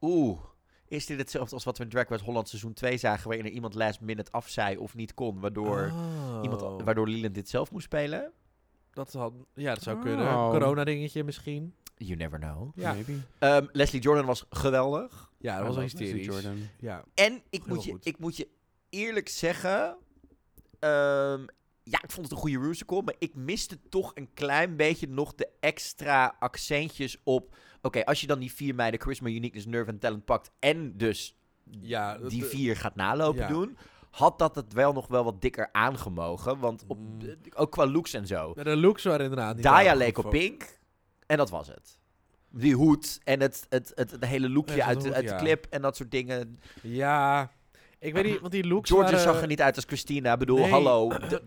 A: Oeh, is dit hetzelfde als wat we in Drag Race Holland seizoen 2 zagen... waarin er iemand last minute afzei of niet kon... waardoor,
B: Oh.
A: iemand, waardoor Leland dit zelf moest spelen?
B: dat had, ja, dat zou
D: Oh.
B: kunnen. Corona-dingetje misschien.
A: You never know.
B: Ja.
D: Maybe.
A: Ehm, Leslie Jordan was geweldig.
B: Ja, dat was wel hysterisch. Ja.
A: En ik
B: Heel
A: moet, je,
B: goed.
A: ik moet je eerlijk zeggen... ehm, ja, ik vond het een goede musical, maar ik miste toch een klein beetje nog de extra accentjes op... Oké, als je dan die vier meiden charisma, uniqueness, nerve en talent pakt... en dus
B: Ja, dat- eh,
A: die vier gaat nalopen
B: ja.
A: doen... had dat het wel nog wel wat dikker aangemogen. Want op,
B: Mm.
A: eh, ook qua looks en zo.
B: Ja, De looks waren inderdaad niet...
A: Daya
B: erg
A: leek
B: goed
A: op
B: voor-
A: Pink en dat was het. Die hoed en het, het, het, het hele
B: Ja,
A: lookje
B: zo'n
A: uit, de-
B: hoed,
A: uit de
B: ja.
A: clip en dat soort dingen.
B: Ja. Ik weet niet, want die looks
A: Georgia
B: waren...
A: zag er niet uit als Christina. Ik bedoel,
B: Nee. *clears throat*
A: hallo. De, de-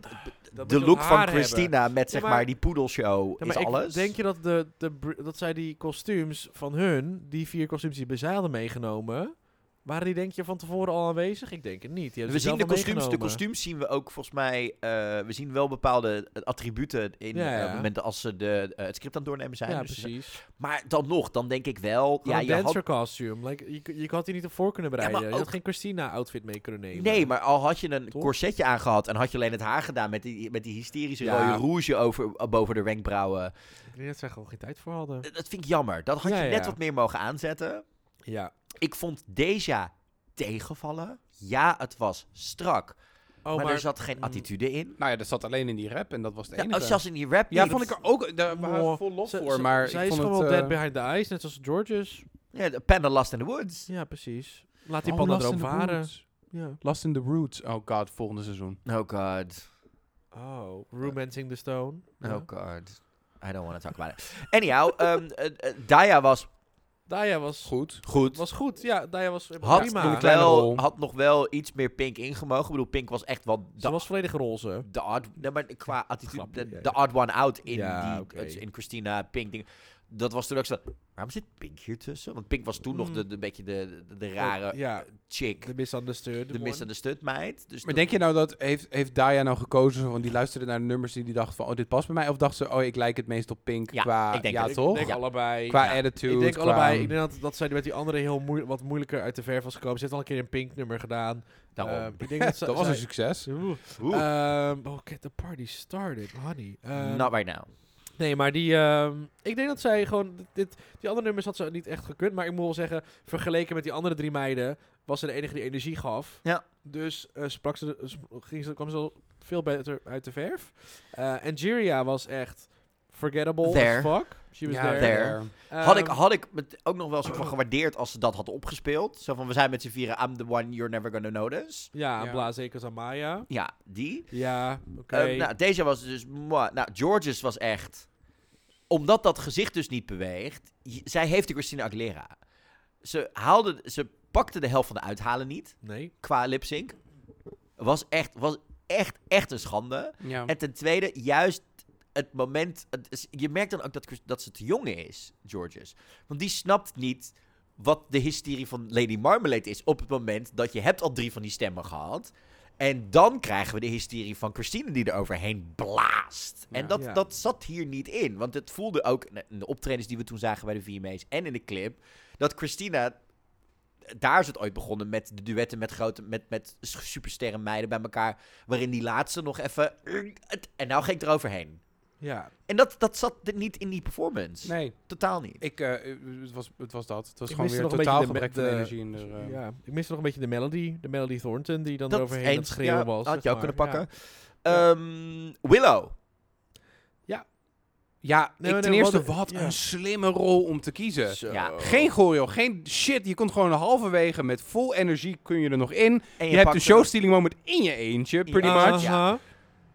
B: moet
A: de
B: je ook
A: look van
B: haar hebben.
A: Christina met zeg
B: maar-
A: maar, die poedelshow
B: Ja,
A: is
B: maar ik-
A: alles.
B: Denk je dat, de, de, br- dat zij die kostuums van hun, die vier kostuums die bij zij hadden meegenomen, waren die denk je van tevoren al aanwezig? Ik denk het niet. Die
A: we
B: hebben ze
A: zien
B: zelf
A: de
B: wel
A: kostuums, de
B: meegenomen.
A: kostuums zien we ook volgens mij. eh, we zien wel bepaalde eh, attributen in
B: Ja,
A: eh,
B: ja.
A: momenten als ze de, eh, het script aan het doornemen zijn.
B: Ja,
A: Dus-
B: precies.
A: maar dan nog, dan denk ik wel.
B: Ja,
A: Ja,
B: een
A: je had,
B: dancer costume. Like, je, je had die niet ervoor kunnen
A: maar
B: bereiden. je
A: ook-
B: had geen Christina outfit mee kunnen nemen.
A: nee, maar al had je een
B: Toch?
A: corsetje aangehad en had je alleen het haar gedaan met die, met die hysterische
D: Ja.
A: rode rouge over, boven de wenkbrauwen.
B: Ik denk dat zij gewoon geen tijd voor hadden.
A: Dat dat vind ik jammer. Dat had
B: Ja,
A: je
B: ja.
A: net wat meer mogen aanzetten.
B: Ja.
A: Ik vond Deja tegenvallen. Ja, het was strak.
B: Oh,
A: maar,
B: maar,
A: er zat geen
B: mm.
A: attitude in.
D: Nou ja, dat zat alleen in die rap en dat was het
A: Ja,
D: enige.
A: oh, zelfs in die rap
D: Ja,
A: niet.
D: vond ik er ook. Daar waren we
B: Wow.
D: vol lof
B: Ze-
D: voor,
B: ze-
D: maar
B: zij
D: ik
B: is
D: vond
B: gewoon
D: het,
B: wel
D: eh,
B: dead behind the eyes, net zoals George's.
A: Ja, de Panda Last in the Woods.
B: Ja, precies. Laat die
D: oh,
B: panda
D: Last in
B: erom
D: the
B: varen.
D: Roots.
B: Ja.
D: Last in the Roots. Oh god, volgende seizoen.
A: Oh god.
B: Oh, Romancing the Stone.
A: Oh
B: Ja.
A: god. I don't want to talk about it. Anyhow, *laughs* ehm eh, eh, Daya was
B: Daya was,
D: Goed.
A: goed.
B: was goed. Ja, Daya was
A: had,
B: prima.
A: nog
D: kleine
A: wel,
D: rol.
A: had nog wel iets meer Pink ingemogen. Ik bedoel, Pink was echt wel
B: Ze
A: de,
B: was volledig roze.
A: de odd... Nee, maar qua attitude,
B: Grapje,
A: de,
B: ja,
A: de odd one out in,
B: Ja,
A: die,
B: oké.
A: in Christina, Pink. Ding. Dat was toen ook zo... Waarom zit Pink hier tussen? Want Pink was toen nog
B: Mm.
A: de, de beetje de, de, de rare
B: Oh, Ja,
A: chick.
B: de misunderstood.
A: de misunderstood meid. Dus
D: Maar
A: dat-
D: denk je nou dat heeft, heeft Daya nou gekozen? zo van die luisterde naar de nummers die die dacht van, oh dit past bij mij, of dacht ze, oh ik lijk het meest op Pink
A: Ja,
D: qua,
A: ik denk
D: ja
A: het.
B: Ik
D: toch?
B: denk
A: Ja.
B: allebei.
D: Qua
A: Ja.
D: attitude.
B: Ik denk
D: qua-
B: allebei. Ik denk dat, dat zij met die andere heel moe- wat moeilijker uit de verf was gekomen. Ze heeft al een keer een pink nummer gedaan.
A: Daarom.
B: Ehm, ik denk dat,
A: *laughs*
B: ze-
D: dat was een
B: zij-
D: succes.
B: Oeh.
A: Oeh.
B: Ehm, oh, get the party started, honey. Ehm,
A: Nou. Not right now.
B: Nee, maar die... ehm, ik denk dat zij gewoon... Dit, die andere nummers had ze niet echt gekund. Maar ik moet wel zeggen, vergeleken met die andere drie meiden... was ze de enige die energie gaf.
A: Ja.
B: Dus eh, sprak ze, sp- ging ze, kwam ze al veel beter uit de verf. Eh Angeria was echt forgettable
A: There.
B: as fuck. She was there.
A: there.
B: ehm,
A: Had ik, had ik het ook nog wel soort van gewaardeerd als ze dat had opgespeeld. Zo van, we zijn met z'n vieren, I'm the one you're never gonna notice.
B: Ja,
D: Ja.
B: en Blazekers Amaya.
A: Ja, die.
B: Ja, oké.
A: Ehm, nou, deze was dus... moi. Nou, Georges was echt... Omdat dat gezicht dus niet beweegt... j- Zij heeft de Christina Aguilera. Ze haalde... Ze pakte de helft van de uithalen niet.
B: nee.
A: Qua lipsync. Was echt... Was echt, echt een schande.
D: Ja.
A: En ten tweede, juist het moment... het is- je merkt dan ook dat, Chris- dat ze te jong is, Georges. Want die snapt niet wat de hysterie van Lady Marmalade is... op het moment dat je hebt al drie van die stemmen gehad. En dan krijgen we de hysterie van Christine die er overheen blaast.
D: Ja.
A: En dat,
B: Ja.
A: dat zat hier niet in. Want het voelde ook in de optredens die we toen zagen bij de VMA's... en in de clip, dat Christina... Daar is het ooit begonnen met de duetten met grote, met, met supersterren meiden bij elkaar. Waarin die laatste nog even. En nou ging ik eroverheen.
B: Ja.
A: En dat, dat zat er niet in die performance.
D: Nee,
A: Totaal niet.
D: ik, eh, het, was, het was dat. Het was
B: Ik
D: gewoon
B: miste
D: weer
B: nog een
D: totaal
B: beetje de me-
D: gebrek van
B: de-
D: energie. In de, eh,
B: ja. Ik miste nog een beetje de melody. De melody Thornton die dan eroverheen aan het
A: eens,
B: schreeuwen
A: ja,
B: was.
A: Had
B: zeg
A: je ook
B: maar.
A: kunnen pakken.
B: Ja.
A: Ehm, Willow.
D: Ja,
B: Nee,
D: ik-
B: nee,
D: ten
B: nee,
D: eerste,
B: wat-
D: wat,
B: ja.
D: een slimme rol om te kiezen.
B: Zo.
A: Ja.
D: Geen choreo, geen shit. Je komt gewoon halverwege met vol energie kun je er nog in.
A: En
D: Je, hebt
A: pakte-
D: een showstealing moment in je eentje, pretty
A: Ja.
D: much.
B: Aha.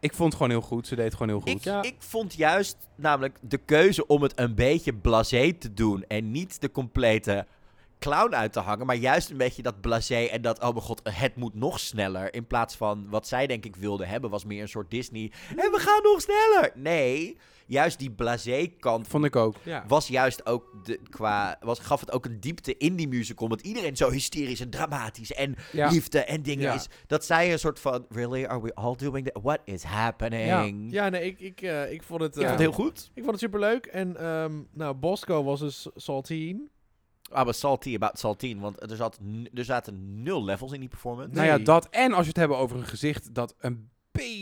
D: Ik vond het gewoon heel goed. Ze deed het gewoon heel goed.
A: Ik,
B: Ja.
A: ik vond juist namelijk de keuze om het een beetje blasé te doen. En niet de complete clown uit te hangen. Maar juist een beetje dat blasé en dat, oh mijn god, het moet nog sneller. In plaats van wat zij denk ik wilde hebben, was meer een soort Disney. En we gaan nog sneller. Nee, juist die blasé kant
D: Vond ik ook.
B: Ja.
A: was juist ook de, qua was, gaf het ook een diepte in die musical omdat iedereen zo hysterisch en dramatisch en
D: Ja.
A: liefde en dingen
B: Ja.
A: is dat zij een soort van really are we all doing that what is happening
B: Ja, nee, ik, ik, eh, ik vond het...
A: ik
D: Ik
B: eh,
A: vond het heel goed
B: ik vond het superleuk. En ehm, nou, Bosco was dus Saltine.
A: I was salty about saltine want er, zat, n- er zaten nul levels in die performance
D: Nou ja,
B: Nee.
D: dat. En als je het hebben over een gezicht dat een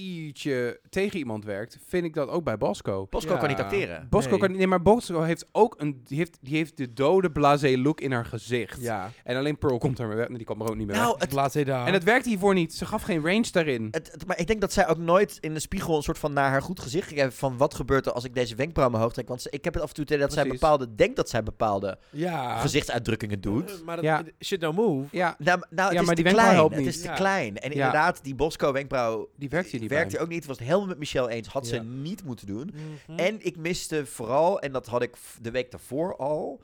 D: beetje tegen iemand werkt, vind ik dat ook bij Bosco.
A: Bosco
B: Ja.
A: kan niet acteren
D: Bosco
B: Nee.
D: kan niet. Nee, maar Bosco heeft ook een. Die heeft, die heeft de dode blasé look in haar gezicht.
B: Ja.
D: En alleen Pearl komt er maar weg. Nee, die kwam er ook niet meer
A: nou
D: weg.
A: het,
B: Laat hij daar.
D: En het werkte hiervoor niet. Ze gaf geen range daarin.
A: het, het- maar ik denk dat zij ook nooit in de spiegel een soort van naar haar goed gezicht gekeken heeft van wat gebeurt er als ik deze wenkbrauw omhoog trek want ze- ik heb het af en toe het idee dat zij
D: Precies.
A: bepaalde denk dat zij bepaalde
B: ja. Eh,
A: gezichtsuitdrukkingen doet
B: Maar dat,
D: Ja.
B: shit no move.
D: Ja,
A: Nou, nou het
D: Ja,
A: is
D: maar
A: te
D: die wenkbrauw
A: klein.
D: helpt
A: het
D: niet.
A: is te
B: Ja.
A: klein. En
D: Ja.
A: inderdaad, die Bosco wenkbrauw
D: die werkte hier niet
A: werkte
D: bij.
A: ook niet. Was het helemaal met Michelle eens. Had ze
B: Ja.
A: niet moeten doen.
B: Mhm.
A: En ik miste vooral, en dat had ik f- de week daarvoor al.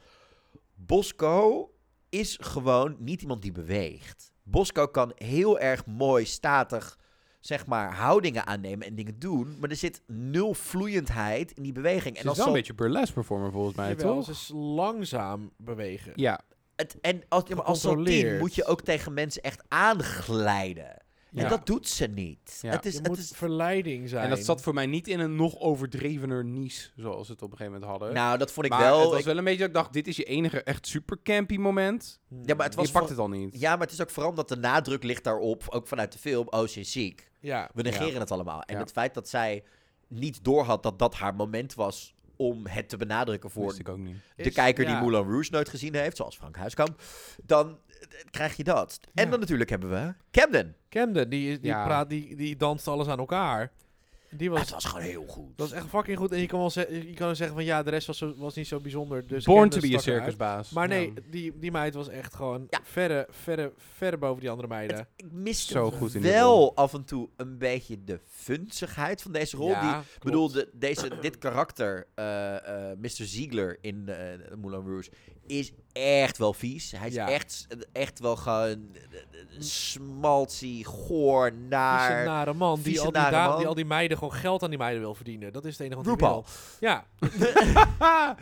A: Bosco is gewoon niet iemand die beweegt. Bosco kan heel erg mooi, statig, zeg maar, houdingen aannemen en dingen doen. Maar er zit nul vloeiendheid in die beweging. En
D: Ze is
A: als
D: wel
A: Sal-
D: een beetje burlesque performer volgens mij,
B: Jawel,
D: toch?
B: ze is langzaam bewegen.
D: Ja.
A: het, en als, ja, maar als Saltien
B: Gecontroleerd.
A: moet je ook tegen mensen echt aanglijden.
D: Ja.
A: En dat doet ze niet.
D: Ja.
A: Het is,
B: Je
A: het
B: moet
A: is
B: verleiding zijn.
D: En dat zat voor mij niet in een nog overdrevener niche, zoals ze het op een gegeven moment hadden.
A: Nou, dat vond ik
D: maar het
A: wel.
D: was
A: Ik-
D: wel een beetje dat ik dacht, dit is je enige echt super campy moment.
A: Ja,
B: Hmm.
A: maar het was
D: je pakt
A: voor-
D: het al niet.
A: Ja, maar het is ook vooral omdat de nadruk ligt daarop, ook vanuit de film, oh, ze is ziek.
B: Ja.
A: We negeren
D: Ja.
A: het allemaal. En
D: Ja.
A: het feit dat zij niet doorhad dat dat haar moment was om het te benadrukken voor
D: Wist ik ook niet.
A: de
B: Is-
A: kijker die
B: ja.
A: Moulin Rouge nooit gezien heeft, zoals Frank Huiskamp, dan eh, krijg je dat. En
B: Ja.
A: dan natuurlijk hebben we Camden.
B: Camden, die, is- die,
D: Ja.
B: praat, die, die danst alles aan elkaar. Die was,
A: Het was gewoon heel goed.
B: dat is echt fucking goed. En je kan wel ze- je kan wel zeggen van ja, de rest was, zo- was niet zo bijzonder. Dus
D: Born to
B: Camden
D: be a
B: stak eruit.
D: circusbaas.
B: Maar nee,
D: Ja.
B: die, die meid was echt gewoon
A: Ja.
B: verre, verre, verre boven die andere meiden.
A: Het- ik miste
D: Zo goed in die
A: wel
D: rol.
A: af en toe een beetje de funzigheid van deze rol. die
B: klopt.
A: Ik bedoel, de- deze, dit karakter, eh, eh, Mr. Ziegler in eh Moulin Rouge, is echt wel vies. Hij is
B: Ja.
A: echt, echt wel gewoon eh, eh, smaltsy, goor,
B: Vieze
A: naar...
B: nare man die
A: vieze
B: al die,
A: nare
B: da-
A: man.
B: die al die meiden gewoon geld aan die meiden wil verdienen. Dat is het enige wat hij
A: RuPaul.
B: wil.
A: *laughs*
B: Ja.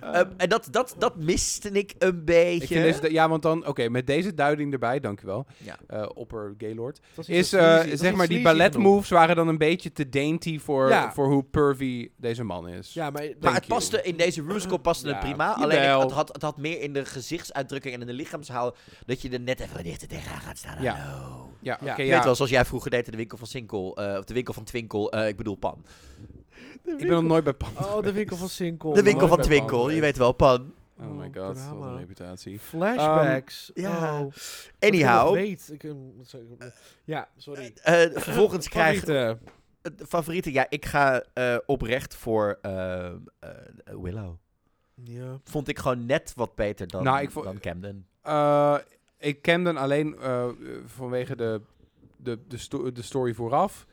B: ja.
A: Ehm, en dat, dat, dat miste ik een
D: Ik
A: beetje.
D: vind deze, ja, want dan, oké, met deze duiding erbij, dankjewel,
A: Ja.
D: eh opper Gaylord,
B: Het was niet
D: is
B: zo
D: eh,
B: sleazy. Het was
D: zeg
B: niet
D: maar die
B: sleazy
D: ballet
B: genoeg.
D: moves waren dan een beetje te dainty voor,
B: Ja.
D: voor hoe pervy deze man is.
B: Ja, maar,
A: maar
D: Thank
A: het
D: you.
A: paste in deze musical paste
D: Ja,
A: het prima. Alleen
D: jawel.
A: het had, het had meer in de gezichtsuitdrukking en in de lichaamshaal dat je er net even dichter tegenaan gaat staan.
D: Ja.
A: Hallo.
D: ja,
B: Ja.
D: oké,
A: Je
D: ja.
A: weet wel, zoals jij vroeger deed in de winkel van Sinkel, eh, of de winkel van Twinkel, eh, ik bedoel Pan.
D: Ik ben nog nooit bij Pan.
B: Oh, de winkel van Sinkel.
A: De winkel van
D: nooit bij
A: Twinkel,
D: Pan.
A: je weet wel, Pan.
D: Oh my god, wat een reputatie.
B: Flashbacks.
A: Ehm, ja.
B: Oh,
A: Anyhow,
B: Ik weet. Ik, ehm, sorry. ja, sorry.
A: eh,
B: *laughs*
A: vervolgens krijgt
B: Favoriete.
A: het favoriete... Ja, ik ga eh, oprecht voor eh, eh, Willow. Eh.
B: Ja.
A: Vond ik gewoon net wat beter dan,
D: Nou, ik vo-
A: dan Camden.
D: Eh, ik ken dan alleen eh, vanwege de, de, de, sto- de story vooraf.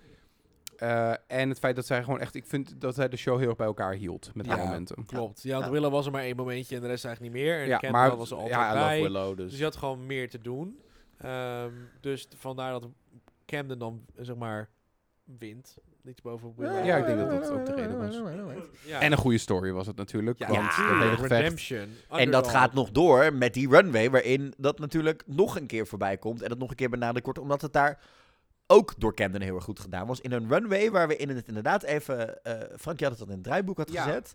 D: Eh, en het feit dat zij gewoon echt... Ik vind dat zij de show heel erg bij elkaar hield met
B: Ja,
D: haar momenten.
B: Klopt. Dus Ja, want
A: Ja.
B: Willow was er maar één momentje en de rest eigenlijk niet meer. En
D: Ja,
B: Campbell
D: maar
B: was er altijd
D: ja, I love
B: bij.
D: Willow,
B: Dus
D: dus...
B: je had gewoon meer te doen. Ehm, dus t- vandaar dat Camden dan, eh, zeg maar, wint. Niet boven Willow.
D: Ja, ik denk dat dat ook de reden was.
B: Ja.
D: En een goede story was het natuurlijk.
B: Ja,
D: want dat
B: tuurlijk.
D: hele gevecht...
B: Redemption.
A: En dat
B: Underdog.
A: gaat nog door met die runway, waarin dat natuurlijk nog een keer voorbij komt. En dat nog een keer benadrukt wordt, omdat het daar ook door Camden heel erg goed gedaan was. In een runway waar we in het inderdaad even... eh Frank, je had het al in het draaiboek had
D: Ja.
A: gezet.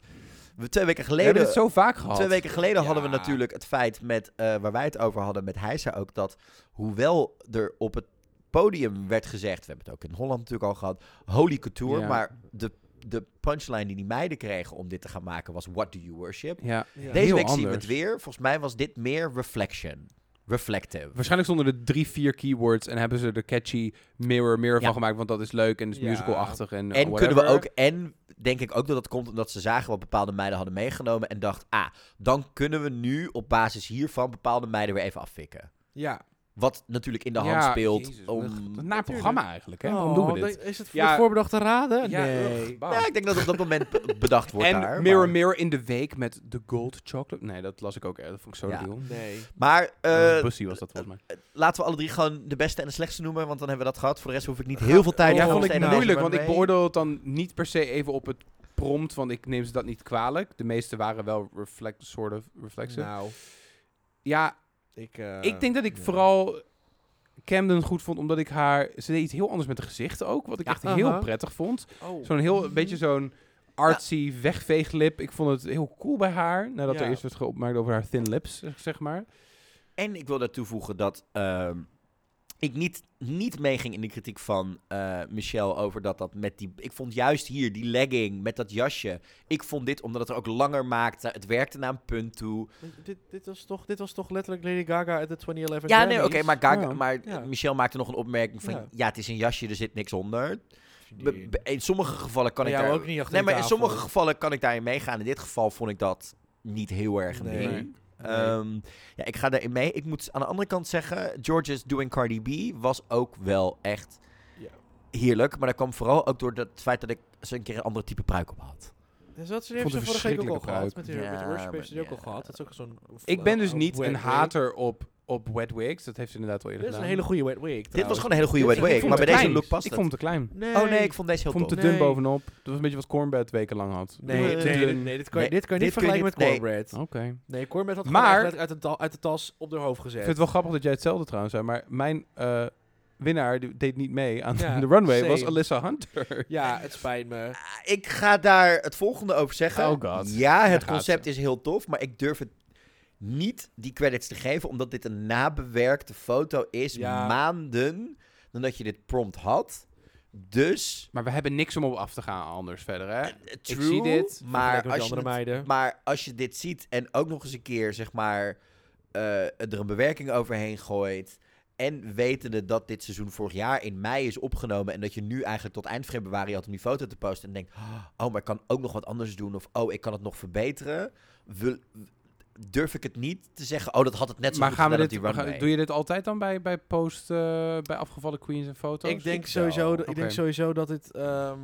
A: We twee weken
D: We
A: geleden...
D: hebben het zo vaak gehad.
A: Twee weken geleden
D: Ja.
A: hadden we natuurlijk het feit met, eh, waar wij het over hadden met Heisa ook, dat hoewel er op het podium werd gezegd, we hebben het ook in Holland natuurlijk al gehad, holy couture,
D: Ja.
A: maar de, de punchline die die meiden kregen om dit te gaan maken was what do you worship?
D: Ja.
B: Ja.
A: Deze
D: Heel
A: week zien we het
D: anders.
A: weer. Volgens mij was dit meer reflection. Reflective.
D: Waarschijnlijk stonden er drie, vier keywords en hebben ze er catchy mirror, mirror
A: Ja.
D: van gemaakt. Want dat is leuk en is
B: Ja.
D: musical-achtig. En,
A: En
D: eh, whatever.
A: kunnen we ook, en denk ik ook dat dat komt omdat ze zagen wat bepaalde meiden hadden meegenomen en dacht, ah, dan kunnen we nu op basis hiervan bepaalde meiden weer even afvikken.
B: Ja.
A: Wat natuurlijk in de hand
D: Ja,
A: speelt
D: Jezus,
A: om...
D: Een na programma eigenlijk, hè? Waarom
B: Oh,
D: doen we dit?
B: dan- Is het voor
D: Ja.
B: voorbedacht te raden?
D: Ja,
B: nee.
D: ugh, bam.
A: Nou Ja, ik denk dat op dat moment
D: *laughs*
A: be- bedacht wordt
D: en
A: daar.
D: Mirror
A: maar-
D: Mirror in de week met de gold chocolate. Nee, dat las ik ook. eh, Dat vond ik zo
A: Ja.
D: deal.
B: Nee.
A: Maar eh,
D: Pussy was dat volgens mij.
A: laten we alle drie gewoon de beste en de slechtste noemen, want dan hebben we dat gehad. Voor de rest hoef ik niet heel veel tijd.
B: Ja,
A: te
D: ja, vond ik
A: besteden aan
D: moeilijk,
A: deze
D: want ik
A: mee.
D: beoordeel het dan niet per se even op het prompt, want ik neem ze dat niet kwalijk. De meeste waren wel reflect, soort of reflexen.
B: Nou,
D: Ja,
B: ik... eh,
D: ik denk dat ik
B: ja.
D: vooral Camden goed vond, omdat ik haar... Ze deed iets heel anders met de gezichten ook, wat ik
B: Ja,
D: echt heel
A: uh-huh.
B: aha.
D: prettig vond.
B: Oh.
D: Zo'n heel, een beetje zo'n artsy wegveeglip. Ik vond het heel cool bij haar. Nadat
B: Ja.
D: er eerst werd geopmerkt over haar thin lips, zeg- zeg maar.
A: En ik wil daar toevoegen dat ehm, ik niet, niet meeging in de kritiek van eh, Michelle over dat dat met die... Ik vond juist hier die legging met dat jasje. Ik vond dit, omdat het er ook langer maakte, het werkte naar een punt toe.
B: Dit, dit, was toch, dit was toch letterlijk Lady Gaga uit de 2011
A: Ja, nee, oké,
B: Grammys?
A: maar, Gaga-
D: Ja.
A: maar
B: Ja.
A: Michelle maakte nog een opmerking van...
B: Ja.
A: Ja. het is een jasje, er zit niks onder. Be-
B: Nee.
A: be- in sommige gevallen kan
B: Bij
A: ik
B: jou
A: daar...
B: ook niet achter
A: nee,
B: de
A: maar in
B: tafel.
A: sommige gevallen kan ik daarin meegaan. In dit geval vond ik dat niet heel erg een
B: Nee.
A: ding.
D: Nee.
A: Ehm, ja, ik ga daarin mee. Ik moet aan de andere kant zeggen... George's Doing Cardi B was ook wel echt
B: Ja.
A: heerlijk. Maar dat kwam vooral ook door dat- het feit dat ik zo een keer een andere type pruik op had.
B: Dus dat ze
D: Ik
B: heeft
D: vond
B: ze
D: het
B: vorige week ook al
D: verschrikkelijke
B: gehad.
D: pruik.
B: Met, die,
A: Ja,
B: met worship heeft ze die
A: maar
B: ook al
A: ja.
B: gehad. Dat is ook zo'n...
D: Ik ben dus
B: eh,
D: niet
B: wet
D: een
B: wig.
D: hater op, op wet wigs. Dat heeft ze inderdaad wel
B: Dit
D: eerder
B: is een
D: gedaan.
B: hele goede wet wig
A: Dit was
B: trouwens.
A: gewoon een hele goede
B: Dit
A: wet
B: is- ik
A: wig.
B: vond
A: Maar bij
B: het
A: deze
B: klein.
A: look past
D: Ik
A: het.
D: vond het te klein.
A: Oh nee, ik vond deze
D: Ik
A: heel
D: vond het
A: top.
D: te dun
B: Nee.
D: bovenop. Dat was een beetje wat Cornbread weken lang had.
B: Nee,
A: Nee,
B: nee,
A: nee,
B: nee, nee, dit kan,
A: nee,
B: je- dit kan je
A: dit
B: niet
A: kun je
B: vergelijken met
A: niet-
B: cornbread.
D: Oké.
B: Nee, cornbread had
D: Oh. Maar-
B: maar, gewoon echt uit de, ta- uit de tas op de hoofd
D: Ik
B: gezet.
D: vind het wel grappig dat jij hetzelfde trouwens zei. Maar mijn eh, winnaar die deed niet mee aan
B: Ja,
D: de runway.
B: same.
D: was Alyssa Hunter.
B: Ja, het spijt me.
A: Ah, Ik ga daar het volgende over zeggen.
D: Oh god.
A: Ja,
D: Daar
A: het
D: gaat
A: concept
D: ze.
A: is heel tof, maar ik durf het niet die credits te geven, omdat dit een nabewerkte foto is,
B: Ja.
A: maanden nadat je dit prompt had. Dus,
D: Maar we hebben niks om op af te gaan anders verder, hè?
A: true,
D: zie dit,
A: maar, als je
B: andere
A: het-
B: meiden.
A: maar als je dit ziet en ook nog eens een keer, zeg maar, eh, er een bewerking overheen gooit... En wetende dat dit seizoen vorig jaar in mei is opgenomen. En dat je nu eigenlijk tot eind februari had om die foto te posten. En denkt, oh, maar ik kan ook nog wat anders doen. Of, oh, ik kan het nog verbeteren. Wil, durf ik het niet te zeggen, oh, dat had het net zo
D: maar
A: goed
D: gaan we
A: gedaan
D: dit,
A: op die
D: we gaan-
A: runway.
D: doe je dit altijd dan bij, bij post, eh, bij afgevallen queens en foto's?
B: Ik denk,
A: Ik
B: sowieso,
A: wel.
B: dat- ik
D: Oké.
B: denk sowieso dat dit... ehm,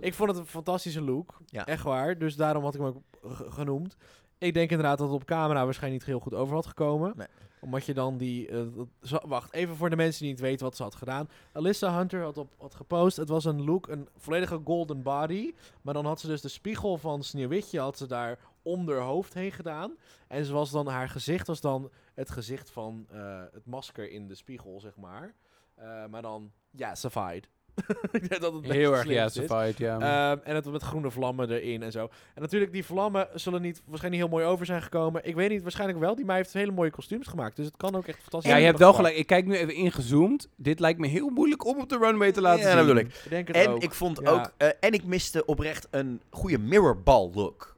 B: ik vond het een fantastische look.
A: Ja.
B: Echt waar. Dus daarom had ik hem ook g- genoemd. Ik denk inderdaad dat het op camera waarschijnlijk niet heel goed over had gekomen.
A: Nee.
B: Omdat je dan die... eh, dat- zo- wacht, even voor de mensen die niet weten wat ze had gedaan. Alyssa Hunter had, op, had gepost. Het was een look, een volledige golden body. Maar dan had ze dus de spiegel van Sneeuwwitje... had ze daar om haar hoofd heen gedaan. En ze was dan, haar gezicht was dan het gezicht van eh, het masker in de spiegel, zeg maar. Eh, maar dan, ja, safied. *laughs* Ik denk dat het best
D: Heel
B: het
D: erg
B: slimste is.
D: justified, ja.
B: Ehm, en het met groene vlammen erin en zo. En natuurlijk, die vlammen zullen niet waarschijnlijk niet heel mooi over zijn gekomen. Ik weet niet, waarschijnlijk wel. Die mij heeft hele mooie kostuums gemaakt. Dus het kan ook echt fantastisch
D: ja, je hebt
B: worden
D: wel
B: gemaakt.
D: gelijk. Ik kijk nu even ingezoomd. Dit lijkt me heel moeilijk om op de runway te laten
A: Ja,
D: zien.
A: dat bedoel ik.
B: Ik denk het
A: En
B: ook.
A: ik vond
B: Ja.
A: ook... eh, en ik miste oprecht een goede mirrorball look.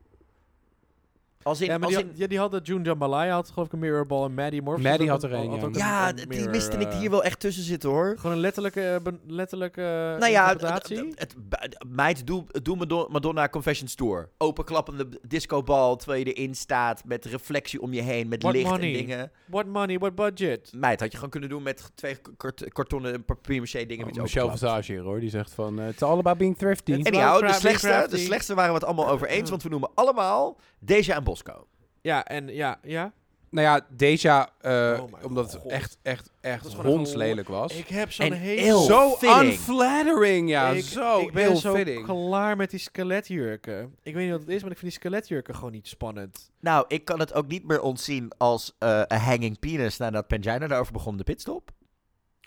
A: Als in...
B: ja, maar
A: als
B: die,
A: in-
B: had, ja, die hadden June Jambalaya had geloof ik een mirrorball en Maddie Morph.
D: Maddie had er een, ja.
B: ook
A: ja,
B: een
A: d- die
B: mirror,
A: miste ik
B: eh,
A: hier wel echt tussen zitten, hoor.
B: Gewoon een letterlijke, eh, ben- letterlijke eh,
A: Nou ja, het,
B: interpretatie.
A: het, het- het- meid, doe, doe Mado- Madonna Confessions Tour. Openklappende discobal terwijl je erin staat met reflectie om je heen, met
B: What
A: licht
B: money?
A: en dingen.
B: What money, what budget?
A: Meid, had je gewoon kunnen doen met twee kart- kartonnen papier-maché
B: Oh,
A: dingen. met je
D: Oh, Michel
A: openklapt.
D: Visage hier hoor, die zegt van, eh it's all about being thrifty.
B: Het-
A: Anyhow, de
B: Crafty,
A: slechtste,
B: crafty.
A: de slechtste waren we het allemaal over eens, want we noemen allemaal Deja en Bosco.
B: Ja, en ja, ja.
D: nou ja, Deja, eh,
B: Oh my
D: omdat het
B: God.
D: echt, echt, echt
B: is gewoon echt
D: hondslelijk was.
B: Ik heb
A: zo'n
B: zo'n
A: En hele-
B: hele...
A: heel
D: zo
A: fitting.
D: unflattering, ja.
B: ik,
D: zo
B: ik ben
D: heel
B: zo
D: fitting.
B: klaar met die skeletjurken. Ik weet niet wat het is, maar ik vind die skeletjurken gewoon niet spannend.
A: Nou, ik kan het ook niet meer ontzien als eh een hanging penis nadat Pangina daarover begon de pitstop.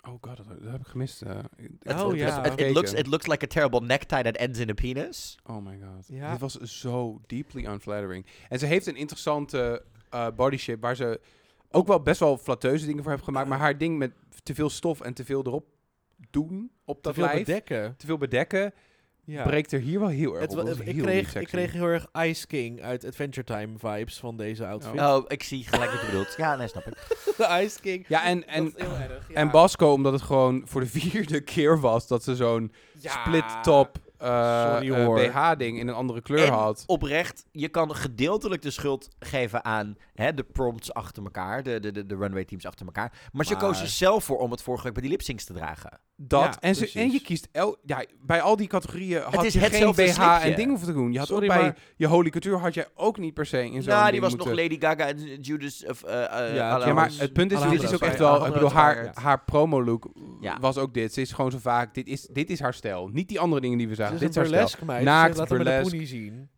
D: Oh god, dat, dat heb ik gemist. eh. Ik-
B: Oh,
D: ik- ik-
B: ja.
D: ik-
A: It, it
D: gekeken.
A: looks, it looks like a terrible necktie that ends in a penis.
D: Oh my god.
B: Ja.
D: Dit was zo deeply unflattering. En ze heeft een interessante eh body shape waar ze ook wel best wel flatteuze dingen voor heeft gemaakt. Maar haar ding met te veel stof en te veel erop doen op
B: Te
D: dat
B: veel
D: lijf.
B: bedekken.
D: Te veel bedekken
B: Ja.
D: breekt er hier wel heel erg
B: Het,
D: op.
B: wa-
D: Oh, Dat is
B: het-
D: heel
B: ik,
D: niet
B: kreeg,
D: sexy.
B: ik kreeg heel erg Ice King uit Adventure Time vibes van deze outfit.
A: Oh, ik zie gelijk wat je bedoelt. Ja, nee, snap ik.
B: *laughs* De Ice King.
D: Ja, en, en,
B: dat is heel erg. ja.
D: en Basco, omdat het gewoon voor de *laughs* vierde keer was dat ze zo'n
B: Ja.
D: split top eh,
B: Sorry,
D: eh,
B: hoor.
D: BH-ding in een andere kleur
A: En
D: had.
A: Oprecht, je kan gedeeltelijk de schuld geven aan hè, de prompts achter elkaar, de, de, de, de runway teams achter elkaar. Maar, ze
D: Maar-
A: koos er zelf voor om het vorige week bij die lipsyncs te dragen.
D: Dat.
B: Ja,
D: en, ze,
B: precies.
D: en je kiest el, ja, bij al die categorieën had
A: is
D: je geen
A: hetzelfde
D: BH en
A: slipje.
D: dingen hoeven te doen. Je had
B: Sorry,
D: ook bij
B: maar-
D: je Holy Couture had jij ook niet per se in zo'n
A: nou, die
D: ding
A: was
D: moeten-
A: nog Lady Gaga en Judas of... eh, eh,
B: Ja,
A: Alejandro.
D: Ja, maar
B: Alhambra.
D: het punt is, dit
B: Alhambra
D: is ook
B: is
D: echt
A: fijn.
D: wel... Ik
A: Alhambra
D: bedoel,
A: is
D: haar,
A: fijn.
D: haar promo-look
A: Ja.
D: was ook dit. Ze is gewoon zo vaak... Dit is, dit is haar stijl. Niet die andere dingen die we
B: Dit
D: zagen.
B: is een
D: Dit is haar stijl.
B: burlesque meid. Naakt,
D: Naakt,
B: Laat hem een
D: burlesque.
B: pony zien.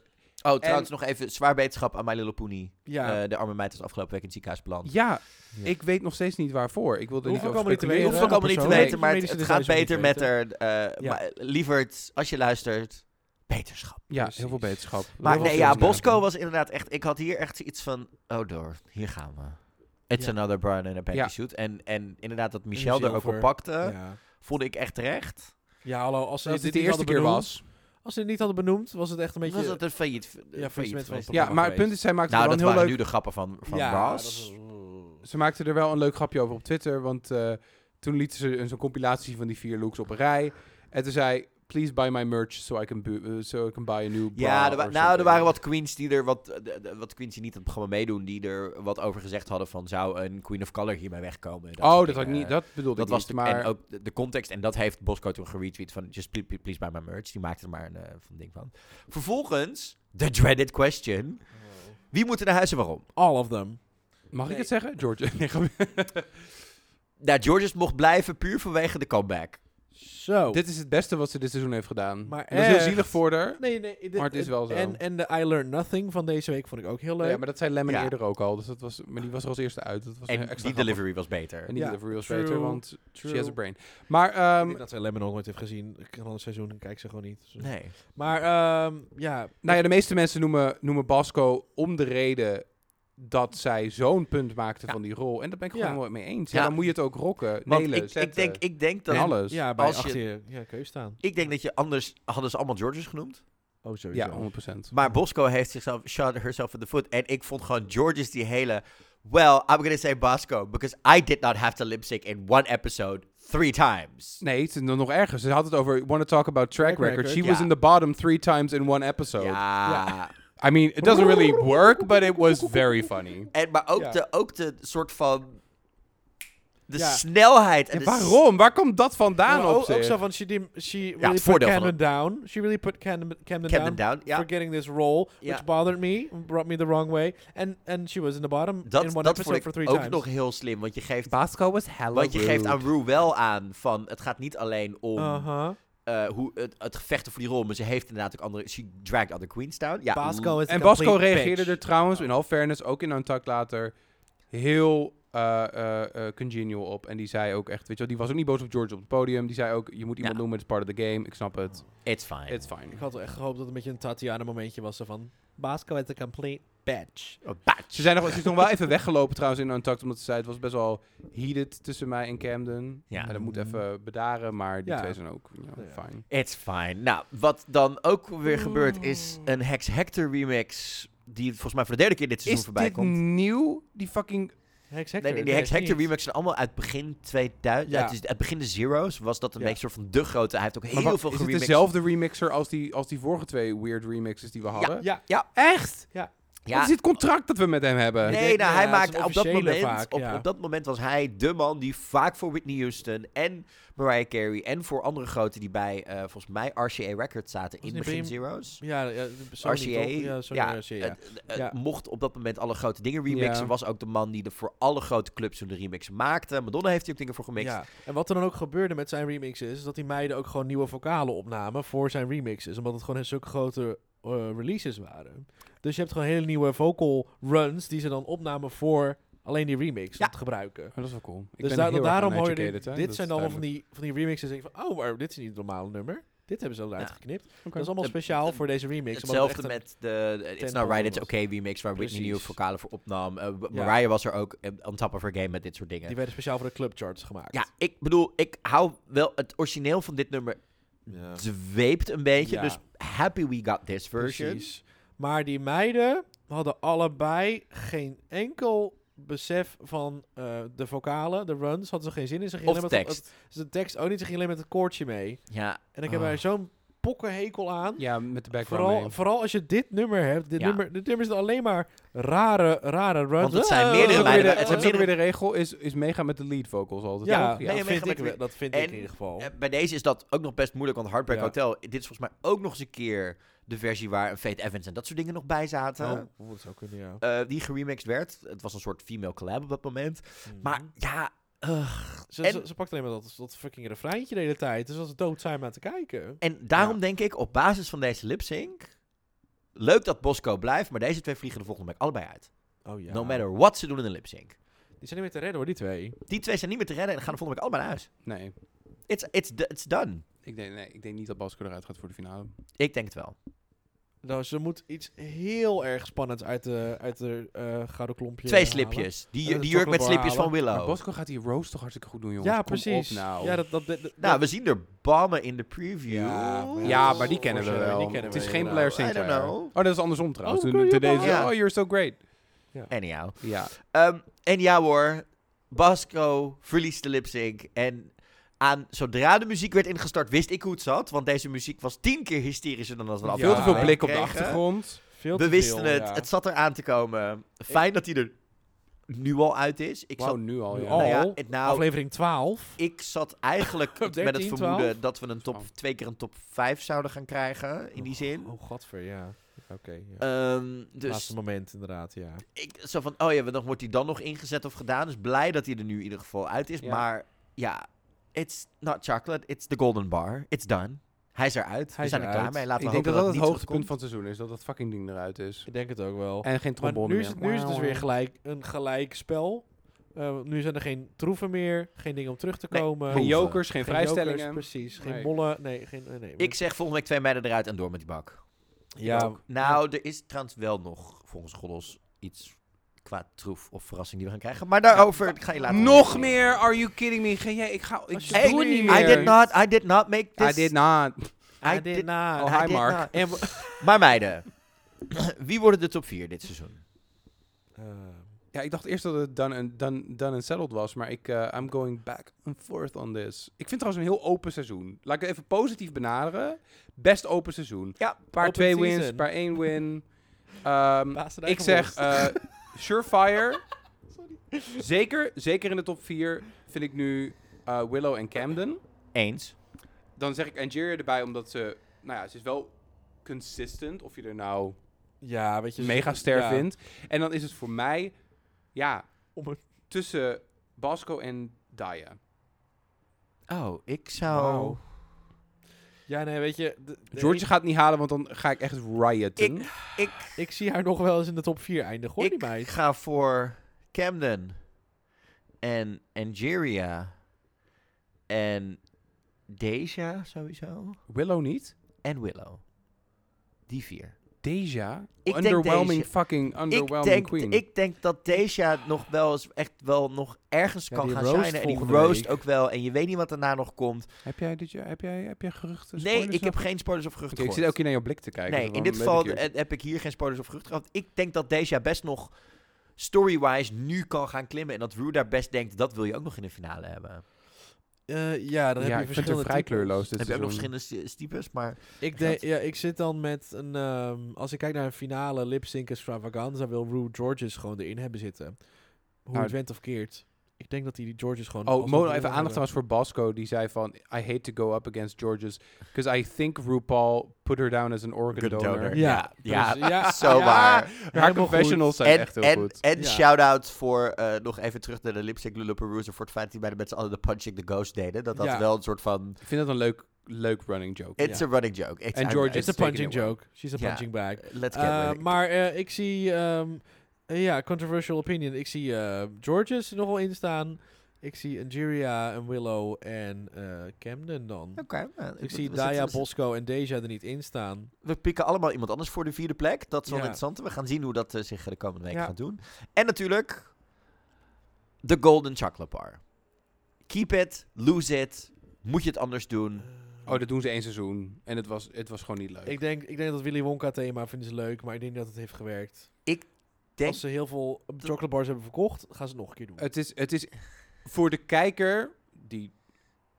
D: Eh,
A: Oh, trouwens nog even zwaar beterschap aan My Little Pony.
B: Ja.
A: Eh, de arme meid is afgelopen week in het ziekenhuis beland.
D: ja,
B: Ja.
D: ik weet nog steeds niet waarvoor. Ik wil er
B: Hoef
D: niet
B: ik
D: over
B: allemaal niet te
A: Ik
D: speculeren.
A: hoef het ook
B: Ja,
A: allemaal niet te
B: persoon.
A: weten, maar
B: Nee,
A: het, het
B: medische
A: gaat beter
B: details wil ik
A: met
B: niet
A: haar. eh
B: Ja.
A: maar lieverd, als je luistert, beterschap.
D: Ja,
B: Precies.
D: heel veel beterschap.
A: Maar
D: Heel
A: nee,
D: veel
A: ja,
D: films
A: Bosco
D: maken.
A: was inderdaad echt... Ik had hier echt iets van... Oh, door. Hier gaan we. It's
B: Ja.
A: another Brian in a panty
D: Ja.
A: suit. En, en inderdaad dat Michelle
B: Michelle
A: er ook
B: voor-
A: op pakte,
B: Ja.
A: vond ik echt terecht.
B: Ja, hallo. Als ze
D: Als
B: dit
D: dit de
B: niet
D: eerste
B: hadden
D: keer
B: benoemd-
D: was.
B: Als ze dit niet hadden benoemd, was het echt een beetje...
A: was dat een failliet, failliet
B: faillissement van het
A: geweest.
B: programma.
D: Ja, maar het punt is, zij maakte
A: Nou,
D: wel
A: dat
D: een heel
A: waren
D: leuk...
A: nu de grappen van, van
B: ja,
A: Ross.
B: dat is-
D: Ze maakten er wel een leuk grapje over op Twitter, want eh, toen lieten ze een- zo'n compilatie van die vier looks op een rij. En toen zei, please buy my merch so I can, bu- eh, so I can buy a new bra
A: Ja, er wa-
D: or
A: nou, er
D: something."
A: waren wat queens die er wat, eh, de- de- wat queens die niet aan het programma meedoen, die er wat over gezegd hadden van zou een Queen of Color hiermee wegkomen.
D: oh,
A: soort
D: dat had ik
A: dingen.
D: niet, dat bedoelde
A: Dat
D: ik
A: was
D: niet,
A: de,
D: maar...
A: en ook de de context. En dat heeft Bosco toen geretweet van... Just please, please, please buy my merch. Die maakte er maar een eh, van ding van. Vervolgens, the dreaded question.
D: Oh.
A: Wie moet er naar huis en waarom?
B: All of them.
D: Mag ik
A: Nee.
D: het zeggen, George? *laughs* Nee, grapje.
A: Nou, Georges mocht blijven puur vanwege de comeback.
B: Zo.
D: Dit is het beste wat ze dit seizoen heeft gedaan.
B: Maar
D: dat is heel
B: echt.
D: zielig voor haar.
B: Nee, nee. dit-
D: Maar het is wel zo.
B: En, en de I Learn Nothing van deze week vond ik ook heel leuk.
D: Ja, maar dat zei Lemon
A: Ja.
D: eerder ook al, dus dat was, maar die was er als eerste uit. Dat was
A: En
D: een
A: die
D: extra grappig.
A: delivery was beter.
D: En die
B: Ja,
D: delivery was
B: true,
D: beter, want
B: True.
D: she has a brain. Maar, ehm,
B: Ik denk dat zij Lemon nog nooit heeft gezien. Ik kan al een seizoen en kijk ze gewoon niet. Dus-
A: Nee.
B: Maar ehm, ja.
D: Nou ja, de meeste mensen noemen, noemen Basco om de reden dat zij zo'n punt maakte
A: Ja.
D: van die rol. En daar ben ik gewoon
B: Ja.
D: wel mee eens. Ja,
A: Ja.
D: dan moet je het ook rocken,
A: Want
D: nelen,
A: ik, ik, denk, ik, denk dat,
D: en alles.
B: Ja, bij
A: Als je-
B: achter je, ja, kun je staan.
A: ik denk dat je anders... Hadden ze allemaal Georges genoemd.
B: Oh, sowieso.
D: ja, 100
A: Maar Bosco heeft zichzelf... Shot herself in the foot. En ik vond gewoon Georges die hele... Well, I'm gonna say Bosco. Because I did not have to lip sync in one episode three times.
D: Nee, het is nog nog erger. Ze had het over, want to talk about track
B: Track
D: record. She
B: record,
D: was
A: ja.
D: in the bottom three times in one episode.
A: ja.
D: I mean, it doesn't really work, but it was very
A: *laughs*
D: funny.
A: En, maar ook,
B: Ja.
A: de, ook de soort van. De
B: Ja.
A: snelheid. En
D: En
A: de
D: waarom? Waar komt dat vandaan
B: Maar
A: Nou,
D: op
B: ook,
D: zich?
B: ook zo van, she, dim, she really put
A: voordeel van
B: Camden down. She really put Camden,
A: s-
B: Camden,
A: Camden
B: down
A: down. Ja.
B: for getting this role,
A: Ja.
B: which bothered me, brought me the wrong way. And, and she was in the bottom in one
A: Dat, dat
B: episode
A: vond ik
B: for three
A: ook
B: times.
A: nog heel slim. Want je geeft,
D: Basco was hella
A: want je geeft
D: rude.
A: aan Rue wel aan van. Het gaat niet alleen om
B: Uh-huh.
A: eh, hoe, het, het gevechten voor die rol. Maar ze heeft inderdaad ook andere. She dragged other queens down. Ja,
B: Basco is
D: En
B: een
D: Basco
B: complete
D: reageerde
B: bitch.
D: er trouwens, in all fairness, ook in Untucked later, heel eh, eh, eh, eh, Congenial op. En die zei ook echt, weet je wel, die was ook niet boos op George op het podium. Die zei ook, je moet iemand
A: Ja.
D: noemen, it's part of the game. Ik snap het,
A: It's fine.
D: it's fine.
B: Ik had wel echt gehoopt dat het een beetje een Tatiana momentje was. zo van, Basco at the complete badge.
A: Oh.
D: Ze, zijn nog, ze is nog wel even weggelopen trouwens in Untucked, omdat ze zei, het was best wel heated tussen mij en Camden.
A: Ja.
D: En dat moet even bedaren, maar die
B: Ja.
D: twee zijn ook you know,
B: Ja.
D: fijn.
A: It's fine. Nou, wat dan ook weer gebeurt is
B: Hmm.
A: een Hex Hector remix. Die volgens mij voor de derde keer dit seizoen
D: Is
A: voorbij
D: dit
A: komt.
D: nieuw? Die fucking...
B: Hex
A: Nee,
B: Hector.
A: nee, die Hex Hector remix zijn allemaal uit begin 2000.
B: Ja.
A: Uit, dus uit begin de Zero's was dat een
B: Ja.
A: beetje soort van de grote. Hij heeft ook heel
D: Maar wat-
A: veel
D: is het
A: geremixed.
D: dezelfde remixer als die, als die vorige twee weird remixes die we hadden?
B: Ja,
D: Echt? Wat
A: Ja,
D: is dit contract dat we met hem hebben?
A: nee, nou,
B: denk- ja,
A: hij
B: het is
A: maakte
B: een
A: op dat
B: officiële
A: moment.
B: vaak,
A: op,
B: ja.
A: op dat moment was hij de man die vaak voor Whitney Houston en Mariah Carey en voor andere grote die bij eh, volgens mij RCA Records zaten
B: Was
A: in
B: het
A: begin
B: niet
A: Zero's.
B: ja, ja Sony
A: RCA,
B: toch? Ja, Sony
A: ja, eh,
B: RCA, ja.
A: Het- het
B: Ja.
A: mocht op dat moment alle grote dingen remixen.
D: Ja.
A: Was ook de man die er voor alle grote clubs toen de remix maakte. Madonna heeft hier ook dingen voor gemixt.
B: Ja. En wat er dan ook gebeurde met zijn remixes, is dat die meiden ook gewoon nieuwe vocalen opnamen voor zijn remixes. Omdat het gewoon zulke grote eh, releases waren. Dus je hebt gewoon hele nieuwe vocal runs die ze dan opnamen voor alleen die remix
A: Ja.
B: om te gebruiken.
D: Oh, dat is wel cool. Ik
B: dus
D: ben
B: da-
D: heel erg
B: daarom hoor je dit,
D: uneducated, hè.
B: dit
D: Dat
B: zijn
D: is
B: dan wel van
D: duidelijk.
B: die, van die remixes. Denk je van, oh, maar dit is niet het normale nummer. Dit hebben ze eruit
A: Ja.
B: uitgeknipt.
D: Oké.
B: Dat is allemaal
A: Het-
B: speciaal
A: het-
B: voor deze remix. omdat het
A: Hetzelfde
B: echt een-
A: met de eh, It's
B: tempo
A: Not Right, It's
B: was.
A: Okay remix, waar Whitney
B: Precies.
A: nieuwe vocalen voor opnam. Eh, B-
B: Ja.
A: Mariah was er ook eh, on top of her game met dit soort dingen.
B: Die werden speciaal voor de clubcharts gemaakt.
A: Ja, ik bedoel, ik hou wel het origineel van dit nummer
B: Ja.
A: zweept een beetje.
B: Ja.
A: Dus happy we got this version.
B: Precies. Maar die meiden hadden allebei geen enkel besef van eh, de vocalen, de runs. Hadden ze geen zin in. Ze gingen
A: Of
B: alleen met het-
A: tekst.
B: het- de tekst ook niet. Ze gingen alleen met het koortje mee.
A: Ja,
B: En ik heb
D: Ah.
B: daar zo'n pokkenhekel aan.
D: Ja, met de background
B: Vooral,
D: name.
B: vooral als je dit nummer hebt. Dit
A: Ja.
B: nummer, dit nummer is dan alleen maar rare, rare runs.
A: Want het zijn
B: Eh,
A: meerdere
D: Dat is ook weer de-
A: meiden- het
B: eh,
D: dat
A: zijn
D: is ook weer de regel, is, is meegaan met de lead vocals altijd.
B: Ja,
D: toch?
B: ja,
A: Nee,
B: dat vind
A: meegaan
B: ik,
A: met-
B: wel- dat vind ik
A: en-
B: in ieder geval.
A: Eh, bij deze is dat ook nog best moeilijk, want Heartbreak
B: Oh. Ja.
A: Hotel, dit is volgens mij ook nog eens een keer de versie waar een Fate Evans en dat soort dingen nog bij zaten.
B: Oh, oeh, dat zou kunnen, ja.
A: Eh, die geremixed werd. Het was een soort female collab op dat moment. Maar
B: Mhm.
A: ja, ugh.
B: ze,
A: en-
B: ze, ze pakte alleen maar dat, dat fucking refreintje de hele tijd. Dus dat was dood zijn om aan te kijken.
A: En daarom denk ik, op basis van deze lip sync. Leuk dat Bosco blijft, maar deze twee vliegen de volgende week allebei uit.
B: Oh ja.
A: No matter what ze doen in de lip sync.
B: Die zijn niet meer te redden hoor, die twee.
A: Die twee zijn niet meer te redden en gaan de volgende week allebei naar huis.
D: Nee,
A: It's, it's, d- it's done.
D: ik denk, nee, ik denk niet dat Basco eruit gaat voor de finale.
A: Ik denk het wel.
B: Nou, ze moet iets heel erg spannends uit de, uit de eh gouden klompje
A: twee
B: halen.
A: slipjes. Die,
B: Eh,
A: die jurk met
B: chocolade
A: slipjes van
B: halen.
D: Maar
A: Willow.
D: Bosco gaat die roast toch hartstikke goed doen, jongens.
B: Ja,
D: Kom
B: precies.
D: Op nou.
B: Ja, dat, dat, dat,
A: Nou,
B: dat-
A: we zien er bommen in de preview.
D: Ja, maar,
B: Ja,
D: maar die kennen we
B: voorzien,
D: wel.
B: die kennen
D: het
B: we
D: is geen
B: wel.
D: Blair
A: I don't
D: Sinclair.
A: know.
D: Oh, dat is andersom trouwens.
B: Oh,
D: Toen
B: kun je
D: today's,
A: wel.
D: oh, you're so great.
A: Anyhow.
D: Ja.
A: Ehm, en ja hoor, Basco verliest de lip sync. En aan, zodra de muziek werd ingestart, wist ik hoe het zat. Want deze muziek was tien keer hysterischer dan dat we de
B: Ja.
D: Veel te
A: afgelopen
D: veel
A: week
D: blik op de
A: kregen.
D: achtergrond.
B: veel te
A: We wisten
B: veel.
A: het,
D: ja.
A: het zat er aan te komen. Fijn dat hij er nu al uit is. Ik
D: Wauw,
A: zat,
D: nu al.
B: Nu
D: Ja.
B: al.
A: nou ja, het- nou,
B: Aflevering 12.
A: ik zat eigenlijk met het
B: 13,
A: vermoeden dat we een top,
D: Twaalf.
A: twee keer een top 5 zouden gaan krijgen. In die zin.
B: Oh, godver, ja. Oké, ja.
A: Ehm, dus
B: Laatste moment inderdaad, ja.
A: ik, zo van, oh ja, dan wordt hij dan nog ingezet of gedaan. Dus blij dat hij er nu in ieder geval uit is.
D: Ja.
A: Maar ja, it's not chocolate, it's the golden bar. It's done. Hij is eruit.
B: Hij
A: we
B: is
A: zijn er klaar
B: eruit.
A: mee. Laten
D: Ik
A: we
D: denk
A: hopen
D: dat dat het
A: niet
D: hoogtepunt van
A: terugkomt.
D: het seizoen is. Dat dat fucking ding eruit is.
B: Ik denk het ook wel.
D: En geen
B: Maar
D: trombone
B: nu is, het,
D: meer.
B: nu is het dus
A: Nou.
B: weer gelijk een gelijk spel. Eh, nu zijn er geen troeven meer, geen dingen om terug te
A: Nee,
B: komen.
D: Geen jokers, geen
B: Geen jokers,
D: vrijstellingen.
B: precies. Geen
D: Nee.
B: bollen, nee. Geen, nee, nee.
A: Ik zeg volgende week twee meiden eruit en door met die bak.
B: ja,
D: Oh,
A: Nou, er is trouwens wel nog, volgens Goddels, iets qua troef of verrassing die we gaan krijgen. Maar daarover ga je later
D: Nog
A: horen.
D: meer, are you kidding me? Ga jij, ik ga, ik
B: Alsjeblieft.
D: doe het niet
A: I
D: meer.
A: did not, I did not make this.
D: I did not.
A: I did
B: na.
D: Oh, hi, Mark.
B: En
A: Maar meiden, *clears throat* wie worden de top 4 dit seizoen?
B: Eh,
D: Ja, ik dacht eerst dat het done and, done, done and settled was, maar ik, eh, I'm going back and forth on this. Ik vind het trouwens een heel open seizoen. Laat ik het even positief benaderen. Best open seizoen.
A: Ja,
D: paar
B: open
D: twee wins,
B: season.
D: paar één *laughs* win. Ehm,
B: Pasen
D: ik zeg eh, *laughs* Surefire. Zeker, zeker in de top 4 vind ik nu eh, Willow en Camden.
A: Eens.
D: Dan zeg ik Angeria erbij, omdat ze, nou ja, ze is wel consistent. Of je er nou
B: eh, ja, weet je,
D: mega ster
B: ja.
D: vindt. En dan is het voor mij, ja,
B: Om het-
D: tussen Basco en Daya.
A: Oh, ik
D: Nou.
A: zou...
B: Wauw. Ja, nee, weet je, de- de-
D: George
B: ik,
D: gaat het niet halen, want dan ga ik echt rioten.
A: Ik, ik,
B: ik zie haar nog wel eens in de top 4 eindigen. Hoor die
A: ik
B: meid.
A: ga voor Camden. en Angeria en Deja sowieso
D: Willow niet?
A: en Willow. Die vier.
D: Deja?
A: denk
D: underwhelming
A: Deja.
D: fucking
A: Ik
D: underwhelming
A: denk,
D: queen.
A: ik denk dat Deja nog wel eens echt wel nog ergens
D: Ja,
A: kan
D: die
A: gaan
D: roast
A: shinen. En die
D: volgende
A: roast
D: week.
A: ook wel. En je weet niet wat daarna nog komt.
D: Heb jij, dit, jaar- heb jij, heb jij geruchten?
A: nee,
D: spoilers
A: ik heb
D: nog?
A: geen spoilers of
D: Oké,
A: geruchten
D: ik zit
A: gehoord.
D: elke keer naar jouw blik te kijken.
A: Nee,
D: dus
A: in
D: waarom
A: dit
D: weet
A: geval
D: ik het?
A: eh, heb ik hier geen spoilers of geruchten gehad. Ik denk dat Deja best nog story-wise nu kan gaan klimmen. En dat Rue daar best denkt, dat wil je ook nog in de finale hebben.
B: Eh, ja, dan heb je
D: ja, ik vind
B: verschillende
D: het vrij
B: types.
D: kleurloos.
A: Dan
D: dit
A: heb je ook nog
D: seizoen.
A: verschillende st- types, maar...
B: Ik, denk, ja, ik zit dan met een... ehm, als ik kijk naar een finale lip sync extravaganza... wil Rue Georges gewoon erin hebben zitten. Hoe
D: Nou,
B: het went of keert. Ik denk dat hij die Georges gewoon...
D: Oh,
B: alsnog
D: Mona,
B: wil
D: even aandacht
B: hebben.
D: trouwens voor Bosco. Die zei van, I hate to go up against Georges. Because I think RuPaul put her down as an organ donor. Dus,
A: Good donor.
B: Ja,
A: Ja, ja, *laughs*
B: precies. Ja,
A: zo waar.
D: Haar
B: Helemaal
D: professionals zijn
A: Ah, En,
D: echt heel
A: en,
D: goed.
A: en
B: Ja.
A: shout-out voor, eh, nog even terug naar de Lipstick Lollapalooza... voor het feit dat die bij de met z'n allen de Punching the Ghost deden. Dat dat
B: Ja.
A: wel een soort van...
D: Ik vind dat een leuk, leuk running joke.
A: It's a running joke. It's,
D: En
A: I'm-
D: George
A: it's-
B: It's a
D: Just
B: punching
D: taking it away.
B: joke. She's a
A: Ja.
B: punching bag.
A: Let's get
B: Eh,
A: with it.
B: maar eh, ik zie, ehm, eh, ja, controversial opinion. Ik zie eh Georges er nog wel in staan. Ik zie Angeria en Willow en eh, Camden dan.
A: Oké. nou, we-
B: ik zie
A: we zitten-
B: Daya,
A: we zitten-
B: Bosco en Deja er niet in staan.
A: We pikken allemaal iemand anders voor de vierde plek. Dat is wel
B: Ja.
A: interessant. We gaan zien hoe dat eh, zich de komende weken
B: Ja.
A: gaat doen. En natuurlijk de Golden Chocolate Bar. Keep it, lose it. Moet je het anders doen?
D: Oh, dat doen ze één seizoen. En het was, het was gewoon niet leuk.
B: Ik denk, ik denk dat Willy Wonka thema vinden ze leuk, maar ik denk dat het heeft gewerkt.
A: Ik denk-
B: Als ze heel veel chocolate bars hebben verkocht, gaan ze het nog een keer doen.
D: Het is, het is voor de kijker die.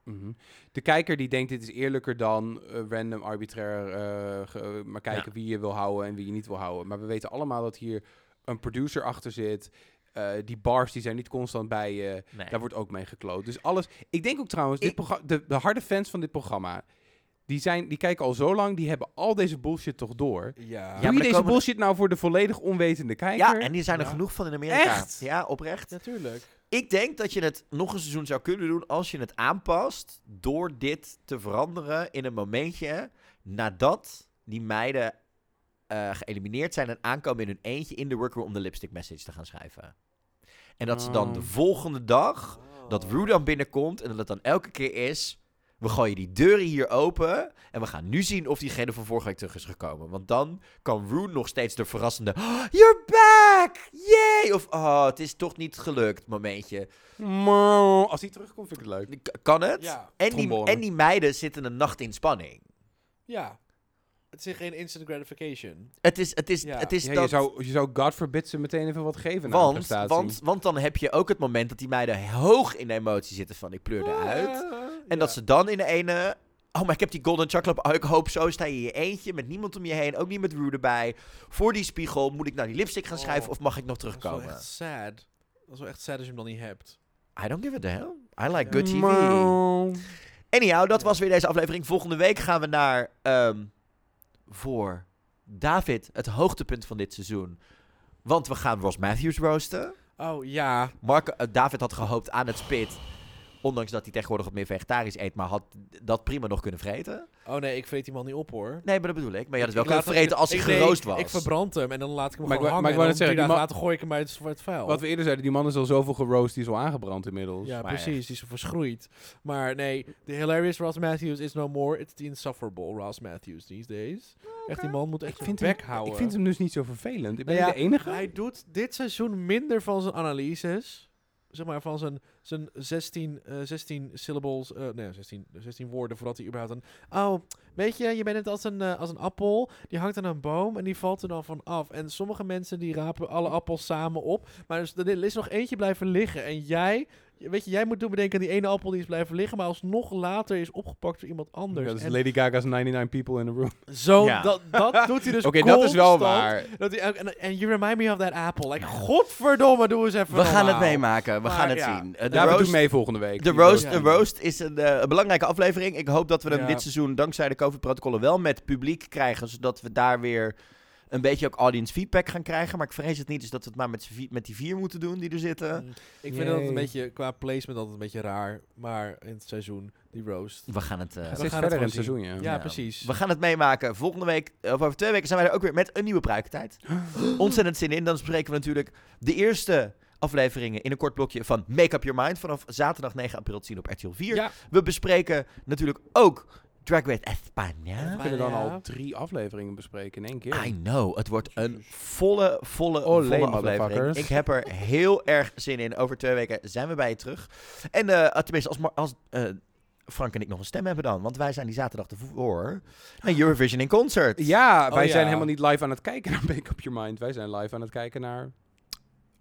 D: Mhm. De kijker die denkt dit is eerlijker dan eh, random arbitrair eh, ge- maar kijken wie je wil houden en wie je niet wil houden. Maar we weten allemaal dat hier een producer achter zit. Eh, die bars die zijn niet constant bij je.
A: Nee.
D: Daar wordt ook mee gekloot. Dus alles. Ik denk ook trouwens, dit
A: Ik-
D: programma, de, de harde fans van dit programma, die, zijn, die kijken al zo lang, die hebben al deze bullshit toch door.
B: ja.
A: maar
D: Doe
A: er
D: je deze
A: komen-
D: bullshit nou voor de volledig onwetende
A: Ja,
D: kijker?
A: en die zijn er
B: Ja.
A: genoeg van in Amerika.
D: Echt?
A: Ja, oprecht.
B: natuurlijk.
A: Ik denk dat je het nog een seizoen zou kunnen doen als je het aanpast door dit te veranderen in een momentje nadat die meiden eh, geëlimineerd zijn en aankomen in hun eentje in de workroom om de lipstick message te gaan schrijven. En dat ze dan de
D: Oh.
A: volgende dag dat Rue dan binnenkomt en dat het dan elke keer is. We gooien die deuren hier open en we gaan nu zien of diegene van vorige week terug is gekomen. Want dan kan Rue nog steeds de verrassende "Oh, You're back! Yay! Of oh, het is toch niet gelukt momentje.
D: Maar Als die terugkomt, vind ik het leuk.
A: K- kan het?
B: Ja.
A: En, die,
D: Trombone.
A: en die meiden zitten een nacht in spanning.
B: ja. Het is geen instant gratification.
A: Het is, het is,
B: Ja.
A: het is
D: Ja,
A: dat...
D: je, zou, je zou God forbid ze meteen even wat geven aan
A: want,
D: prestatie.
A: want, want dan heb je ook het moment dat die meiden hoog in de emotie zitten van ik pleur eruit.
B: En
A: En dat ze dan in de ene. Oh, maar ik heb die Golden Chocolate. Oh, ik hoop zo sta je in je eentje. Met niemand om je heen. Ook niet met Rue erbij. Voor die spiegel. Moet ik nou die lipstick gaan
B: Oh,
A: schrijven? Of mag ik nog
B: Dat is wel
A: terugkomen?
B: echt sad. Dat is wel echt sad als je hem dan niet hebt.
A: I don't give a damn. I like good TV.
D: Maar-
A: Anyhow, dat
B: Ja.
A: was weer deze aflevering. Volgende week gaan we naar. ehm, voor David, het hoogtepunt van dit seizoen. Want we gaan Ross Matthews roosten.
B: Oh ja.
A: Marco, eh, David had gehoopt aan het spit. Ondanks dat hij tegenwoordig wat meer vegetarisch eet. Maar had dat prima nog kunnen vreten.
B: Oh nee, ik vreet die man niet op hoor.
A: Nee, maar dat bedoel ik. Maar je had het
B: Ik
A: wel kunnen
B: laat hem-
A: vreten als hij
B: ik- nee,
A: geroost
B: ik-
A: was.
B: Ik verbrand hem en dan laat ik hem
D: Maar ik
B: gewoon
D: wou-
B: hangen.
D: maar
B: en
D: ik wou net
B: dan
D: zeggen,
B: drie
D: die
B: dagen later gooi ik hem uit het zwart vuil.
D: Wat we eerder zeiden, die man is al zoveel geroost, die is al aangebrand inmiddels.
B: ja,
A: maar
B: precies. Die is verschroeid. Maar nee, de hilarious Ross Matthews is no more. It's the insufferable Ross Matthews these days. Echt, die man moet echt
D: Ik vind,
B: zijn
D: hem,
B: bek houden.
D: ik vind hem dus niet zo vervelend. Ik ben
B: Nou
D: niet de enige.
B: Hij doet dit seizoen minder van zijn analyses. Zeg maar van zijn, zijn 16, eh, 16 syllables. eh, nee, 16, 16 woorden voordat hij überhaupt een. Oh, weet je, je bent net als een, eh, als een appel. Die hangt aan een boom en die valt er dan van af. En sommige mensen die rapen alle appels samen op. Maar er is- er is nog eentje blijven liggen. En jij. Weet je, jij moet doen bedenken aan die ene appel die is blijven liggen, maar alsnog later is opgepakt door iemand anders.
D: Dat is
B: En
D: Lady Gaga's 99 people in the room.
B: zo,
A: Ja.
B: dat, dat doet hij dus
D: *laughs* Oké, dat is wel
B: constant.
D: waar.
B: Dat die, en, en you remind me of that apple. Like, godverdomme, doe eens even
A: we gaan het
B: normaal.
A: meemaken. We
B: Maar
A: gaan het
B: ja,
A: zien. Eh, De
D: Ja, we doen
A: roast,
D: mee volgende week.
A: de
D: Die
A: roast,
B: Ja.
A: de roast is een, eh, een belangrijke aflevering. Ik hoop dat we hem
B: Ja.
A: dit seizoen, dankzij de COVID-protocollen, wel met publiek krijgen. Zodat we daar weer een beetje ook audience feedback gaan krijgen. Maar ik vrees het niet, dus dat we het maar met, z'n vi- met die vier moeten doen die er zitten.
B: Mm, Ik vind dat een
D: Yay.
B: beetje, qua placement altijd een beetje raar. Maar in het seizoen, die roast.
A: We gaan het... eh,
D: Hij
B: We
D: zit
B: gaan
D: verder in
B: het
D: het
B: gewoon
D: seizoen, ja.
B: Ja,
A: ja. nou,
B: precies.
A: we gaan het meemaken. Volgende week, of over
D: *gasps*
A: twee weken, zijn wij er ook weer met een nieuwe pruikentijd. Ontzettend zin in. Dan spreken we natuurlijk de eerste afleveringen in een kort blokje van Make Up Your Mind. Vanaf zaterdag 9 april te zien op RTL 4.
D: Ja.
A: We bespreken natuurlijk ook Drag Race España.
D: We kunnen dan
B: Ja.
D: al drie afleveringen bespreken in één keer.
A: I know. Het wordt een volle, volle,
D: Olé,
A: volle aflevering.
D: motherfuckers.
A: Ik heb er heel erg zin in. Over twee weken zijn we bij je terug. En eh, tenminste, als, Mar- als eh, Frank en ik nog een stem hebben dan. Want wij zijn die zaterdag ervoor naar Eurovision in Concert.
D: Ja, wij
B: Oh, ja.
D: zijn helemaal niet live aan het kijken naar *laughs* Make Up Your Mind. Wij zijn live aan het kijken naar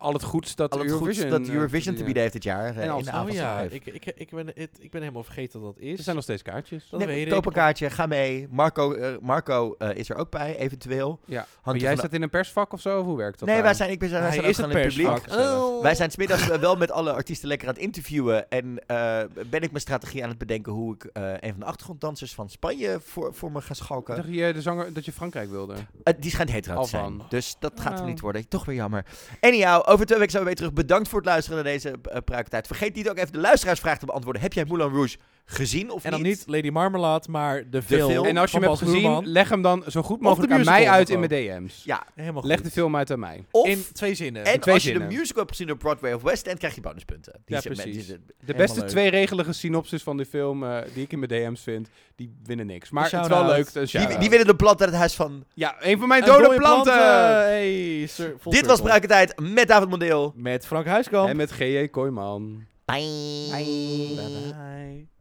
D: al het goeds dat
A: Al het
D: Eurovision,
A: goeds dat
D: eh,
A: Eurovision te
D: ja.
A: bieden heeft dit jaar. eh,
D: En als-
A: in de
B: Oh
A: avond
B: ja,
A: live.
B: ik, ik, ik, ben, het, ik ben helemaal vergeten dat dat
D: Er
B: is.
D: zijn nog steeds kaartjes.
B: dat
A: Nee,
B: weet
A: koop
B: ik.
A: een kaartje, ga mee. Marco, eh, Marco eh, is er ook bij, eventueel.
D: Ja. Maar
A: Hangt
D: jij
A: ervan
D: staat in een persvak of zo? Of hoe werkt dat
A: Nee,
D: daar?
A: wij zijn, ik ben, wij
B: Hij
A: zijn ook
B: is
A: gewoon
B: het
A: in het publiek.
B: persvak.
D: publiek.
B: Oh.
A: Wij zijn smiddags eh, wel met alle artiesten lekker aan het interviewen. En eh, ben ik mijn strategie aan het bedenken hoe ik eh, een van de achtergronddansers van Spanje voor, voor me ga
D: Ik
A: schalken.
D: dacht je eh, de zanger dat je Frankrijk wilde.
A: Eh, die schijnt hetero te zijn.
D: Alvan.
A: Dus dat
B: Oh.
A: gaat er
D: Nou.
A: niet worden. Toch weer jammer. Anyhow, over twee weken zijn we weer terug. Bedankt voor het luisteren naar deze eh, pruikentijd. Vergeet niet ook even de luisteraarsvraag te beantwoorden. Heb jij Moulin Rouge gezien of
B: En dan niet Lady Marmalade, maar de film.
A: film.
D: En als je
B: van
D: hem hebt
B: Bas
D: gezien,
B: Roerman.
D: leg hem dan zo goed
B: de
D: mogelijk aan
B: musical
D: mij uit in
B: gewoon.
D: mijn DM's.
A: Ja,
B: Helemaal
D: Leg
B: goed.
D: de film uit aan mij.
A: Of,
B: in twee zinnen.
A: en oh,
D: twee
A: als je de
D: zinnen.
A: musical hebt gezien op Broadway of West End, krijg je bonuspunten.
B: Ja,
A: zijn-
B: precies.
A: zijn-
D: De
B: Helemaal
D: beste
B: leuk.
D: tweeregelige synopsis van die film eh, die ik in mijn DM's vind, die winnen niks. Maar het is wel
B: shout-out.
D: leuk. een
A: die,
D: shout-out.
A: die winnen de plant uit het huis van...
D: Ja, een van mijn
B: Een
D: dode
B: dode
D: planten!
B: Hey, sir, full
A: Dit was
B: circle.
A: Pruikentijd met David Mondeel.
B: Met Frank Huiskamp.
D: En met G.J. Kooijman.
A: Bye.
D: Bye bye.